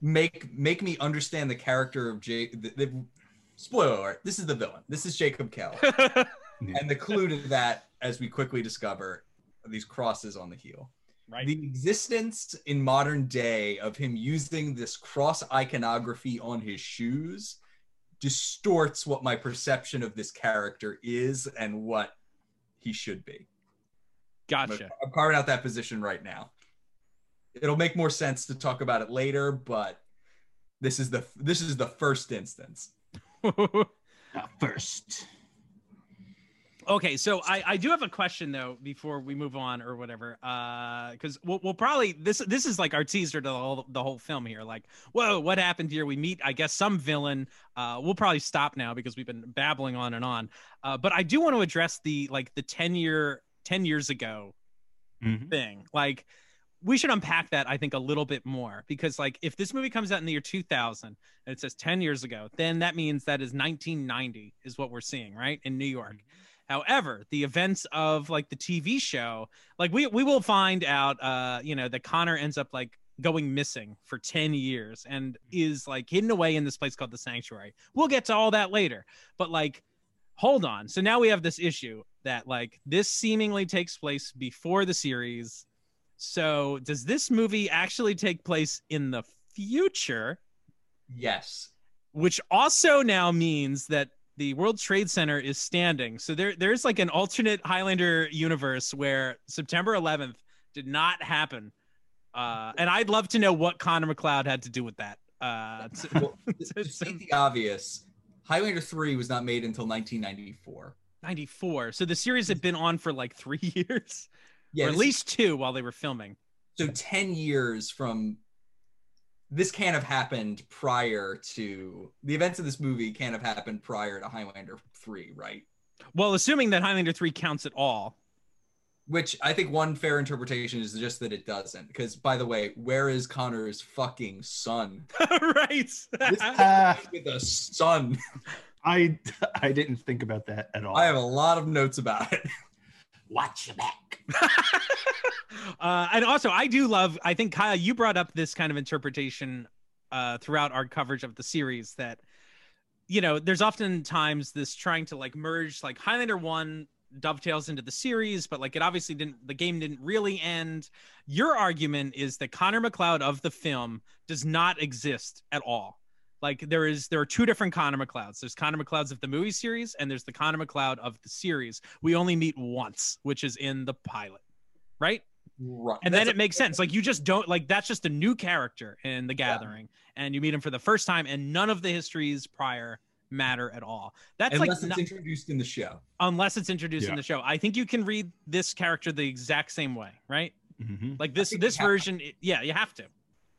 [SPEAKER 3] Make make me understand the character of Jake. The, the, spoiler alert: This is the villain. This is Jacob Kell. And the clue to that, as we quickly discover, are these crosses on the heel.
[SPEAKER 2] right.
[SPEAKER 3] The existence in modern day of him using this cross iconography on his shoes distorts what my perception of this character is and what he should be. I'm,
[SPEAKER 2] gotcha.
[SPEAKER 3] I'm carving out that position right now. It'll make more sense to talk about it later, but this is the this is the first instance.
[SPEAKER 4] Uh, first.
[SPEAKER 2] Okay, so I, I do have a question though before we move on or whatever, because we'll, we'll probably this this is like our teaser to the whole the whole film here. Like, whoa, what happened here? We meet, I guess, some villain. Uh, we'll probably stop now because we've been babbling on and on. Uh, but I do want to address the like the ten year ten years ago
[SPEAKER 4] Mhm.
[SPEAKER 2] thing. Like we should unpack that I think a little bit more because like if this movie comes out in the year 2000 and it says 10 years ago, then that means that is 1990 is what we're seeing, right? In New York. However, the events of like the TV show, like we we will find out uh you know that Connor ends up like going missing for 10 years and is like hidden away in this place called the sanctuary. We'll get to all that later. But like hold on. So now we have this issue that like this seemingly takes place before the series So, does this movie actually take place in the future?
[SPEAKER 3] Yes.
[SPEAKER 2] Which also now means that the World Trade Center is standing. So there, there is like an alternate Highlander universe where September 11th did not happen. Uh, and I'd love to know what Connor McLeod had to do with that.
[SPEAKER 3] *laughs*
[SPEAKER 2] Uh, *laughs* so-
[SPEAKER 3] Well,
[SPEAKER 2] so-
[SPEAKER 3] to state the obvious, Highlander 3 was not made until 1994.
[SPEAKER 2] 94. So the series had been on for like three *laughs* years,
[SPEAKER 3] Yeah,
[SPEAKER 2] or at
[SPEAKER 3] this-
[SPEAKER 2] least two while they were filming.
[SPEAKER 3] so 10 years from this can't have happened prior to the events of this movie can't have happened prior to Highlander 3, right?
[SPEAKER 2] Well, assuming that Highlander 3 counts at all. *laughs*
[SPEAKER 3] Which I think one fair interpretation is just that it doesn't. Because by the way, where is Connor's fucking son? *laughs*
[SPEAKER 2] right. *laughs*
[SPEAKER 3] This
[SPEAKER 4] Ah.
[SPEAKER 3] with a son.
[SPEAKER 4] *laughs* I I didn't think about that at all.
[SPEAKER 3] I have a lot of notes
[SPEAKER 2] *laughs*
[SPEAKER 3] about it.
[SPEAKER 7] Watch your back.
[SPEAKER 2] uh, and also, I do love, I think, Kyle, you brought up this kind of interpretation uh, throughout our coverage of the series that, you know, there's often times this trying to like merge, like Highlander 1 dovetails into the series, but like it obviously didn't, the game didn't really end. Your argument is that Connor McLeod of the film does not exist at all. Like there is, there are two different Connor McLeods. There's Connor McLeods of the movie series, and there's the Connor McLeod of the series. We only meet once, which is in the pilot, right?
[SPEAKER 3] Right.
[SPEAKER 2] and
[SPEAKER 3] That's
[SPEAKER 2] then it makes sense. Like you just don't like that's just a new character in the gathering, and you meet him for the first time, and none of the histories prior matter at all. That's
[SPEAKER 3] unless
[SPEAKER 2] like
[SPEAKER 3] it's
[SPEAKER 2] not-
[SPEAKER 3] introduced in the show.
[SPEAKER 2] unless it's introduced in
[SPEAKER 4] Yeah.
[SPEAKER 2] the show. I think you can read this character the exact same way, right?
[SPEAKER 4] Mhm.
[SPEAKER 2] Like this
[SPEAKER 3] think
[SPEAKER 2] this
[SPEAKER 3] you have to.
[SPEAKER 2] version, yeah, you have to.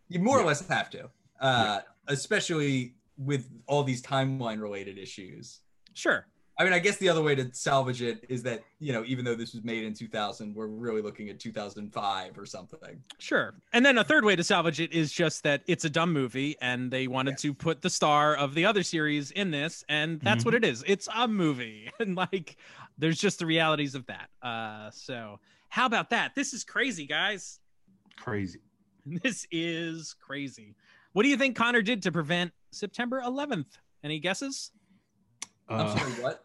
[SPEAKER 3] You more or less have to, uh, especially with all these timeline related issues.
[SPEAKER 2] Sure.
[SPEAKER 3] I mean, I guess the other way to salvage it is that you know, even though this was made in 2000, we're really looking at 2005 or something.
[SPEAKER 2] Sure. And then a third way to salvage it is just that it's a dumb movie and they wanted to put the star of the other series in this and that's what it is. It's a movie. *laughs* And like there's just the realities of that. Uh so how about that? This is crazy, guys. *laughs*
[SPEAKER 4] Crazy.
[SPEAKER 2] This is crazy. What do you think Connor did to prevent September 11th? Any guesses?
[SPEAKER 3] I'm
[SPEAKER 4] Uh,
[SPEAKER 3] sorry, what?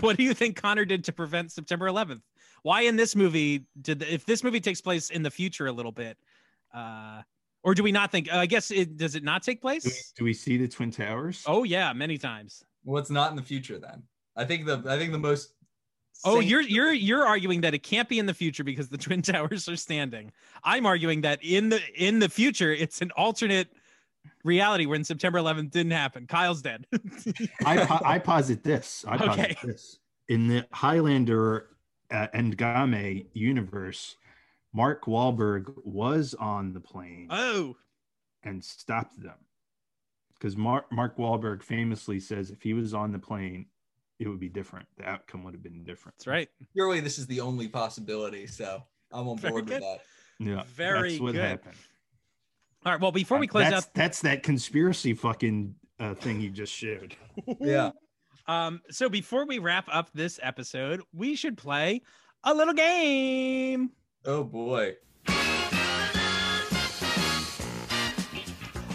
[SPEAKER 2] *laughs* what do you think Connor did to prevent September 11th? Why in this movie did the, if this movie takes place in the future a little bit, uh, or do we not think? Uh, I guess it does it not take
[SPEAKER 4] do, we,
[SPEAKER 2] place?
[SPEAKER 4] do we see the twin towers?
[SPEAKER 2] Oh yeah, many times.
[SPEAKER 3] What's not in the future then? I think the I think the most.
[SPEAKER 2] Oh,
[SPEAKER 3] sane-
[SPEAKER 2] you're you're you're arguing that it can't be in the future because the *laughs* twin towers are standing. I'm arguing that in the in the future it's an alternate reality when September 11th didn't happen. Kyle's dead. *laughs*
[SPEAKER 4] I, po- I posit this. I posit
[SPEAKER 2] Okay.
[SPEAKER 4] this. In the Highlander uh, and Game universe, Mark Wahlberg was on the plane
[SPEAKER 2] oh,
[SPEAKER 4] and stopped them. Because Mark, Mark Wahlberg famously says if he was on the plane, it would be different. The outcome would have been different.
[SPEAKER 2] that's right.
[SPEAKER 3] Surely this is the only possibility, so I'm on
[SPEAKER 2] Very
[SPEAKER 3] board
[SPEAKER 2] good.
[SPEAKER 3] with that.
[SPEAKER 4] Yeah.
[SPEAKER 2] Very
[SPEAKER 4] that's what
[SPEAKER 2] good.
[SPEAKER 4] happened.
[SPEAKER 2] All right. Well, before we close
[SPEAKER 4] Uh, that's,
[SPEAKER 2] out
[SPEAKER 4] that's that conspiracy fucking uh, thing you just showed.
[SPEAKER 3] Yeah.
[SPEAKER 2] Um, so before we wrap up this episode, we should play a little game.
[SPEAKER 3] Oh boy.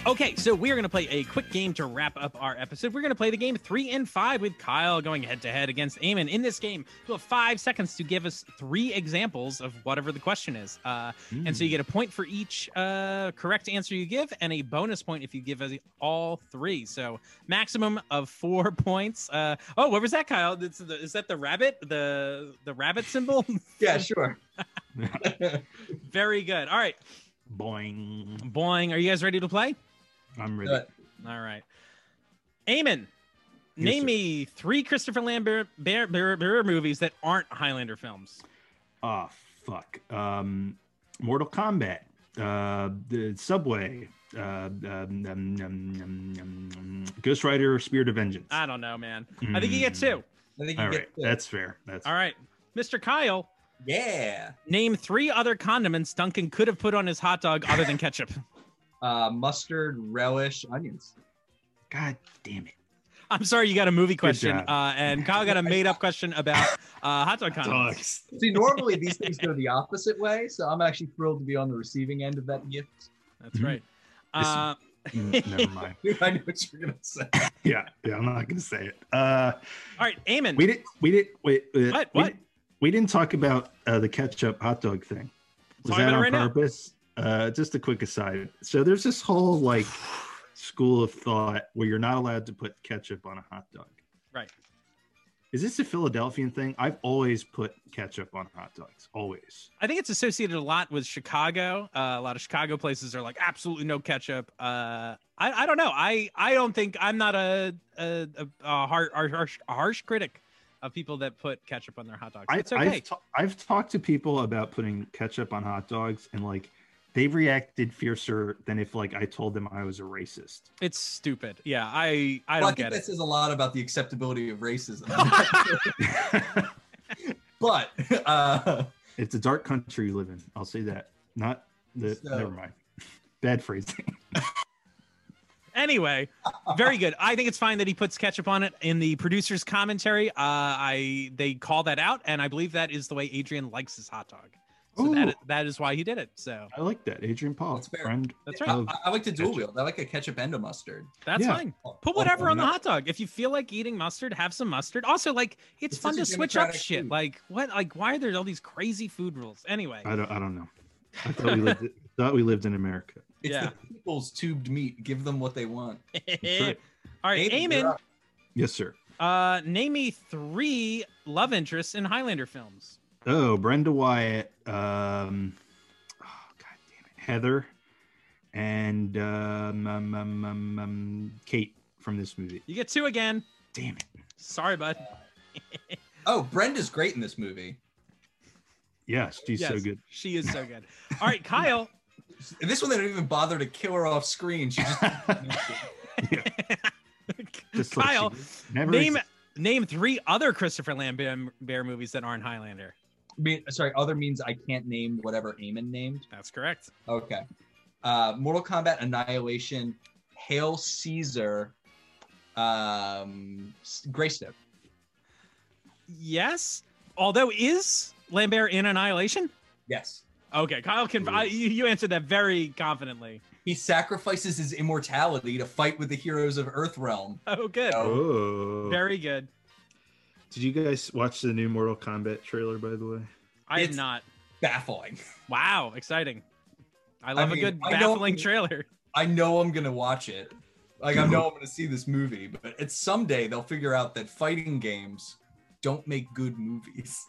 [SPEAKER 2] Okay, so we are going to play a quick game to wrap up our episode. We're going to play the game three and five with Kyle going head to head against Eamon. In this game, you have five seconds to give us three examples of whatever the question is. Uh,
[SPEAKER 4] Hmm.
[SPEAKER 2] And so you get a point for each uh, correct answer you give and a bonus point if you give us all three. So maximum of four *laughs* points. Uh, oh, what was that, Kyle? That's the- Is that the rabbit? The, the rabbit symbol? *laughs*
[SPEAKER 3] Yeah, sure.
[SPEAKER 2] Very good. All right.
[SPEAKER 4] Boing.
[SPEAKER 2] Boing. Are you guys ready to play?
[SPEAKER 4] I'm ready.
[SPEAKER 3] But
[SPEAKER 2] All right. Eamon,
[SPEAKER 4] Yes,
[SPEAKER 2] name
[SPEAKER 4] sir.
[SPEAKER 2] me three Christopher Lambert Bear, Bear, Bear movies that aren't Highlander films.
[SPEAKER 4] Oh fuck. Um, Mortal Kombat. Uh, the Subway. Uh, um, um, um, um, um, Ghost Rider: Spirit of Vengeance.
[SPEAKER 2] I don't know, man. Ah, I think you get
[SPEAKER 4] Mm.
[SPEAKER 2] two.
[SPEAKER 3] I think you
[SPEAKER 4] All
[SPEAKER 3] get
[SPEAKER 4] right,
[SPEAKER 3] the-
[SPEAKER 4] that's fair. That's
[SPEAKER 2] All right. Mr. Kyle,
[SPEAKER 3] yeah.
[SPEAKER 2] name three other condiments Duncan could have put on his hot dog other than
[SPEAKER 4] *laughs*
[SPEAKER 2] ketchup.
[SPEAKER 3] Uh, mustard, relish, onions.
[SPEAKER 4] God damn it.
[SPEAKER 2] I'm sorry, you got a movie question,
[SPEAKER 4] job.
[SPEAKER 2] uh, and Kyle got a made up question about uh, hot dog condiments.
[SPEAKER 4] Sucks.
[SPEAKER 3] See, normally these things go the opposite way, so I'm actually thrilled to be on the receiving end of that gift. *laughs*
[SPEAKER 2] That's
[SPEAKER 4] Mhm.
[SPEAKER 2] right.
[SPEAKER 4] This-
[SPEAKER 2] Uh,
[SPEAKER 4] *laughs* Mm, Never mind.
[SPEAKER 3] I know what you're gonna say.
[SPEAKER 4] Yeah, yeah. I'm not gonna say it. Uh,
[SPEAKER 2] all right, Eamon.
[SPEAKER 4] we didn't. We didn't. Wait. uh,
[SPEAKER 2] What?
[SPEAKER 4] We,
[SPEAKER 2] What?
[SPEAKER 4] didn't- we didn't talk about uh, the ketchup hot dog thing. Was
[SPEAKER 2] Talking about it
[SPEAKER 4] that on
[SPEAKER 2] right now.
[SPEAKER 4] purpose? Uh, just a quick aside. So there's this whole like school of thought where you're not allowed to put ketchup on a hot dog.
[SPEAKER 2] Right.
[SPEAKER 4] Is this a Philadelphian thing? I've always put ketchup on hot dogs. Always.
[SPEAKER 2] I think it's associated a lot with Chicago. Uh, a lot of Chicago places are like absolutely no ketchup. Uh, I, I don't know. I, I don't think I'm not a a, a, a, har- a harsh a harsh critic of people that put ketchup on their hot dogs.
[SPEAKER 4] I,
[SPEAKER 2] It's okay.
[SPEAKER 4] I've, ta- I've talked to people about putting ketchup on hot dogs, and like they've reacted fiercer than if like I told them I was a racist. *laughs*
[SPEAKER 2] it's stupid. Yeah, I I don't
[SPEAKER 3] Well, think
[SPEAKER 2] get
[SPEAKER 3] that
[SPEAKER 2] it.
[SPEAKER 3] says a lot about the acceptability of racism.
[SPEAKER 2] *laughs*
[SPEAKER 3] but uh,
[SPEAKER 4] It's a dark country you live in. I'll say that. Not the.
[SPEAKER 3] So-
[SPEAKER 4] Never mind. *laughs* Bad phrasing.
[SPEAKER 2] Anyway, very good. I think it's fine that he puts ketchup on it in the producer's commentary. Uh, I they call that out, and I believe that is the way Adrian likes his hot dog. So
[SPEAKER 4] Ooh.
[SPEAKER 2] that, that is why he did it. So
[SPEAKER 4] I like that. Adrian Paul,
[SPEAKER 3] That's fair.
[SPEAKER 4] friend.
[SPEAKER 2] That's
[SPEAKER 3] I,
[SPEAKER 2] right.
[SPEAKER 4] of-
[SPEAKER 3] I- I like to dual
[SPEAKER 4] Ketchup.
[SPEAKER 3] wield. I like a ketchup and a mustard.
[SPEAKER 2] that's
[SPEAKER 4] Yeah.
[SPEAKER 2] fine. Put whatever on the hot dog. If you feel like eating mustard, have some mustard. Also, like it's,
[SPEAKER 3] It's
[SPEAKER 2] fun to
[SPEAKER 3] such a
[SPEAKER 2] switch up
[SPEAKER 3] democratic
[SPEAKER 2] shit.
[SPEAKER 3] food.
[SPEAKER 2] Like what? Like why are there all these crazy food rules? Anyway,
[SPEAKER 4] I don't. I don't know. I thought
[SPEAKER 2] *laughs*
[SPEAKER 4] we lived. thought we lived in America.
[SPEAKER 3] It's
[SPEAKER 2] Yeah.
[SPEAKER 3] the people's tubed meat. Give them what they want.
[SPEAKER 2] *laughs* Eh.
[SPEAKER 4] That's right.
[SPEAKER 2] all right,
[SPEAKER 3] Amen.
[SPEAKER 2] Eamon,
[SPEAKER 4] Yes, sir.
[SPEAKER 2] uh, name me three love interests in Highlander films.
[SPEAKER 4] Oh, Brenda Wyatt. Um, oh, God damn it, Heather, and um, um, um, um, um, Kate from this movie.
[SPEAKER 2] You get two again.
[SPEAKER 4] Damn it.
[SPEAKER 2] Sorry, bud.
[SPEAKER 3] Oh, Brenda's great in this movie.
[SPEAKER 4] Yes, she's so
[SPEAKER 2] Yes,
[SPEAKER 4] good.
[SPEAKER 2] She is so good. All right, Kyle.
[SPEAKER 3] In this one, they don't even bother to kill her off screen.
[SPEAKER 2] *laughs*
[SPEAKER 3] She just
[SPEAKER 4] *laughs*
[SPEAKER 3] *laughs*
[SPEAKER 4] Just like she
[SPEAKER 2] Kyle,
[SPEAKER 4] Never.
[SPEAKER 2] name
[SPEAKER 4] exist-
[SPEAKER 2] name three other Christopher Lambert movies that aren't Highlander.
[SPEAKER 3] I mean, sorry, other means I can't name whatever Eamon named.
[SPEAKER 2] That's correct.
[SPEAKER 3] Okay. Uh, Mortal Kombat Annihilation, Hail Caesar, um, S- Greystone.
[SPEAKER 2] Yes. Although is Lambert in Annihilation?
[SPEAKER 3] Yes.
[SPEAKER 2] Okay, Kyle can. I, you you answered that very confidently. *laughs*
[SPEAKER 3] He sacrifices his immortality to fight with the heroes of Earthrealm.
[SPEAKER 2] Oh, good.
[SPEAKER 4] Oh.
[SPEAKER 2] Very good.
[SPEAKER 4] Did you guys watch the new Mortal Kombat trailer? By the way.
[SPEAKER 2] I did
[SPEAKER 3] It's-
[SPEAKER 2] not.
[SPEAKER 3] Baffling.
[SPEAKER 2] Wow, exciting. I love
[SPEAKER 3] mean,
[SPEAKER 2] a good
[SPEAKER 3] I don't-
[SPEAKER 2] baffling trailer.
[SPEAKER 3] I know I'm gonna watch it. Like I know I'm gonna see this movie, but it's someday they'll figure out that fighting games don't make good movies.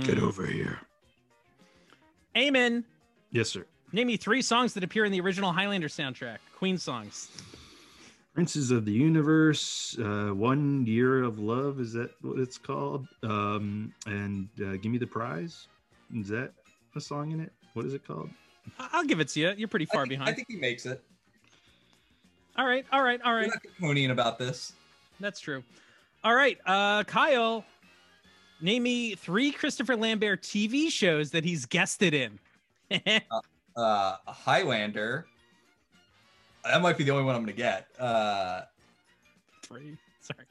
[SPEAKER 4] Get over here.
[SPEAKER 2] Amen.
[SPEAKER 4] Yes, sir.
[SPEAKER 2] Name me three songs that appear in the original Highlander soundtrack. Queen songs.
[SPEAKER 4] Princes of the Universe, uh, One Year of Love, is that what it's called? Um, and uh, Give Me the Prize, is that a song in it? What is it called?
[SPEAKER 2] I- I'll give it to you. You're pretty *laughs* far
[SPEAKER 3] I think,
[SPEAKER 2] behind.
[SPEAKER 3] I think he makes it.
[SPEAKER 2] all right, all right, all
[SPEAKER 3] You're
[SPEAKER 2] right.
[SPEAKER 3] not draconian about this.
[SPEAKER 2] That's true. All right, uh, Kyle. Name me three Christopher Lambert TV shows that he's guested in.
[SPEAKER 3] Uh, Highlander. That might be the only one I'm gonna get. Uh,
[SPEAKER 2] three. Sorry.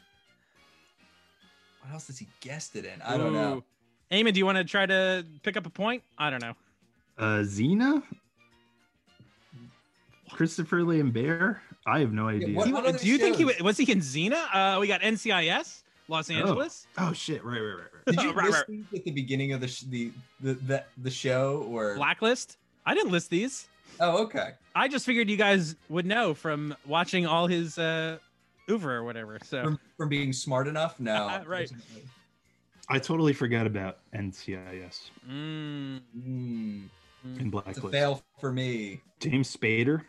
[SPEAKER 3] what else does he guessed it in? I don't know.
[SPEAKER 2] Ooh. Eamon, do you want to try to pick up a point? I don't know.
[SPEAKER 4] Uh, Xena? Christopher Lambert? I have no idea.
[SPEAKER 3] what-
[SPEAKER 2] Do you-
[SPEAKER 3] other
[SPEAKER 2] do you think he
[SPEAKER 3] shows?
[SPEAKER 2] wa- was he in Xena? Uh, we got NCIS, Los Angeles.
[SPEAKER 4] Oh shit! Right, right, right, right.
[SPEAKER 2] *laughs*
[SPEAKER 3] Did you
[SPEAKER 2] Right,
[SPEAKER 3] list
[SPEAKER 2] right.
[SPEAKER 3] these at the beginning of the sh- the, the the the show or?
[SPEAKER 2] Blacklist. I didn't list these.
[SPEAKER 3] Oh, okay.
[SPEAKER 2] I just figured you guys would know from watching all his uh Uber or whatever. So
[SPEAKER 3] From, from being smart enough? No.
[SPEAKER 2] *laughs* Right.
[SPEAKER 4] I totally forgot about NCIS
[SPEAKER 2] Mm,
[SPEAKER 3] Mm,
[SPEAKER 4] and
[SPEAKER 3] it's a
[SPEAKER 4] Blacklist.
[SPEAKER 3] fail for me.
[SPEAKER 4] James Spader.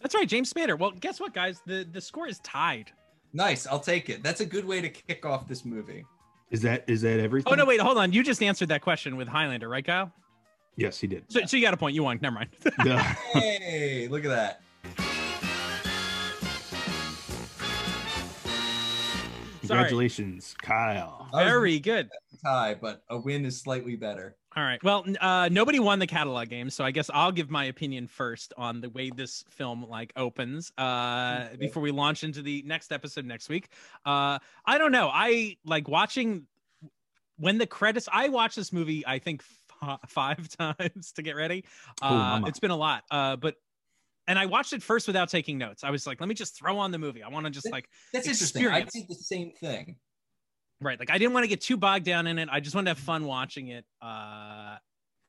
[SPEAKER 2] that's right, James Spader. Well, guess what, guys? The the score is tied.
[SPEAKER 3] Nice, I'll take it. That's a good way to kick off this movie.
[SPEAKER 4] Is that is that everything?
[SPEAKER 2] Oh no, wait, hold on. You just answered that question with Highlander, right, Kyle?
[SPEAKER 4] Yes,
[SPEAKER 2] *laughs*
[SPEAKER 4] he did.
[SPEAKER 2] So, so you got a point. You won. Never mind.
[SPEAKER 4] Yeah.
[SPEAKER 3] Hey, look at that.
[SPEAKER 4] Congratulations, Kyle.
[SPEAKER 3] I was
[SPEAKER 2] *laughs* Very good.
[SPEAKER 3] a tie, but a win is slightly better.
[SPEAKER 2] All right. Well, n- uh, nobody won the catalog game, so I guess I'll give my opinion first on the way this film like opens uh,
[SPEAKER 3] Okay.
[SPEAKER 2] before we launch into the next episode next week. Uh, I don't know. I like watching when the credits. I watched this movie. I think f- *laughs* five times to get ready.
[SPEAKER 4] Oh,
[SPEAKER 2] Uh,
[SPEAKER 4] mama.
[SPEAKER 2] it's been a lot, uh, but and I watched it first without taking notes. I was like, let me just throw on the movie. I want to just like
[SPEAKER 3] That's interesting. I
[SPEAKER 2] Experience.
[SPEAKER 3] did the same thing.
[SPEAKER 2] right like i didn't want to get too bogged down in it i just wanted to have fun watching it uh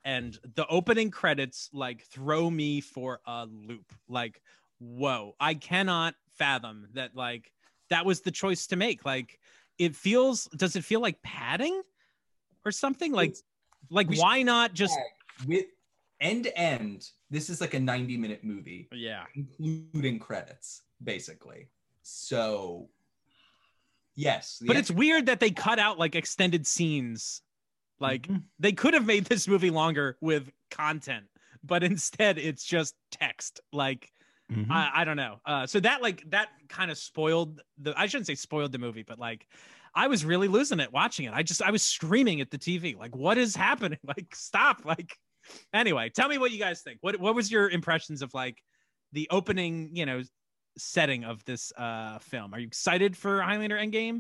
[SPEAKER 2] and the opening credits like throw me for a loop. Like, whoa, I cannot fathom that. Like, that was the choice to make. Like, it feels. Does it feel like padding or something? Like, like
[SPEAKER 3] we should-
[SPEAKER 2] why not just?
[SPEAKER 3] with end to end this is like a 90 minute movie
[SPEAKER 2] Yeah.
[SPEAKER 3] including credits basically so yes the
[SPEAKER 2] But
[SPEAKER 3] end-
[SPEAKER 2] it's weird that they cut out like extended scenes. Like
[SPEAKER 3] Mm-hmm.
[SPEAKER 4] Mm-hmm.
[SPEAKER 2] they could have made this movie longer with content, but instead it's just text. Like
[SPEAKER 4] Mhm.
[SPEAKER 2] I, I don't know. Uh, so that like that kind of spoiled the. I shouldn't say spoiled the movie, but like I was really losing it watching it. I just I was screaming at the TV. Like what is happening? *laughs* Like stop. Like anyway, tell me what you guys think. What what was your impressions of like the opening? You know setting of this uh film are you excited for highlander endgame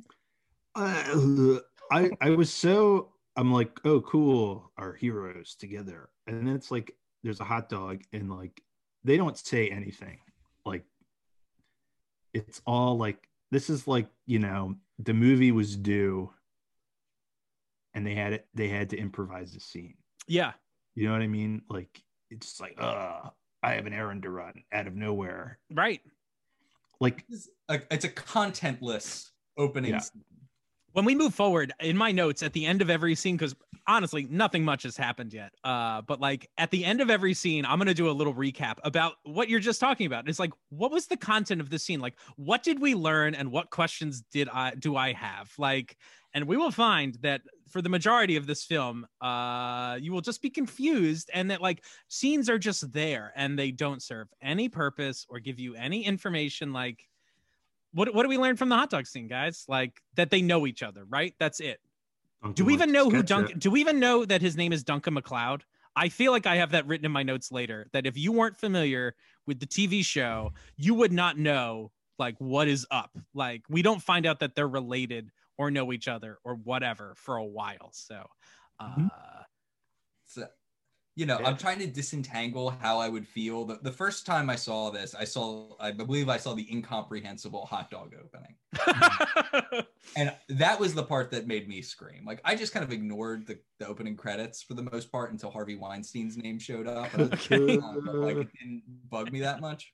[SPEAKER 4] Uh, I I was so I'm like, oh cool, our heroes together. And then it's like there's a hot dog and like they don't say anything. Like it's all like this is like, you know, the movie was due and they had it they had to improvise the scene.
[SPEAKER 2] yeah
[SPEAKER 4] You know what I mean? Like it's just like, uh, I have an errand to run out of nowhere.
[SPEAKER 2] Right.
[SPEAKER 4] Like
[SPEAKER 3] This is a, it's a contentless opening
[SPEAKER 4] Yeah.
[SPEAKER 3] scene.
[SPEAKER 2] When we move forward in my notes at the end of every scene, because honestly, nothing much has happened yet. Uh, but like at the end of every scene, I'm gonna do a little recap about what you're just talking about. It's like, what was the content of the scene? Like, what did we learn and what questions did I do I have? Like, and we will find that for the majority of this film, uh, you will just be confused and that like scenes are just there and they don't serve any purpose or give you any information like what what do we learn from the hot dog scene, guys? Like that they know each other, right? That's it. Do
[SPEAKER 4] Duncan
[SPEAKER 2] we
[SPEAKER 4] wants
[SPEAKER 2] even
[SPEAKER 4] to
[SPEAKER 2] know who
[SPEAKER 4] sketch
[SPEAKER 2] Duncan?
[SPEAKER 4] it.
[SPEAKER 2] Do we even know that his name is Duncan McLeod? I feel like I have that written in my notes later. That if you weren't familiar with the TV show, you would not know like what is up. Like we don't find out that they're related or know each other or whatever for a while. So, uh,
[SPEAKER 4] Mhm.
[SPEAKER 3] So, you know,
[SPEAKER 4] Yeah.
[SPEAKER 3] I'm trying to disentangle how I would feel. The, the first time I saw this, I saw, I believe I saw the incomprehensible hot dog opening.
[SPEAKER 2] uh, *laughs*
[SPEAKER 3] And that was the part that made me scream. Like, I just kind of ignored the, the opening credits for the most part until Harvey Weinstein's name showed up. And I was like,
[SPEAKER 4] Okay.
[SPEAKER 3] "Oh," but, like, it didn't bug me that much.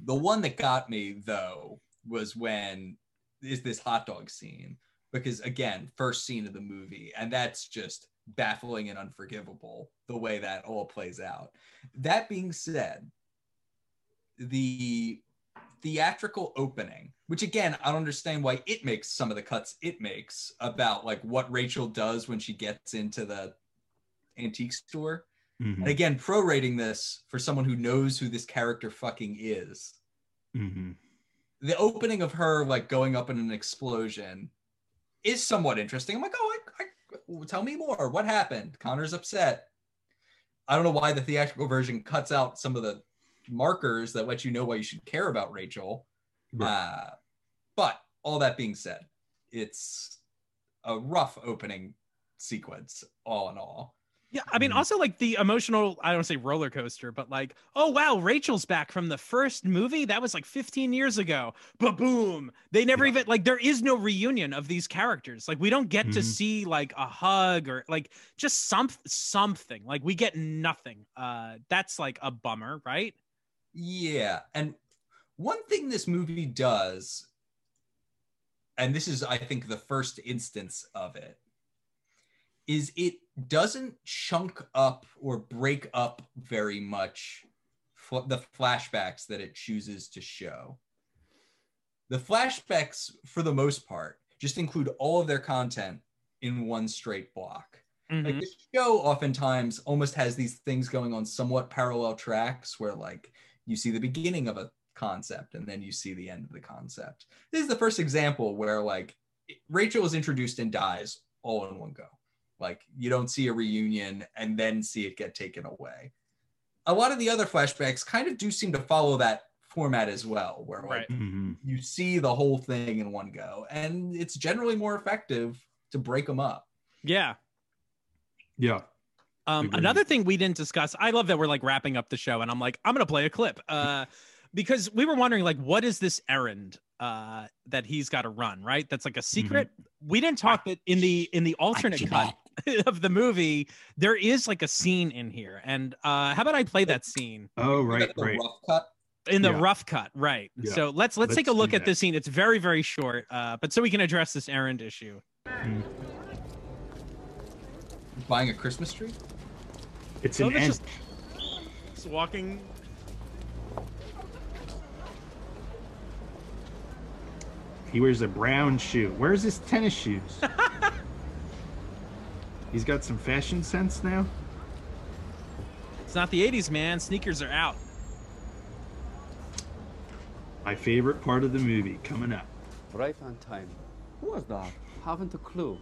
[SPEAKER 3] The one that got me, though, was when is this hot dog scene because again first scene of the movie and that's just baffling and unforgivable the way that all plays out that being said the theatrical opening which again i don't understand why it makes some of the cuts it makes about like what rachel does when she gets into the antique store
[SPEAKER 4] Mhm,
[SPEAKER 3] and again prorating this for someone who knows who this character fucking is
[SPEAKER 4] mhm.
[SPEAKER 3] the opening of her like going up in an explosion is somewhat interesting. I'm like, oh, I, I, tell me more. What happened? Connor's upset. I don't know why the theatrical version cuts out some of the markers that let you know why you should care about Rachel.
[SPEAKER 4] Right.
[SPEAKER 3] Uh, but all that being said, it's a rough opening sequence, all in all.
[SPEAKER 2] Yeah, I mean,
[SPEAKER 4] Mhm.
[SPEAKER 2] also like the emotional, I don't wanna say roller coaster, but like, oh wow, Rachel's back from the first movie. That was like 15 years ago. But boom, they never
[SPEAKER 4] Yeah.
[SPEAKER 2] even, like, there is no reunion of these characters. Like, we don't get to
[SPEAKER 4] Mhm.
[SPEAKER 2] see like a hug or like just some, something. Like, we get nothing. Uh, that's like a bummer, right?
[SPEAKER 3] Yeah. And one thing this movie does, and this is, I think, the first instance of it, is it doesn't chunk up or break up very much fl- the flashbacks that it chooses to show. The flashbacks, for the most part, just include all of their content in one straight block. Like
[SPEAKER 4] Mm-hmm.
[SPEAKER 2] Mhm.
[SPEAKER 3] the show oftentimes almost has these things going on somewhat parallel tracks where like you see the beginning of a concept and then you see the end of the concept. This is the first example where like Rachel is introduced and dies all in one go. Like you don't see a reunion and then see it get taken away. A lot of the other flashbacks kind of do seem to follow that format as well, where
[SPEAKER 2] Right.
[SPEAKER 3] like
[SPEAKER 4] Mhm.
[SPEAKER 3] you see the whole thing in one go, and it's generally more effective to break them up.
[SPEAKER 2] Yeah.
[SPEAKER 4] Yeah.
[SPEAKER 2] Um,
[SPEAKER 4] Agreed.
[SPEAKER 2] another thing we didn't discuss. I love that we're like wrapping up the show, and I'm like, I'm gonna play a clip uh, *laughs* because we were wondering like, what is this errand uh,
[SPEAKER 4] Mm-hmm.
[SPEAKER 2] that he's got to run? Right? That's like a secret. We didn't talk that in the in the alternate cut. *laughs* of the movie, there is like a scene in here. And uh, how about I play that scene
[SPEAKER 4] Oh, right,
[SPEAKER 3] Got the
[SPEAKER 4] right.
[SPEAKER 3] rough cut.
[SPEAKER 2] in the
[SPEAKER 4] Yeah.
[SPEAKER 2] rough cut? Right.
[SPEAKER 4] Yeah.
[SPEAKER 2] So let's let's, take a
[SPEAKER 4] Let's do
[SPEAKER 2] look at
[SPEAKER 4] that.
[SPEAKER 2] this scene. It's very very short, uh, but so we can address this errand issue.
[SPEAKER 3] Buying a Christmas tree?
[SPEAKER 4] It's
[SPEAKER 2] Oh,
[SPEAKER 10] So
[SPEAKER 4] an
[SPEAKER 10] it's
[SPEAKER 4] end.
[SPEAKER 10] just- Just walking.
[SPEAKER 4] He wears a brown shoe. Where's his tennis
[SPEAKER 2] *laughs*
[SPEAKER 4] shoes? He's got some fashion sense now.
[SPEAKER 2] It's not the '80s, man. Sneakers are out.
[SPEAKER 4] My favorite part of the movie coming up.
[SPEAKER 8] Right on time. Who was that? Haven't a clue.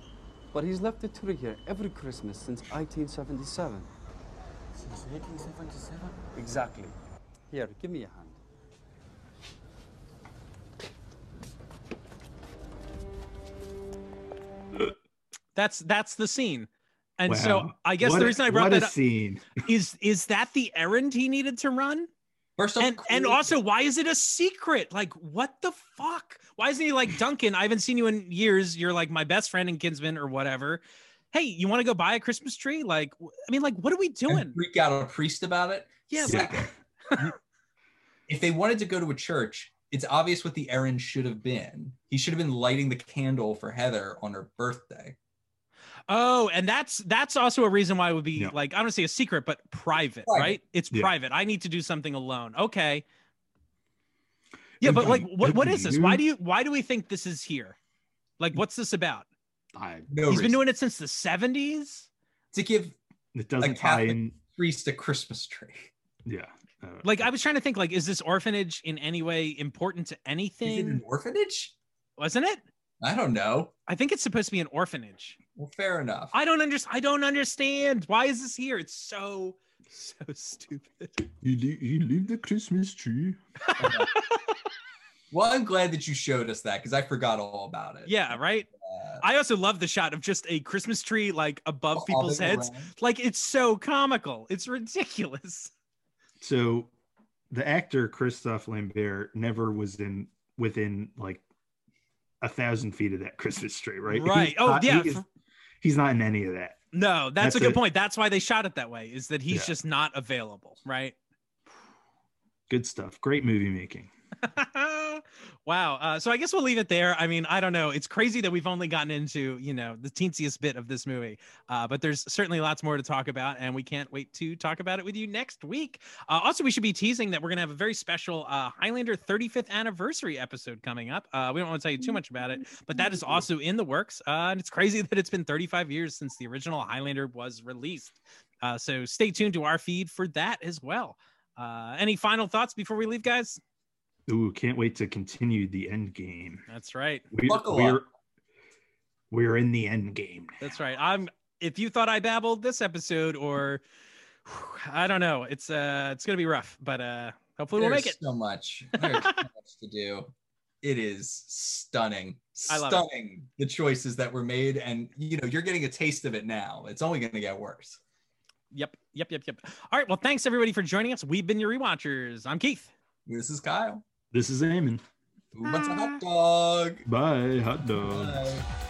[SPEAKER 8] But he's left the tree here every Christmas since 1877.
[SPEAKER 7] Since 1877?
[SPEAKER 8] Exactly. Here, give me a hand.
[SPEAKER 2] That's that's the scene. And so
[SPEAKER 4] Wow.
[SPEAKER 2] I guess
[SPEAKER 4] What
[SPEAKER 2] the
[SPEAKER 4] a-
[SPEAKER 2] reason I brought
[SPEAKER 4] what
[SPEAKER 2] that
[SPEAKER 4] a
[SPEAKER 2] up *laughs*
[SPEAKER 4] scene.
[SPEAKER 2] is is that the errand he needed to run?
[SPEAKER 3] First off,
[SPEAKER 2] and and
[SPEAKER 3] cool.
[SPEAKER 2] also why is it a secret like what the fuck why isn't he like duncan i haven't seen you in years you're like my best friend and kinsman or whatever hey you want to go buy a christmas tree like wh- i mean like what are we
[SPEAKER 3] And
[SPEAKER 2] doing
[SPEAKER 3] freak out a priest about it.
[SPEAKER 2] yeah,
[SPEAKER 4] Yeah.
[SPEAKER 2] like
[SPEAKER 3] If they wanted to go to a church, it's obvious what the errand should have been. He should have been lighting the candle for Heather on her birthday.
[SPEAKER 2] oh and that's that's also a reason why it would be
[SPEAKER 4] Yeah.
[SPEAKER 2] like i don't say a secret but private
[SPEAKER 3] Private.
[SPEAKER 2] right it's
[SPEAKER 4] Yeah.
[SPEAKER 2] private i need to do something alone okay yeah but
[SPEAKER 4] Okay,
[SPEAKER 2] like what, what
[SPEAKER 4] okay,
[SPEAKER 2] is this why
[SPEAKER 4] you-
[SPEAKER 2] do you why do we think this is here like what's this about
[SPEAKER 4] *laughs* I,
[SPEAKER 3] No
[SPEAKER 2] he's been
[SPEAKER 3] reason.
[SPEAKER 2] doing it since the 70s
[SPEAKER 3] to give
[SPEAKER 4] it doesn't tie
[SPEAKER 3] Catholic-
[SPEAKER 4] in.
[SPEAKER 3] priest a Christmas tree.
[SPEAKER 4] Yeah. Uh,
[SPEAKER 2] like i was trying to think like is this orphanage in any way important to
[SPEAKER 3] Is it
[SPEAKER 2] anything
[SPEAKER 3] an orphanage?
[SPEAKER 2] wasn't it
[SPEAKER 3] I don't know.
[SPEAKER 2] i think it's supposed to be an orphanage
[SPEAKER 3] Well, fair enough.
[SPEAKER 2] i don't understand i don't understand why is this here it's so so
[SPEAKER 4] *laughs*
[SPEAKER 2] stupid
[SPEAKER 4] you, leave, you leave the Christmas tree.
[SPEAKER 3] well, I'm glad that you showed us that because I forgot all about it.
[SPEAKER 2] yeah right
[SPEAKER 3] Uh,
[SPEAKER 2] i also love the shot of just a christmas tree like above
[SPEAKER 3] Oh,
[SPEAKER 2] people's
[SPEAKER 3] hobbing
[SPEAKER 2] heads
[SPEAKER 3] around.
[SPEAKER 2] like it's so comical it's ridiculous *laughs*
[SPEAKER 4] So the actor Christophe Lambert never was in within like a thousand feet of that Christmas tree, right? He's
[SPEAKER 2] Right. Oh,
[SPEAKER 4] not-
[SPEAKER 2] yeah.
[SPEAKER 4] He's, he's not in any of that.
[SPEAKER 2] no that's,
[SPEAKER 4] That's
[SPEAKER 2] a good
[SPEAKER 4] it.
[SPEAKER 2] point that's why they shot it that way is that he's
[SPEAKER 4] Yeah.
[SPEAKER 2] just not available right
[SPEAKER 4] Good stuff. Great movie making.
[SPEAKER 2] *laughs* wow. Uh, so I guess we'll leave it there. I mean, I don't know. It's crazy that we've only gotten into, you know, the teensiest bit of this movie. Uh, but there's certainly lots more to talk about, and we can't wait to talk about it with you next week. Uh, also, we should be teasing that we're going to have a very special uh, Highlander 35th anniversary episode coming up. Uh, we don't want to tell you too much about it, but that is also in the works. Uh, and it's crazy *laughs* that it's been 35 years since the original Highlander was released. Uh, so stay tuned to our feed for that as well. Uh, any final thoughts before we leave, guys?
[SPEAKER 4] Ooh, can't wait to continue the end game.
[SPEAKER 2] That's right.
[SPEAKER 4] We're,
[SPEAKER 3] Buckle up.
[SPEAKER 4] we're, we're in the end game.
[SPEAKER 2] That's right. I'm if you thought I babbled this episode or I don't know. It's uh it's gonna be rough, but uh hopefully we'll
[SPEAKER 3] There's
[SPEAKER 2] make it.
[SPEAKER 3] so much.
[SPEAKER 2] *laughs*
[SPEAKER 3] There's so much to do. It is stunning.
[SPEAKER 2] I love it.
[SPEAKER 3] stunning the choices that were made. And you know, you're getting a taste of it now. It's only gonna get worse.
[SPEAKER 2] Yep, yep, yep, yep. All right, well, thanks everybody for joining us. We've been your rewatchers. I'm Keith.
[SPEAKER 3] This is Kyle.
[SPEAKER 4] This is Eamon.
[SPEAKER 3] Who wants a hot dog?
[SPEAKER 4] Bye, hot dog.
[SPEAKER 3] Bye.